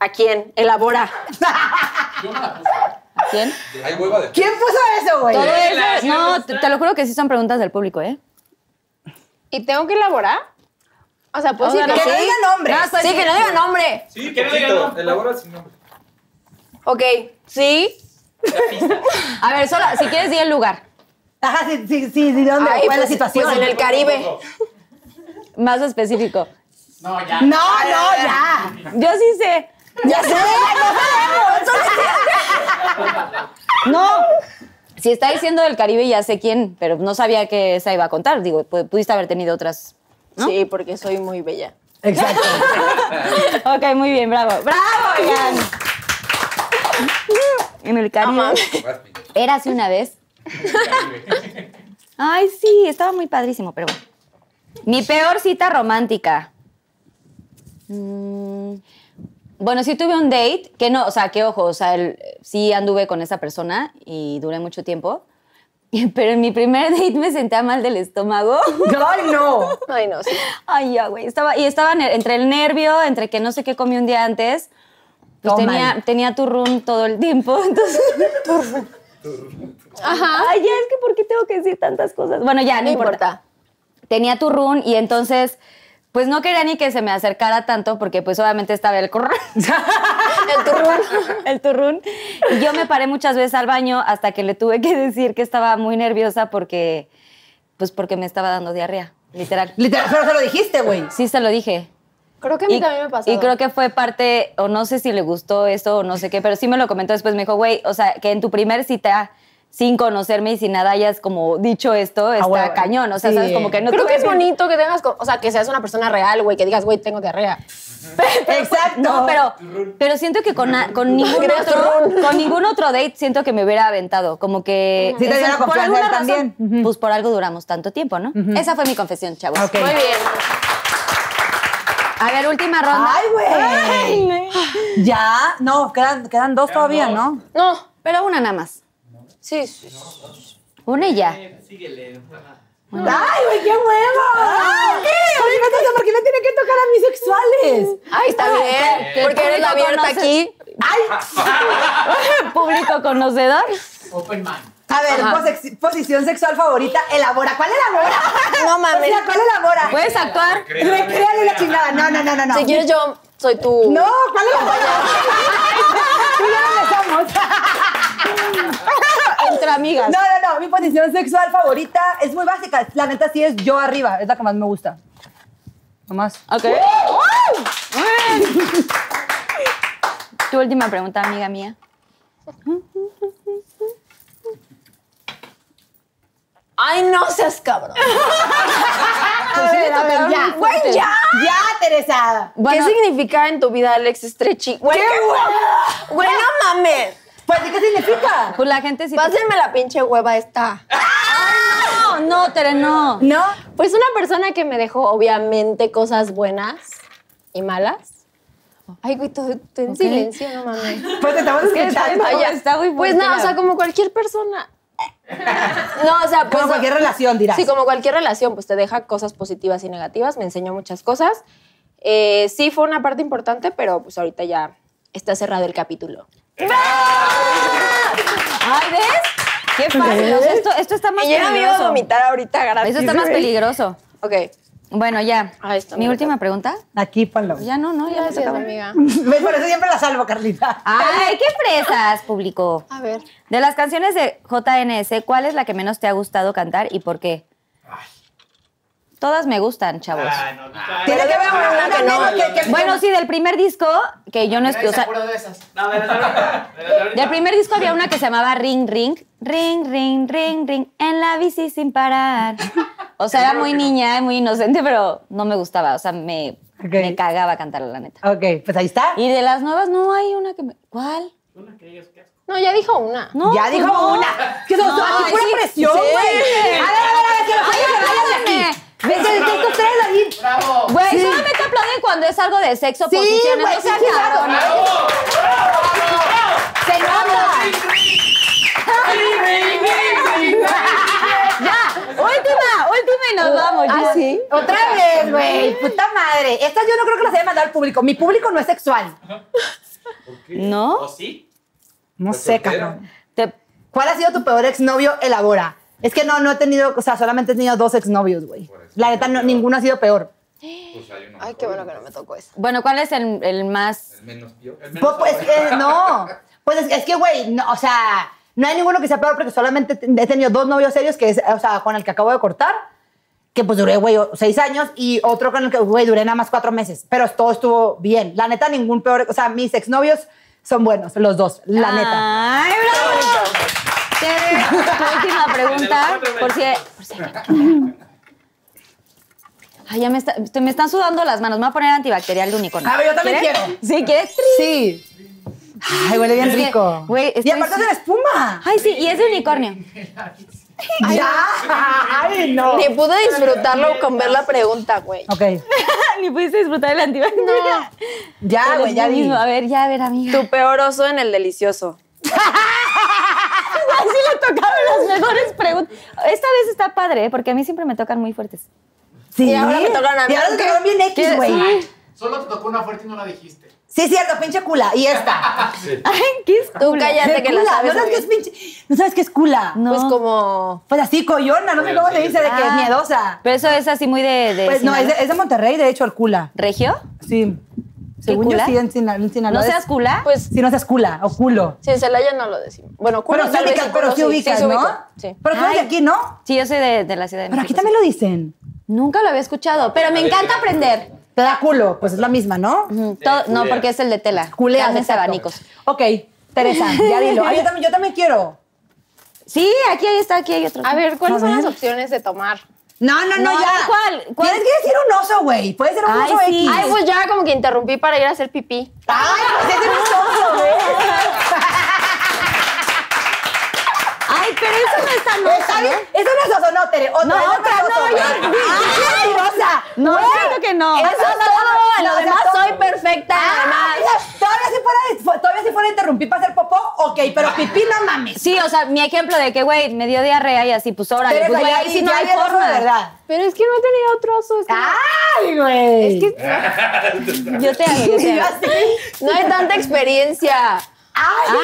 S4: ¿A quién? Elabora.
S2: ¿A
S3: (laughs)
S2: quién?
S5: Hay hueva de.
S3: ¿Quién puso eso, güey?
S2: Todo
S6: la-
S2: eso. No,
S3: pues,
S6: la-
S2: te, te lo juro que sí son preguntas del público, ¿eh?
S4: ¿Y tengo que elaborar? O sea, pues
S2: O sea,
S4: sí,
S2: no-
S3: Que no
S2: Sí.
S3: diga nombre.
S2: No, soy-
S4: Sí, que no diga nombre.
S5: Sí,
S6: ¿Quieres
S5: poquito.
S6: regalo?
S5: Elabora sin nombre.
S4: Ok, sí.
S2: A ver, solo, si quieres, di el lugar.
S3: Ajá, sí, sí, sí, ¿de dónde?
S4: Ay,
S3: ¿Cuál es la
S4: pues-
S3: situación?
S4: pues en el Caribe.
S2: Más específico.
S6: No, ya.
S3: No, no, ya.
S2: Yo sí sé.
S3: Ya sé, ya no sabemos.
S2: No. Si está diciendo del Caribe, ya sé quién, pero no sabía que esa iba a contar. Digo, pu- pudiste haber tenido otras.
S4: Sí, porque soy muy bella.
S3: Exacto.
S2: (laughs) Ok, muy bien, bravo. ¡Bravo, Ian! (laughs) En el Caribe.
S5: Vas, mi.
S2: Érase una vez. Ay, sí, estaba muy padrísimo, pero bueno. Mi peor cita romántica. Mm, bueno, sí tuve un date, que no, o sea, que ojo, o sea, el- sí anduve con esa persona y duré mucho tiempo. (laughs) Pero en mi primer date me sentía mal del estómago. (laughs)
S3: Ay, no.
S4: Ay, no, sí.
S2: Ay, ya, güey. Estaba, y estaba ne- entre el nervio, entre que no sé qué comí un día antes. Pues
S3: Toman.
S2: tenía, tenía turrón todo el tiempo, (laughs) entonces... Ajá. Ay, ya, es que ¿por qué tengo que decir tantas cosas? Bueno,
S3: Ah,
S2: ya, no,
S4: No
S2: importa.
S4: importa.
S2: Tenía turrón y entonces, pues no quería ni que se me acercara tanto porque pues obviamente estaba el (laughs) corrón.
S4: El turrón.
S2: el turrún. Y yo me paré muchas veces al baño hasta que le tuve que decir que estaba muy nerviosa porque, pues porque me estaba dando diarrea, literal.
S3: Literal, pero se lo dijiste, güey.
S2: Sí se lo dije.
S4: Creo que a mí también me pasó.
S2: y creo que fue parte, o no sé si le gustó esto o no sé qué, pero sí me lo comentó después. Me dijo, güey, o sea, que en tu primer cita, sin conocerme y sin nada, hayas como dicho esto, está
S3: huevo.
S2: cañón. O sea,
S3: Sí.
S2: sabes, como que no
S4: Ah, Creo
S2: tuve
S4: que es
S2: ni-
S4: bonito que tengas, co- o sea, que seas una persona real, güey, que digas, güey, tengo diarrea.
S3: Exacto.
S2: No, pero, pero siento que con, na- con ningún
S4: Creo
S2: otro, con ningún otro date siento que me hubiera aventado. Como que.
S3: Sí, te dio la
S2: por
S3: confianza
S2: alguna
S3: él
S2: razón,
S3: también. Ujú.
S2: Pues por algo duramos tanto tiempo, ¿no? Esa fue mi confesión, chavos.
S3: Ok.
S4: Muy bien.
S2: A ver, última ronda.
S3: Ay, güey. Ya. No, quedan, quedan dos todavía,
S6: dos.
S3: ¿no?
S4: No,
S2: Pero una nada más.
S4: sí, sí, sí.
S2: Una y ya.
S4: Eh,
S6: Síguele.
S3: Ay, güey, qué huevo. Ay, Ah, Oye, no sé por qué me tiene que tocar a mis sexuales.
S4: Ay, está bien.
S2: que-
S4: Porque
S2: que
S4: eres
S2: tú
S4: la
S2: lo
S4: abierta
S2: conoces.
S4: aquí.
S2: (laughs) Público conocedor.
S6: Open man.
S3: A ver, posex- posición sexual favorita, elabora. ¿Cuál elabora?
S4: No
S3: O
S4: mames.
S3: sea, ¿cuál elabora?
S2: Puedes actuar.
S3: Recréale la chingada. No, no, no, no, no.
S4: Si quieres, yo soy tu.
S3: No, ¿cuál elabora? Tú ya no empezamos.
S2: Entre (laughs) amigas.
S3: No, no, no. Mi posición sexual favorita es muy básica. La neta sí es yo arriba. Es la que más me gusta. Nomás.
S2: Ok. Tu última pregunta, amiga mía.
S4: Ay, no seas cabrón.
S2: Pues
S3: A ver, a ver, ya.
S4: Güey, (laughs) ya.
S3: Ya, Teresa.
S2: Bueno.
S4: ¿Qué significa en tu vida Alex Estrechi? Güey,
S3: ¡Qué
S4: hueva! Güey, no mames.
S3: Pues, ¿qué significa?
S2: Pues la gente sí.
S4: Pásenme la pinche hueva esta.
S2: No, no, Tere, no.
S3: ¿No?
S4: Pues una persona que me dejó, obviamente, cosas buenas y malas. Ay, güey, todo todo en silencio, no mames.
S3: Pues te estamos escuchando.
S2: Ay, ya. Está muy
S4: Pues
S2: fuerte,
S4: nada, o
S2: la-
S4: sea, como cualquier persona. No, o sea, pues.
S3: Como cualquier relación, dirás.
S4: Sí, como cualquier relación, pues te deja cosas positivas y negativas. Me enseñó muchas cosas. Eh, sí, fue una parte importante, pero pues ahorita ya está cerrado el capítulo.
S2: Ay, ¿ves? Qué fácil. o sea, esto, esto está más
S4: Y yo no me iba a
S2: peligroso.
S4: vomitar ahorita, gratis.
S2: Eso está más peligroso.
S4: Ok.
S2: Bueno, ya.
S4: Ahí está,
S2: Mi
S4: mira.
S2: última pregunta.
S3: Aquí, ponlo.
S2: Ya no, no, ya me
S4: Gracias,
S2: tocaba.
S4: amiga.
S3: ¿Ves? Por eso siempre la salvo, Carlita.
S2: Ay, qué presas, público.
S4: A ver.
S2: De las canciones de JNS, ¿cuál es la que menos te ha gustado cantar y por qué? Todas me gustan, chavos.
S6: Ah, no, no.
S3: Tiene que haber una,
S4: Claro que no.
S3: menos que- que-
S2: Bueno, sí, del primer disco, que yo no estoy...
S6: Nadie
S2: o
S6: se
S2: sea,
S6: acuerda de esas. No, de las de ahorita. De las de ahorita.
S2: del primer disco había una que se llamaba Ring Ring. Ring, ring, ring, ring. En la bici sin parar. O sea, era muy niña, muy inocente, pero no me gustaba. O sea, me,
S3: Ok.
S2: me cagaba cantarla, la neta.
S3: Ok, pues ahí está.
S2: Y de las nuevas no hay una que me... ¿Cuál?
S6: Una que digas, qué asco.
S4: No, ya dijo una.
S2: No,
S3: ya
S2: pues
S3: dijo
S2: no.
S3: una. Que son
S2: No,
S3: aquí pura
S2: sí,
S3: presión,
S2: sí.
S3: güey. A ver, a ver, a ver, que lo
S2: Ay,
S3: vayan
S2: perdóname.
S3: a Ves que estos tres ahí.
S6: ¡Bravo!
S2: Güey,
S3: Sí.
S2: solamente aplauden cuando es algo de sexo,
S3: Sí,
S2: posiciones,
S3: güey,
S2: no sean
S3: sí, claro.
S2: cabrones.
S6: ¡Bravo!
S3: Se nota.
S2: Ya, última, última y
S3: Oh,
S2: nos vamos.
S3: ah,
S2: ya.
S3: Otra vez, güey. Puta madre. Estas yo no creo que las haya mandado al público. Mi público no es sexual.
S2: ¿No?
S6: ¿O sí?
S3: No
S5: ¿Estás
S3: sé,
S5: soltera?
S3: cabrón.
S2: Te-
S3: ¿Cuál ha sido tu peor exnovio? Elabora. Es que no, no he tenido, o sea, solamente he tenido dos exnovios, güey.
S5: Por eso.
S3: La neta, no- ninguno ha sido peor.
S5: Pues hay uno
S4: Ay,
S5: mejor,
S4: qué bueno
S5: ¿no?
S4: que no me tocó eso.
S2: bueno, ¿cuál es el, el más...?
S5: El menos peor. El
S3: Pues, pues, eh, no. Pues es, es que, güey, no, o sea, no hay ninguno que sea peor porque solamente te- he tenido dos novios serios, que es, o sea, con el que acabo de cortar, que pues duré, güey, o- seis años, y otro con el que, güey, duré nada más cuatro meses. Pero todo estuvo bien. La neta, ningún peor, o sea, mis exnovios son buenos, los dos,
S2: Ah.
S3: la neta.
S2: ¡Ay, bravo! Tere, tu última pregunta, por si... Por si Ay, ya me, está- te- me están sudando las manos. Me voy a poner antibacterial de unicornio.
S3: A ver, yo también
S2: ¿Quieres?
S3: quiero.
S2: ¿Sí? ¿Quieres?
S3: Sí. Ay, huele bien
S2: Es que,
S3: rico.
S2: güey,
S3: y
S2: estoy-
S3: aparte de la espuma.
S2: Ay, sí, y es de unicornio.
S3: ¡Ya! (laughs) ¡Ay, no!
S4: Ni pude disfrutarlo con ver la pregunta, güey.
S3: Ok.
S2: (laughs) Ni pudiste disfrutar del (laughs) antibacterial.
S3: Ya,
S2: Eres
S3: güey, ya
S2: tú
S3: vi.
S2: mismo. A ver, Ah, ya, a ver, amiga.
S7: Tu peor oso en el delicioso.
S2: Así (laughs) le tocaron las mejores preguntas. Esta vez está padre, ¿eh? porque a mí siempre me tocan muy fuertes.
S3: Sí.
S7: Y ahora me tocaron a mí.
S3: Y ahora te tocaron bien X,
S2: ¿Qué-
S3: güey.
S2: sí.
S6: Solo te tocó una fuerte y no la dijiste.
S3: Sí, es cierto, pinche cula. Y esta.
S2: (laughs) Ay, qué
S7: Tú
S2: estúpida.
S7: cállate
S3: De
S7: que la
S3: cula,
S7: sabes.
S3: ¿No sabes qué es pinche? ¿No sabes qué es cula?
S2: No.
S7: Pues como.
S3: Pues así, coyona, no sé
S5: Bueno,
S3: cómo
S5: sí,
S3: se dice, de que es
S2: Ah.
S3: miedosa.
S2: Pero eso es así muy de. de
S3: Pues no, es de,
S2: Sinaloa.
S3: es de Monterrey, de hecho, el cula.
S2: ¿Regio?
S3: Sí. Según yo,
S2: cula?
S3: sí, en Sina- en Sinaloa.
S2: ¿No
S3: es-
S2: seas cula?
S4: Pues
S3: Sí, no seas cula o culo.
S4: sí, en Celaya no lo decimos. Bueno, culo
S3: Pero sí
S4: tal vez
S3: ubicas,
S4: culo
S3: pero sí ubicas,
S4: sí
S3: ¿no?
S4: ubico, Sí.
S3: Pero tú eres de
S2: Ay.
S3: aquí, ¿no?
S2: Sí, yo soy de, de la ciudad de
S3: Pero aquí
S2: México,
S3: también lo dicen.
S2: sí. Nunca lo había escuchado, pero me encanta aprender.
S3: Te da culo, pues es la misma, ¿no?
S2: Mm, todo- no,
S5: culea.
S2: porque es el de tela.
S3: Culeas,
S2: Grandes
S3: exacto.
S2: abanicos.
S3: Ok, Teresa, ya dilo. Ay, yo también, yo también quiero.
S2: Sí, aquí ahí está, aquí hay otro.
S4: A ver,
S3: A
S4: ¿cuáles son
S3: ver.
S4: las opciones de tomar?
S3: No, no, no,
S2: No,
S3: ya.
S2: ¿cuál? ¿Cuál?
S3: Tienes que decir un oso, güey. Puede ser un
S2: Ay,
S3: oso
S2: sí.
S3: X.
S4: Ay, pues ya como que interrumpí para ir a hacer pipí.
S3: Ay, pues ese no es oso,
S2: Ay, pero eso no está
S3: güey.
S2: mal.
S3: Está bien. Eso no es oso, no, Tere. Otra, Ah,
S2: No,
S3: eso
S2: otra,
S3: es oso,
S2: no,
S3: güey.
S2: yo-
S3: Ay, mentirosa.
S2: No,
S3: Güey.
S2: claro que no.
S3: Eso
S2: Eso
S3: es
S2: es
S3: todo.
S4: lo demás soy perfecta,
S2: Ah.
S3: Ay, Todavía si fuera, fu- todavía si fuera a interrumpir para hacer popó, ok, pero pipí no mames.
S2: Sí, o sea, mi ejemplo de que, güey, me dio diarrea y así, pues órale,
S3: Teresa,
S2: pues güey,
S3: ya
S2: ahí
S3: di-
S2: sí no
S3: ya
S2: hay
S3: di el oso de
S2: forma.
S3: verdad.
S4: Pero es que no tenía otro oso. es que no-
S3: Ay, güey.
S4: Es que
S2: Yo te hago, yo te
S3: Yo
S2: hago.
S3: así.
S4: no hay tanta experiencia.
S3: Ay,
S2: Ay,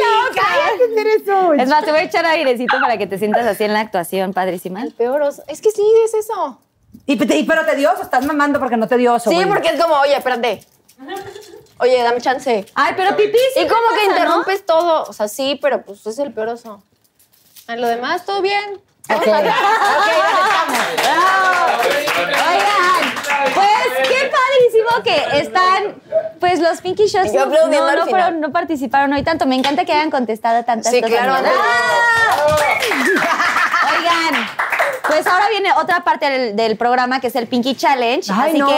S2: la otra.
S3: cállate, Teresa.
S2: Es más, te voy a echar airecito para que te sientas así en la actuación, padrísima.
S4: El peor oso. Es que sí, es eso.
S3: Y, pe- y- pero te dio oso, estás mamando porque no te dio oso.
S4: Sí,
S3: güey.
S4: porque es como, oye, espérate. Oye, dame chance.
S2: Ay, pero pipí sí
S4: Y como
S2: pasa,
S4: que
S2: ¿no?
S4: interrumpes todo. O sea, sí, pero pues es el peor oso. En lo demás, todo bien.
S3: Ok, ok, Ah, aceptamos.
S2: Oigan, pues qué padrísimo que están, pues los Pinky Shots
S4: Yo
S2: no, no,
S4: aplaudiendo al
S2: no
S4: final.
S2: fueron- no participaron hoy tanto. Me encanta que hayan contestado tantas
S4: Sí,
S2: cosas. ¡Ah!
S4: claro.
S2: Oigan, pues ahora viene otra parte del, del programa que es el Pinky Challenge.
S3: Ay,
S2: así
S3: no.
S2: que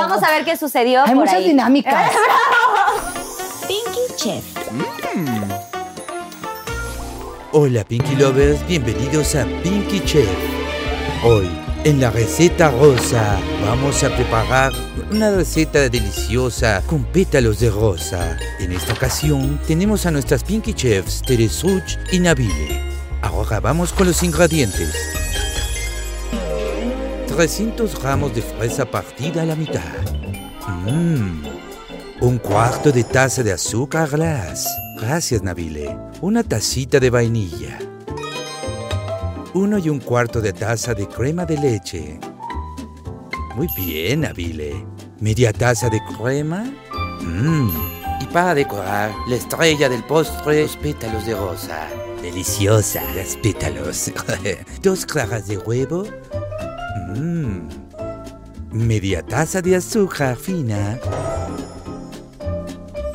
S2: vamos a ver qué sucedió
S3: Hay
S2: por
S3: muchas
S2: ahí.
S3: dinámicas.
S2: Pinky Chef.
S1: Hola Pinky Lovers, bienvenidos a Pinky Chef. Hoy, en la receta rosa, vamos a preparar una receta deliciosa con pétalos de rosa. En esta ocasión, tenemos a nuestras Pinky Chefs Teresuch y Nabile. Ahora vamos con los ingredientes. 300 gramos de fresa partida a la mitad. Mmm. Un cuarto de taza de azúcar glass. Gracias, Nabile. Una tacita de vainilla. Uno y un cuarto de taza de crema de leche. Muy bien, Nabile. Media taza de crema. Mmm. Y para decorar, la estrella del postre, los pétalos de (laughs) rosa. Deliciosa, los pétalos. Dos claras de huevo Mm. Media taza de azúcar fina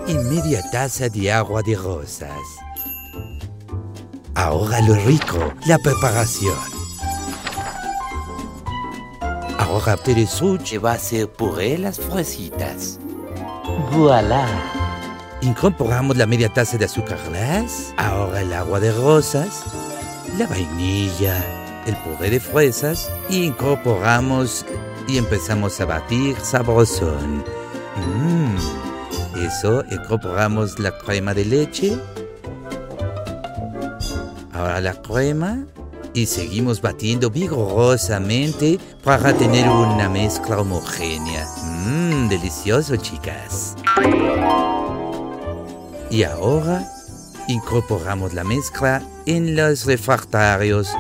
S1: y media taza de agua de rosas. Ahora lo rico, la preparación. Ahora Teresuche va a hacer puré las fresitas. ¡Voilà! Incorporamos la media taza de azúcar glass, ahora el agua de rosas, la vainilla, el puré de fresas y incorporamos y empezamos a batir sabrosón. Mm. Eso, incorporamos la crema de leche, ahora la crema y seguimos batiendo vigorosamente para tener una mezcla homogénea. Mmm, delicioso chicas. Y ahora incorporamos la mezcla en los refractarios.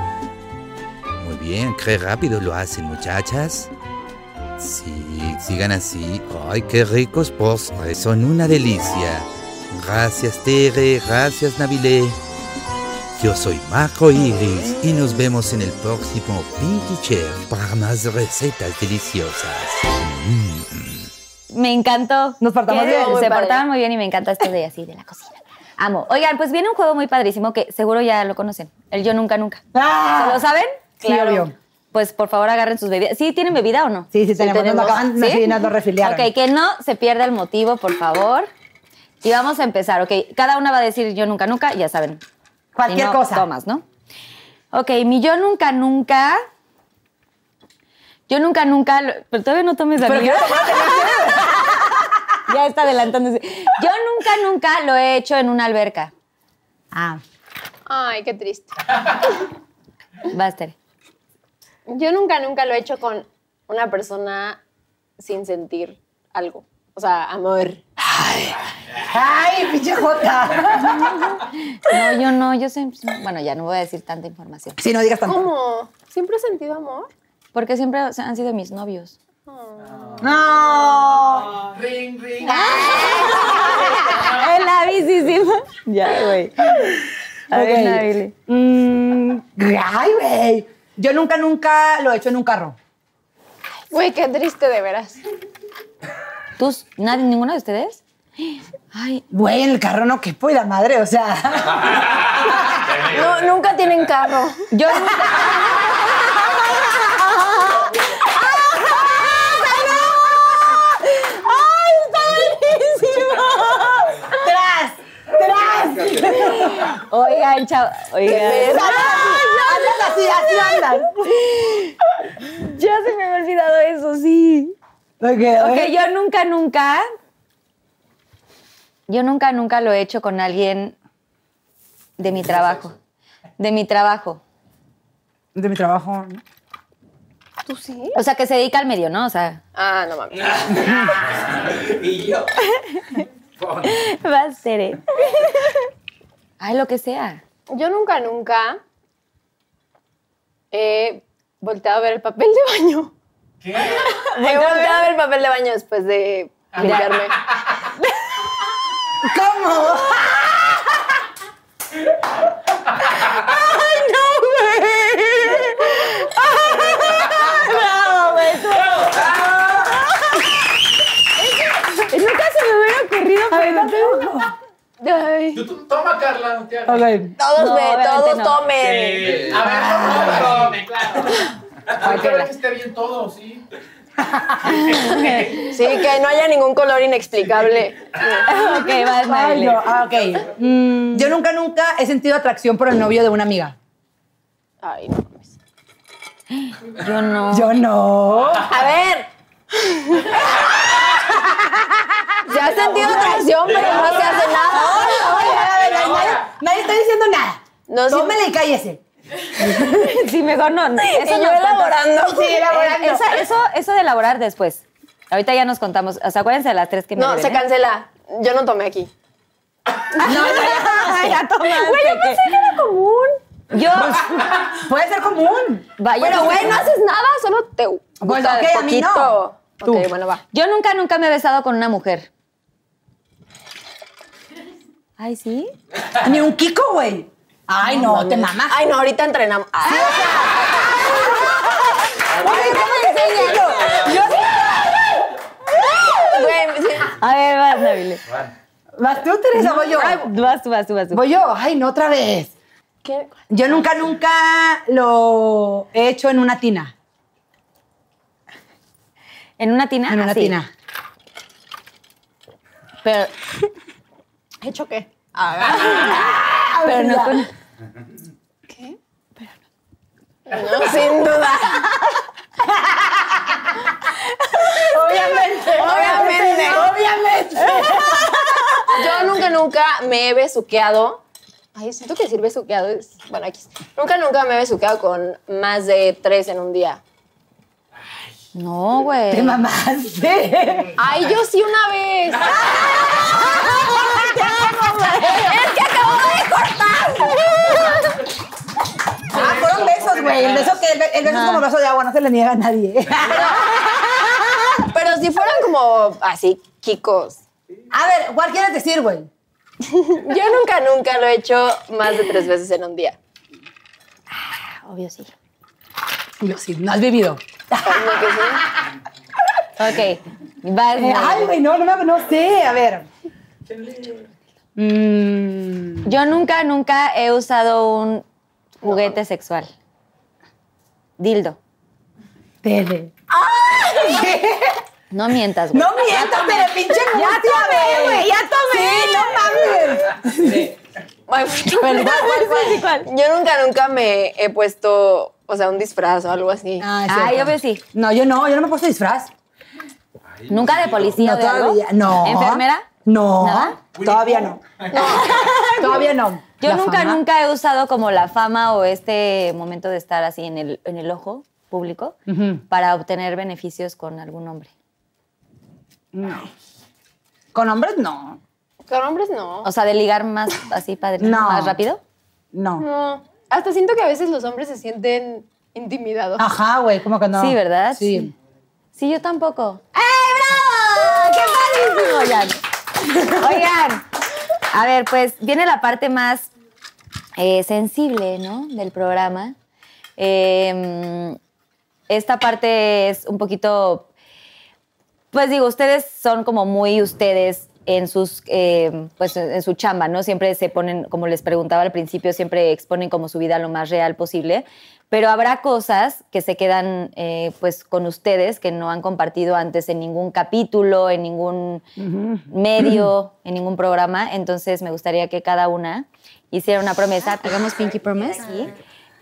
S1: Muy bien, qué rápido lo hacen muchachas. Sí, sigan así. ¡Ay, qué ricos postres! Son una delicia. Gracias Tere, gracias Nabilé. Yo soy Marco Iris y nos vemos en el próximo Pinky Chef para más recetas deliciosas.
S2: (laughs) Me encantó.
S3: Nos portamos
S2: Que
S3: bien.
S7: Muy
S2: Se
S7: padre.
S2: portaban muy bien y me encanta esto de así, de la cocina. Amo. Oigan, pues viene un juego muy padrísimo que seguro ya lo conocen. El Yo Nunca Nunca. ¿Se lo
S3: ¡Ah!
S2: saben?
S3: Sí, Claro. obvio.
S2: Pues por favor agarren sus bebidas. ¿Sí tienen bebida o no?
S3: Sí, sí, tenemos. Nos lo acaban, nos,
S2: ¿Sí?
S3: sí, nos lo refiliaron.
S2: Ok, que no se pierda el motivo, por favor. Y vamos a empezar, ok. Cada una va a decir yo nunca, nunca, ya saben.
S3: Cualquier
S2: Si no,
S3: cosa.
S2: Tomas, ¿no? Ok, mi yo nunca, nunca. Yo nunca, nunca. lo- Pero todavía no tomes la mía. (laughs) Ya está adelantándose. Yo nunca, nunca lo he hecho en una alberca.
S3: Ah.
S4: (laughs) Ay, qué triste.
S2: Baster.
S4: Yo nunca, nunca lo he hecho con una persona sin sentir algo. O sea, amor.
S3: ¡Ay, pinche Jota!
S2: (laughs) No, yo no, yo siempre. Bueno, ya no voy a decir tanta información.
S3: Si no digas tanto.
S4: ¿Cómo? ¿Siempre he sentido amor?
S2: Porque siempre han sido mis novios.
S3: ¡No!
S6: Ring, ring.
S3: Ah.
S2: En la bicísima. Ya, güey. A ver, Nabile.
S3: Mm, ¡Ay, güey! Yo nunca, nunca lo he hecho en un carro.
S4: Güey, qué triste de veras.
S2: ¿Tú, nadie, ninguno de ustedes? Ay,
S3: Güey, en el carro no que y la madre, o sea.
S4: No, nunca tienen carro.
S2: yo nunca.
S3: ¡Tras! ¡Tras!
S2: Oigan, chao. Oigan.
S3: Andas así, así andas.
S2: Ya se me había olvidado eso, sí.
S3: Ok,
S2: Ok,
S3: ok.
S2: yo nunca, nunca. Yo nunca, nunca lo he hecho con alguien de mi trabajo. De mi trabajo.
S3: De mi trabajo. ¿no?
S4: ¿Tú sí?
S2: O sea, que se dedica al medio, ¿no? O sea.
S4: Ah, no mames.
S5: Y yo.
S2: Va a ser. eh. (laughs) Ay, lo que sea.
S4: Yo nunca, nunca he volteado a ver el papel de baño.
S6: ¿Qué?
S4: (laughs) He volteado a ver el papel de baño después de limpiarme.
S3: ¿Cómo?
S2: Nunca se me hubiera ocurrido.
S4: Ay.
S6: Tú- tú- Toma, Carla. ¿qué haces?
S3: Ok.
S7: Todos,
S2: No,
S7: ve-
S2: obviamente
S7: todos
S2: no.
S7: tomen.
S5: Eh,
S6: A ver, no, no, no, Ah, claro. Hay que ver que esté bien todo, sí.
S7: Sí, que no haya ningún color inexplicable.
S2: Ok, va
S3: Ay,
S2: Marilyn.
S3: no. Ah, ok. Mm, yo nunca, nunca he sentido atracción por el novio de una amiga.
S4: Ay, no mames.
S2: Yo no.
S3: Yo no.
S7: A ver. Se ha sentido atracción, pero no se hace nada.
S3: Oye, a ver, nadie, nadie está diciendo nada.
S7: No, sí.
S3: Tómela y cállese.
S2: (laughs) Sí, mejor no. no, Eso
S7: Y
S2: no
S7: yo
S2: cuenta.
S7: elaborando.
S3: Sí, elaborando.
S2: Eh, esa- eso, eso de elaborar después. Ahorita ya nos contamos. O sea, acuérdense de las tres que me
S4: No,
S2: deben,
S4: se
S2: ¿eh?
S4: cancela. Yo no tomé aquí.
S3: (laughs)
S2: Ay, ya tomaste. Güey, yo pensé que era común. Yo.
S3: Puede ser común.
S2: Vaya,
S4: Pues, Pero,
S2: yo-
S4: güey, no haces nada, solo te
S3: Pues,
S4: gusta
S3: ok, a mí no.
S4: poquito.
S3: Tú.
S4: Ok, bueno, va.
S2: Yo nunca, nunca me he besado con una mujer. Ay, ¿sí?
S3: Ni un Kiko, güey. Ay, no, te mamas.
S4: Ah,
S7: Ay, no, ahorita entrenamos. Ay,
S3: Oye, ¿cómo enseñas? Yo
S4: Güey, sí.
S2: A ver, vas, Nabile.
S3: ¿Vas tú, Teresa? Voy yo.
S2: Ay, vas tú, vas tú, vas tú.
S3: Voy yo. Ay, no, otra vez.
S4: ¿Qué?
S3: Yo nunca, nunca lo he hecho en una tina.
S2: ¿En una tina?
S3: En una
S2: Así.
S3: tina.
S2: Pero,
S3: (laughs)
S4: ¿Hecho qué?
S2: pero no con...
S4: No, sin duda. obviamente, obviamente.
S3: Obviamente.
S4: Yo nunca, nunca me he besuqueado. Ay, siento que decir besuqueado es. Bueno, aquí. Nunca, nunca me he besuqueado con más de tres en un día.
S2: No, güey.
S3: Te mamaste.
S4: Ay, yo sí una
S3: (laughs)
S4: vez.
S2: Es que acabo de cortar.
S3: Ah, fueron besos, güey. El beso, que, el be- el beso es como beso de agua, no se le niega a nadie.
S4: Pero si fueran como así, Kikos.
S3: A ver, ¿cuál quieres decir, güey?
S4: Yo nunca, nunca lo he hecho más de tres veces en un día.
S2: Obvio sí.
S3: Yo sí, no has vivido.
S4: Como que sí.
S2: Ok, vas,
S3: Eh, ay,
S2: Nabile.
S3: güey, no, no, me- no sé. A ver. Mm,
S2: Yo nunca, nunca he usado un juguete sexual. Dildo.
S3: tele.
S2: No mientas, güey.
S3: No mientas, Tere, pinche Ya tomé, güey, ya tomé. Sí, no mames.
S4: Ay,
S2: ¿Cuál, cuál, cuál?
S4: Yo nunca, nunca me he puesto, o sea, un disfraz o algo así.
S3: Ah,
S2: Ay, obvio sí.
S3: No, yo no, yo no me he puesto disfraz.
S2: ¿Nunca de policía
S3: No,
S2: o de algo?
S3: todavía. No.
S2: ¿Enfermera?
S3: No.
S2: ¿Nada?
S3: Todavía no. todavía no.
S2: Yo
S3: La
S2: nunca,
S3: fama.
S2: nunca he usado como la fama o este momento de estar así en el, en el ojo público
S3: Ujú.
S2: para obtener beneficios con algún hombre.
S3: Con hombres, no.
S4: Con hombres no.
S2: O sea, de ligar más así padre,
S3: No.
S2: más rápido.
S3: No.
S4: No. Hasta siento que a veces los hombres se sienten intimidados.
S3: Ajá, güey, como que no.
S2: Sí, ¿verdad?
S3: Sí.
S2: Sí, yo tampoco. ¡Ey, bravo! ¡Qué padrísimo! Oigan. Oigan, a ver, pues viene la parte más eh, sensible, ¿no? Del programa. Eh, esta parte es un poquito. Pues digo, ustedes son como muy ustedes en sus eh, pues en su chamba, ¿no? Siempre se ponen, como les preguntaba al principio, siempre exponen como su vida lo más real posible. Pero habrá cosas que se quedan eh, pues con ustedes que no han compartido antes en ningún capítulo, en ningún medio, en ningún programa. Entonces me gustaría que cada una hiciera una promesa. Hagamos Pinky Promise.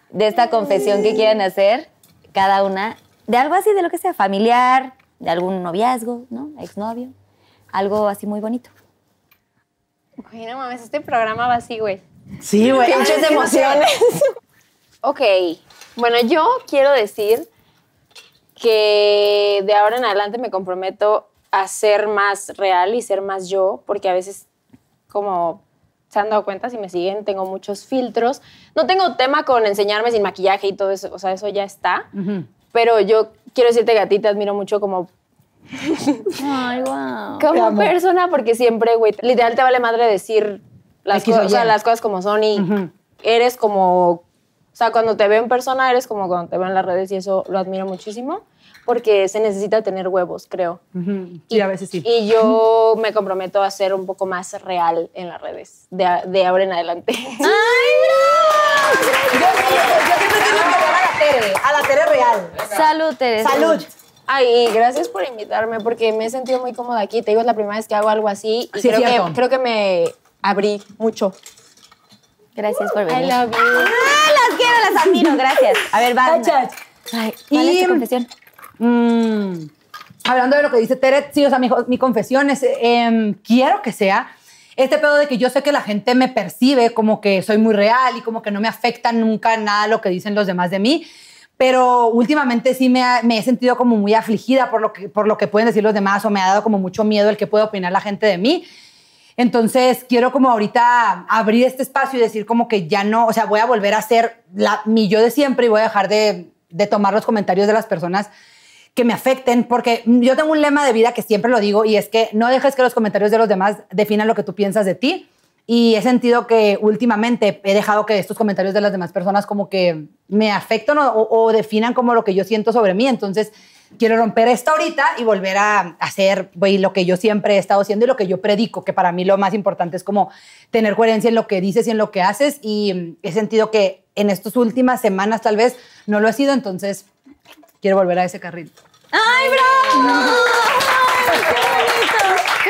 S2: de esta confesión que quieren hacer, cada una, de algo así, de lo que sea, familiar, de algún noviazgo, ¿no? Exnovio. Algo así muy bonito.
S4: Güey, no mames, este programa va así, güey.
S3: Sí, güey.
S4: Pinches emociones. ok. Bueno, yo quiero decir que de ahora en adelante me comprometo a ser más real y ser más yo, porque a veces, como se han dado cuenta, si me siguen, tengo muchos filtros. No tengo tema con enseñarme sin maquillaje y todo eso, o sea, eso ya está. Pero yo quiero decirte que a ti te admiro mucho como
S2: Ay, wow.
S4: como
S3: amo.
S4: persona, porque siempre, güey, literal te vale madre decir las,
S3: X o
S4: cosas, o sea,
S3: Y.
S4: las cosas como son y eres como, o sea, cuando te veo en persona eres como cuando te veo en las redes y eso lo admiro muchísimo, porque se necesita tener huevos, creo.
S3: Sí, a veces sí.
S4: Y yo me comprometo a ser un poco más real en las redes, de, a- de ahora en adelante. (laughs)
S3: Yo, yo siempre tengo que llevar a la Tere, a la Tere real.
S2: Salud, Teresa.
S3: Salud.
S4: Ay, y gracias por invitarme, porque me he sentido muy cómoda aquí. Te digo, es la primera vez que hago algo así y
S3: Sí, es
S4: creo, que,
S3: cierto.
S4: creo que me abrí mucho.
S2: Gracias por venir.
S4: I love you.
S2: Ah, las quiero, las admiro, gracias. A ver, va.
S3: Gracias.
S2: Ay, ¿cuál es
S3: Y-
S2: tu confesión?
S3: Mm, Hablando de lo que dice Tere, sí, o sea, mi, jo- mi confesión es, eh, em, quiero que sea este pedo de que yo sé que la gente me percibe como que soy muy real y como que no me afecta nunca nada lo que dicen los demás de mí, pero últimamente sí me, ha- me he sentido como muy afligida por lo, que, por lo que pueden decir los demás o me ha dado como mucho miedo el que puede opinar la gente de mí. Entonces, quiero como ahorita abrir este espacio y decir como que ya no, o sea, voy a volver a ser la, mi yo de siempre y voy a dejar de, de tomar los comentarios de las personas que me afecten, porque yo tengo un lema de vida que siempre lo digo y es que no dejes que los comentarios de los demás definan lo que tú piensas de ti. Y he sentido que últimamente he dejado que estos comentarios de las demás personas como que me afectan o, o definan como lo que yo siento sobre mí. Entonces, quiero romper esto ahorita y volver a hacer güey, lo que yo siempre he estado haciendo y lo que yo predico, que para mí lo más importante es como tener coherencia en lo que dices y en lo que haces. Y mm, he sentido que en estas últimas semanas tal vez no lo ha sido, entonces quiero volver a ese carril.
S2: ¡Ay, bravo! ¡Ay, ¡Qué bonito! ¡Qué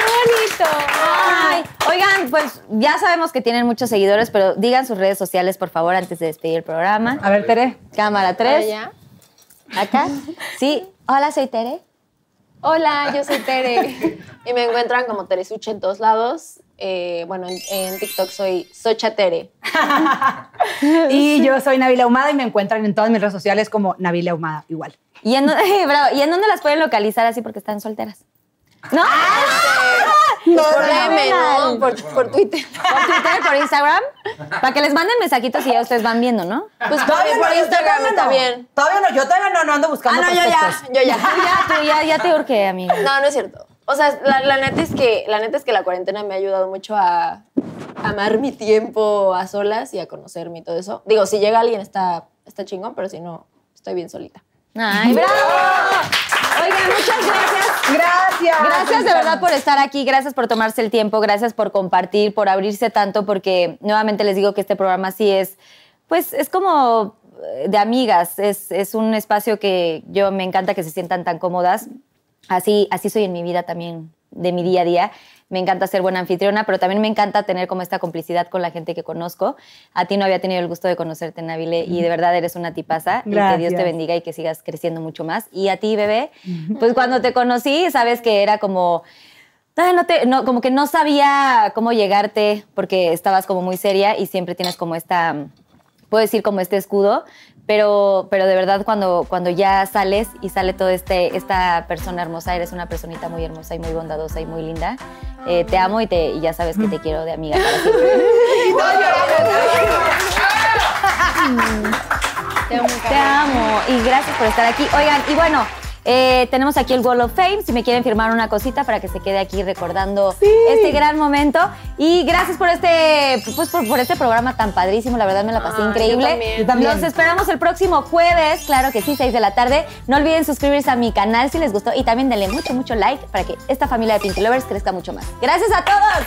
S2: bonito! Ay, Oigan, pues ya sabemos que tienen muchos seguidores, pero digan sus redes sociales, por favor, antes de despedir el programa.
S3: A ver, Tere.
S2: Cámara 3.
S4: Allá.
S2: Acá. Sí. Hola, soy Tere.
S4: Hola, yo soy Tere. (laughs) y me encuentran como Teresuche en todos lados. Eh, bueno, en, en TikTok soy Socha Tere.
S3: Y yo soy Nabila Ahumada y me encuentran en todas mis redes sociales como Nabila Ahumada, igual.
S2: ¿Y en, (laughs) dónde- bravo, ¿Y en dónde las pueden localizar así porque están solteras? ¿No?
S4: No,
S2: Por
S4: por DM,
S2: Instagram.
S4: ¿no? Por, por Twitter.
S2: Por Twitter, por Instagram. Para que les manden mensajitos y ya ustedes van viendo, ¿no?
S4: Pues por, por
S3: yo
S4: Instagram
S3: todavía
S4: está
S3: no.
S4: bien.
S3: Todavía no, yo todavía no, no ando buscando.
S4: Ah, no, yo ya,
S3: prospectos.
S4: yo ya.
S2: Tú ya, tú ya, ya te urge, amiga.
S4: (laughs) No, no es cierto. O sea, la, la neta es que, la neta es que la cuarentena me ha ayudado mucho a amar mi tiempo a solas y a conocerme y todo eso. Digo, si llega alguien está, está chingón, pero si no, estoy bien solita.
S2: ¡Ay, bravo! Oigan, muchas gracias.
S3: Gracias.
S2: Gracias de verdad por estar aquí, gracias por tomarse el tiempo, gracias por compartir, por abrirse tanto, porque nuevamente les digo que este programa sí es, pues es como eh, de amigas, es, es un espacio que yo me encanta que se sientan tan cómodas. Así, así soy en mi vida también, de mi día a día. Me encanta ser buena anfitriona, pero también me encanta tener como esta complicidad con la gente que conozco. A ti no había tenido el gusto de conocerte, Nabile, y de verdad eres una tipaza. Y que Dios te
S3: Gracias.
S2: bendiga bendiga y que sigas creciendo mucho más. Y a ti, bebé, pues cuando te conocí, sabes que era como, "Ah, no te, no, como que no sabía cómo llegarte porque estabas como muy seria y siempre tienes como esta, mm, puedo decir como este escudo, pero, pero de verdad cuando, cuando ya sales y sale toda este, esta persona hermosa, eres una personita muy hermosa y muy bondadosa y muy linda. Eh, te amo y, te, y ya sabes que te quiero de amiga para siempre. Te amo y gracias por estar aquí. Oigan, y bueno, eh, tenemos aquí el Wall of Fame, si me quieren firmar una cosita para que se quede aquí recordando este gran momento. Y gracias por este, pues, por, por este programa tan padrísimo, la verdad me la pasé
S4: Ay, yo
S2: increíble.
S4: también. Yo
S3: también.
S2: Los esperamos el próximo jueves, claro que sí, 6 de la tarde. No olviden suscribirse a mi canal si les gustó y también denle mucho, mucho like para que esta familia de Pinky Lovers crezca mucho más. Gracias a todos.